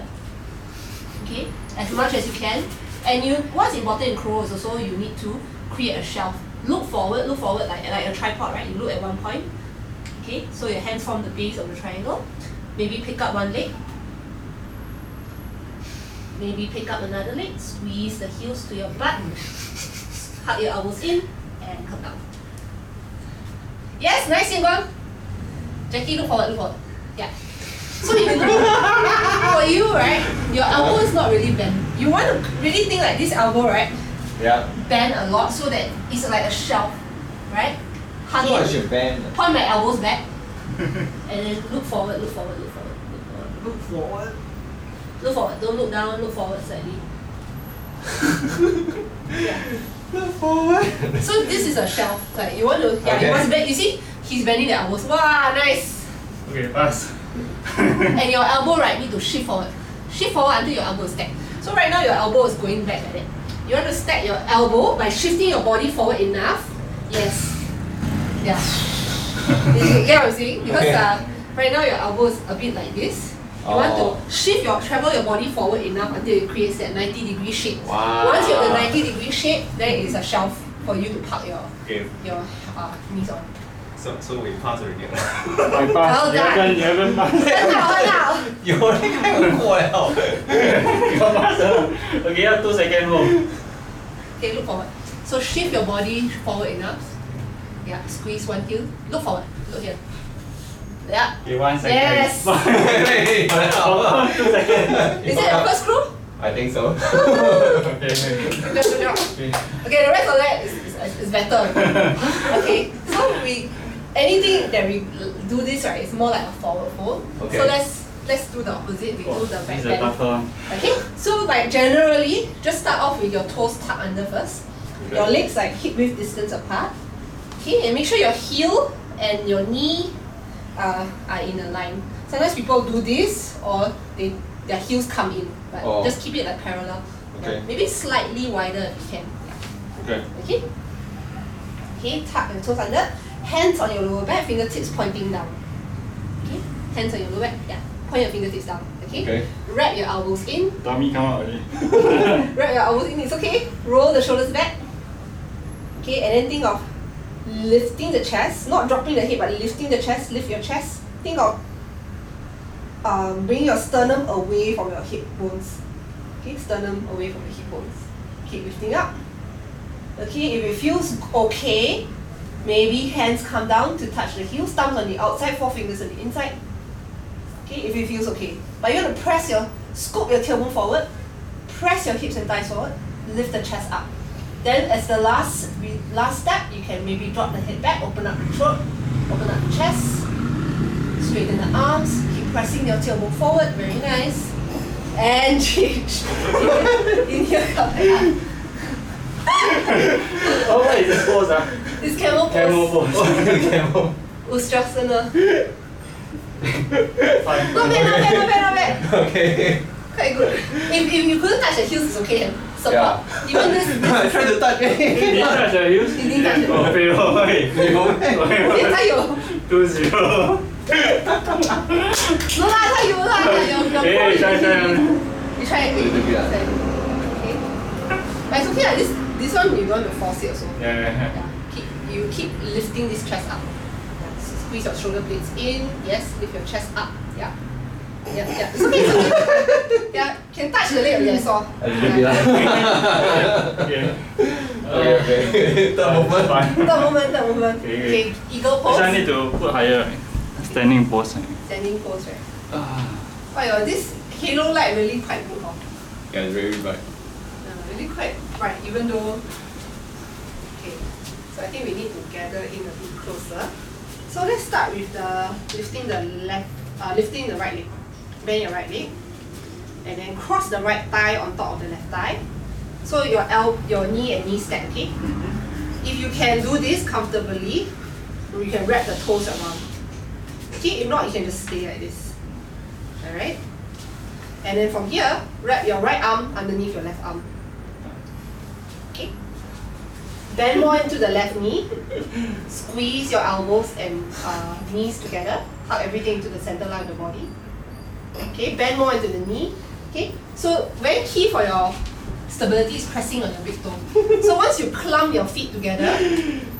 Speaker 2: Okay? As much as you can. And you what's important in crow is also you need to create a shelf. Look forward, look forward like like a tripod, right? You look at one point. Okay? So your hands form the base of the triangle. Maybe pick up one leg. Maybe pick up another leg, squeeze the heels to your butt, (laughs) hug your elbows in, and come down. Yes, nice, Yingguang. Jackie, look forward, look forward. Yeah. So you know, (laughs) for you, right, your elbow is not really bent. You want to really think like this elbow, right,
Speaker 3: Yeah.
Speaker 2: bend a lot so that it's like a shelf, right? Hug
Speaker 3: So I
Speaker 2: it.
Speaker 3: should bend.
Speaker 2: Point my elbows back. and then look forward, look forward, look forward, look forward, look forward. Look forward. Don't look down. Look forward slightly.
Speaker 5: forward.
Speaker 2: So this is a shelf. Like you want to. Yeah.
Speaker 5: Okay.
Speaker 2: You must bend. You see, he's bending the elbows. Wow, nice.
Speaker 4: Okay, pass.
Speaker 2: (laughs) And your elbow right need to shift forward. Shift forward until your elbow is stacked. So right now your elbow is going back like that. You want to stack your elbow by shifting your body forward enough. Yes. Yeah. you you get what I'm saying? Because uh, right now your elbow is a bit like this. You want to shift your travel your body forward enough until it creates that 90 degree shape.
Speaker 5: Wow.
Speaker 2: Once you have the 90 degree shape, there is a shelf for you to park your
Speaker 4: Okay,
Speaker 2: your uh, knees on.
Speaker 4: so, so we pass
Speaker 3: (laughs)
Speaker 4: already.
Speaker 6: I
Speaker 2: Well
Speaker 6: You
Speaker 2: done.
Speaker 6: haven't- you haven't
Speaker 1: (laughs)
Speaker 6: passed.
Speaker 2: 很好很好。
Speaker 3: (laughs)
Speaker 4: 有那个过了。okay, 要 two second more.
Speaker 2: Okay, look forward. So shift your body forward enough. Yeah, squeeze one heel. Look forward. Look here. Yeah.
Speaker 6: Okay, one second.
Speaker 1: (laughs)
Speaker 2: Yes.
Speaker 6: two
Speaker 3: (laughs)
Speaker 6: seconds.
Speaker 2: Is that your first crew?
Speaker 4: I think so. okay,
Speaker 2: (laughs) No, no, no. Okay, the rest of that is, is, is
Speaker 4: (laughs)
Speaker 2: better. okay, so we anything that we do this right is more like a forward fold.
Speaker 4: Okay. Oh,
Speaker 2: So let's let's do the opposite. We do the
Speaker 4: this
Speaker 2: back
Speaker 4: is a
Speaker 2: bend.
Speaker 4: tougher one.
Speaker 2: Okay, so like generally, just start off with your toes tucked under first. Your legs like hip width distance apart. Okay, and make sure your heel and your knee uh, are in a line. Sometimes people do this or they their heels come in, but
Speaker 4: Oh.
Speaker 2: just keep it like parallel.
Speaker 4: Okay.
Speaker 2: Maybe slightly wider if you can.
Speaker 4: Okay.
Speaker 2: Okay. Okay, tuck your toes under. Hands on your lower back, fingertips pointing down. Okay. Hands on your lower back. Yeah. Point your fingertips down. Okay.
Speaker 4: Okay.
Speaker 2: Wrap your elbows in.
Speaker 6: Dummy come out already.
Speaker 2: (laughs) Wrap your elbows in, it's okay. Roll the shoulders back. Okay, and then think of lifting the chest, not dropping the head, but lifting the chest, lift your chest. Think of um, bringing your sternum away from your hip bones. Okay, sternum away from the hip bones. Keep lifting up. Okay, if it feels okay, maybe hands come down to touch the heels, thumbs on the outside, four fingers on the inside. Okay, if it feels okay. But you want to press your, scoop your tailbone forward, press your hips and thighs forward, lift the chest up. Then as the last re- last step, you can maybe drop the head back, open up the throat, open up the chest, straighten the arms, keep pressing your tailbone forward, very nice. And (laughs) change. Inhale, come back up.
Speaker 4: Oh, what is this pose? Ah?
Speaker 2: It's camel pose.
Speaker 4: Camel pose. camel.
Speaker 2: Ustrasana.
Speaker 4: Fine.
Speaker 2: Not bad, not bad, not bad, not
Speaker 3: (laughs)
Speaker 2: bad.
Speaker 4: Okay.
Speaker 2: Quite good. If, if you couldn't touch the heels, it's okay. Support. Even this,
Speaker 5: I tried
Speaker 3: (laughs)
Speaker 5: to touch
Speaker 6: Did you touch your heels?
Speaker 2: You didn't touch your-
Speaker 6: (laughs) Oh, fail.
Speaker 5: it.
Speaker 2: eh, 他有-
Speaker 6: Two zero.
Speaker 2: no lah, 他有啦，他有- your
Speaker 6: Hey,
Speaker 2: point.
Speaker 6: try, try.
Speaker 2: You try it.
Speaker 5: Little bit, ah.
Speaker 2: Try it. Okay. But it's okay lah, this, this one you don't want to force it also.
Speaker 6: Yeah, yeah,
Speaker 2: Yeah. Keep, you keep lifting this chest up. Yeah. Squeeze your shoulder blades in. Yes, lift your chest up. Yeah. Yeah, yeah. It's okay, it's okay. yeah, can touch the leg, yeah, that's all. Yeah.
Speaker 6: yeah. Okay.
Speaker 4: Okay,
Speaker 3: (laughs)
Speaker 4: okay. Third movement.
Speaker 2: Third movement, third movement.
Speaker 6: Okay, okay.
Speaker 2: Okay, eagle
Speaker 6: This
Speaker 2: pose.
Speaker 6: one need to put higher, right? Standing pose. Right?
Speaker 2: standing pose, right? Oh yeah, this halo light really quite good, hor.
Speaker 4: Yeah, it's very bright.
Speaker 2: Yeah, really Uh, quite bright, even though. Okay, so I think we need to gather in a bit closer. So let's start with the lifting the left, uh, lifting the right leg. Bend your right leg, and then cross the right thigh on top of the left thigh. So your el- your knee and knee stack, okay? If you can do this comfortably, you can wrap the toes around. Okay, if not, you can just stay like this. All right. And then from here, wrap your right arm underneath your left arm. Okay. Bend more into the left knee. Squeeze your elbows and uh, knees together. Tuck everything into the center line of the body. Okay. Bend more into the knee. Okay. So very key for your stability is pressing on your big toe. so once you clump your feet together,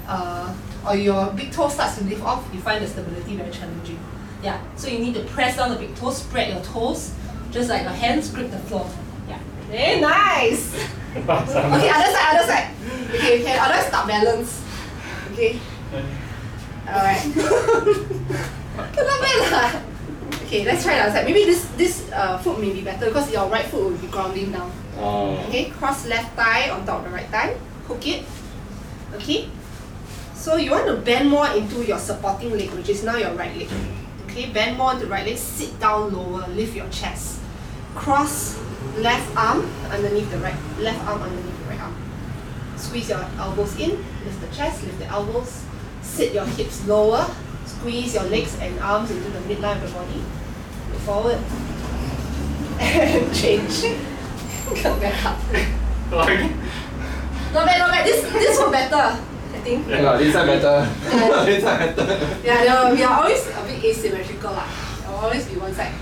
Speaker 2: uh, or your big toe starts to lift off, you find the stability very challenging. Yeah. So you need to press down the big toe, spread your toes, just like your hands grip the floor. Yeah. Very nice. Okay, other side, other side. Okay, okay, other stop balance. Okay. Alright. (laughs) Not bad lah. Okay, let's try the other side. Maybe this this uh, foot may be better because your right foot will be grounding down. Okay, cross left thigh on top of the right thigh. Hook it. Okay. So you want to bend more into your supporting leg, which is now your right leg. Okay, bend more into right leg. Sit down lower. Lift your chest. cross left arm underneath the right, left arm underneath the right arm. Squeeze your elbows in, lift the chest, lift the elbows, sit your hips lower, squeeze your legs and arms into the midline of the body, look forward, (laughs) and change. (laughs) Come back up. Not bad, not bad. This this one better, I think.
Speaker 4: Yeah, this time better.
Speaker 7: (laughs) this time better.
Speaker 2: Yeah, no, we are always a bit asymmetrical lah. There will always be one side
Speaker 7: (laughs)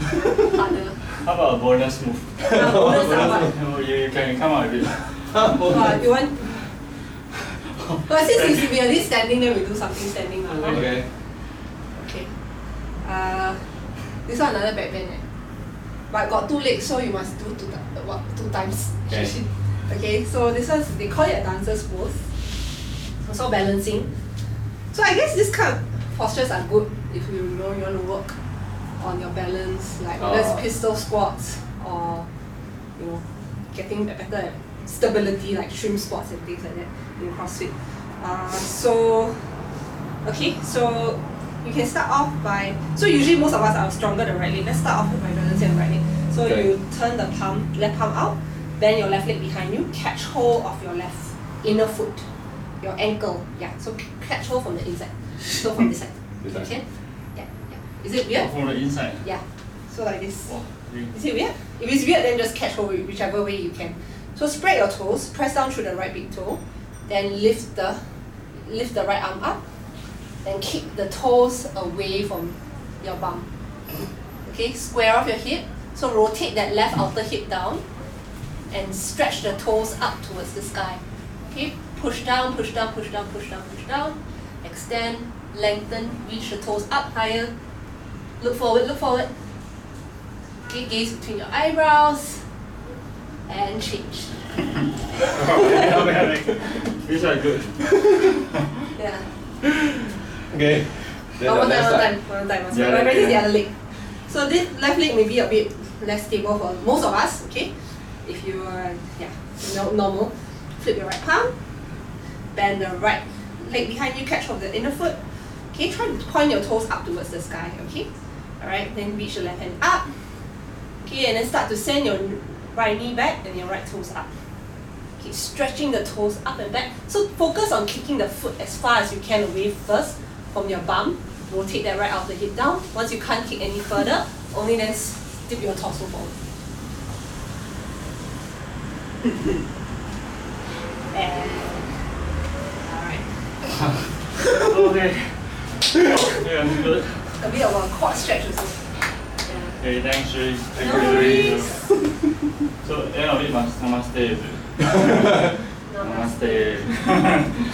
Speaker 2: harder.
Speaker 6: How about a bonus move?
Speaker 2: Yeah, bonus ah,
Speaker 6: you, you can come out with it.
Speaker 2: what? Uh, you
Speaker 7: (laughs)
Speaker 2: want? But since it's- we are already standing, then we do something standing lah.
Speaker 7: Okay.
Speaker 2: Okay. Uh, this one another back bend eh. But got two legs, so you must do two, ti- uh, what, two times.
Speaker 7: Okay.
Speaker 2: (laughs) okay, so this one's, they call it a dancer's pose. Also balancing. So I guess this kind of postures are good if you know you want to work on your balance, like
Speaker 7: Ah.
Speaker 2: whether it's pistol squats or, you know, getting a better at stability, like trim squats and things like that in CrossFit. Uh, so Okay, so you can start off by so usually most of us are stronger the right leg. Let's start off with my balancing on the right leg. So
Speaker 7: Okay.
Speaker 2: you turn the palm left palm out, bend your left leg behind you, catch hold of your left inner foot, your ankle. Yeah. So c- catch hold from the inside. So from this side.
Speaker 7: This
Speaker 2: You
Speaker 7: side.
Speaker 2: can? Yeah, yeah. Is it weird?
Speaker 6: From the inside.
Speaker 2: Yeah. So like this.
Speaker 6: Wow, really.
Speaker 2: Is it weird? If it's weird, then just catch hold with whichever way you can. So spread your toes, press down through the right big toe, then lift the lift the right arm up, then kick the toes away from your bum. Okay, square off your hip. So rotate that left outer hip down, and stretch the toes up towards the sky. Okay, push down, push down, push down, push down, push down. Extend, lengthen, reach the toes up higher. Look forward, look forward. Okay, gaze between your eyebrows and change. (laughs)
Speaker 6: These are good.
Speaker 2: Yeah.
Speaker 7: (laughs) Okay.
Speaker 2: Oh, one
Speaker 7: the
Speaker 2: time,
Speaker 7: left
Speaker 2: one
Speaker 7: side.
Speaker 2: time, one time, one
Speaker 6: Yeah,
Speaker 2: time. But practice the
Speaker 6: yeah.
Speaker 2: other leg. So this left leg may be a bit less stable for most of us, okay? If you are, yeah, no, normal. Flip your right palm, bend the right leg behind you, catch hold of the inner foot. Okay, try to point your toes up towards the sky, okay? Alright, then reach your left hand up. Okay, and then start to send your right knee back and your right toes up. Okay, stretching the toes up and back. So focus on kicking the foot as far as you can away first from your bum. Rotate that right outer hip down. Once you can't kick any further, only then s- dip your torso forward. (laughs) and alright.
Speaker 6: okay. Yeah, I'm good.
Speaker 2: A bit of a quad stretch also. Yeah.
Speaker 6: Okay, thanks, Shuri. Thank
Speaker 2: No
Speaker 6: you, Shuri.
Speaker 2: worries. (laughs)
Speaker 6: So, end of it, mas- namaste. is it?
Speaker 2: Namaste. (laughs)
Speaker 6: Namaste.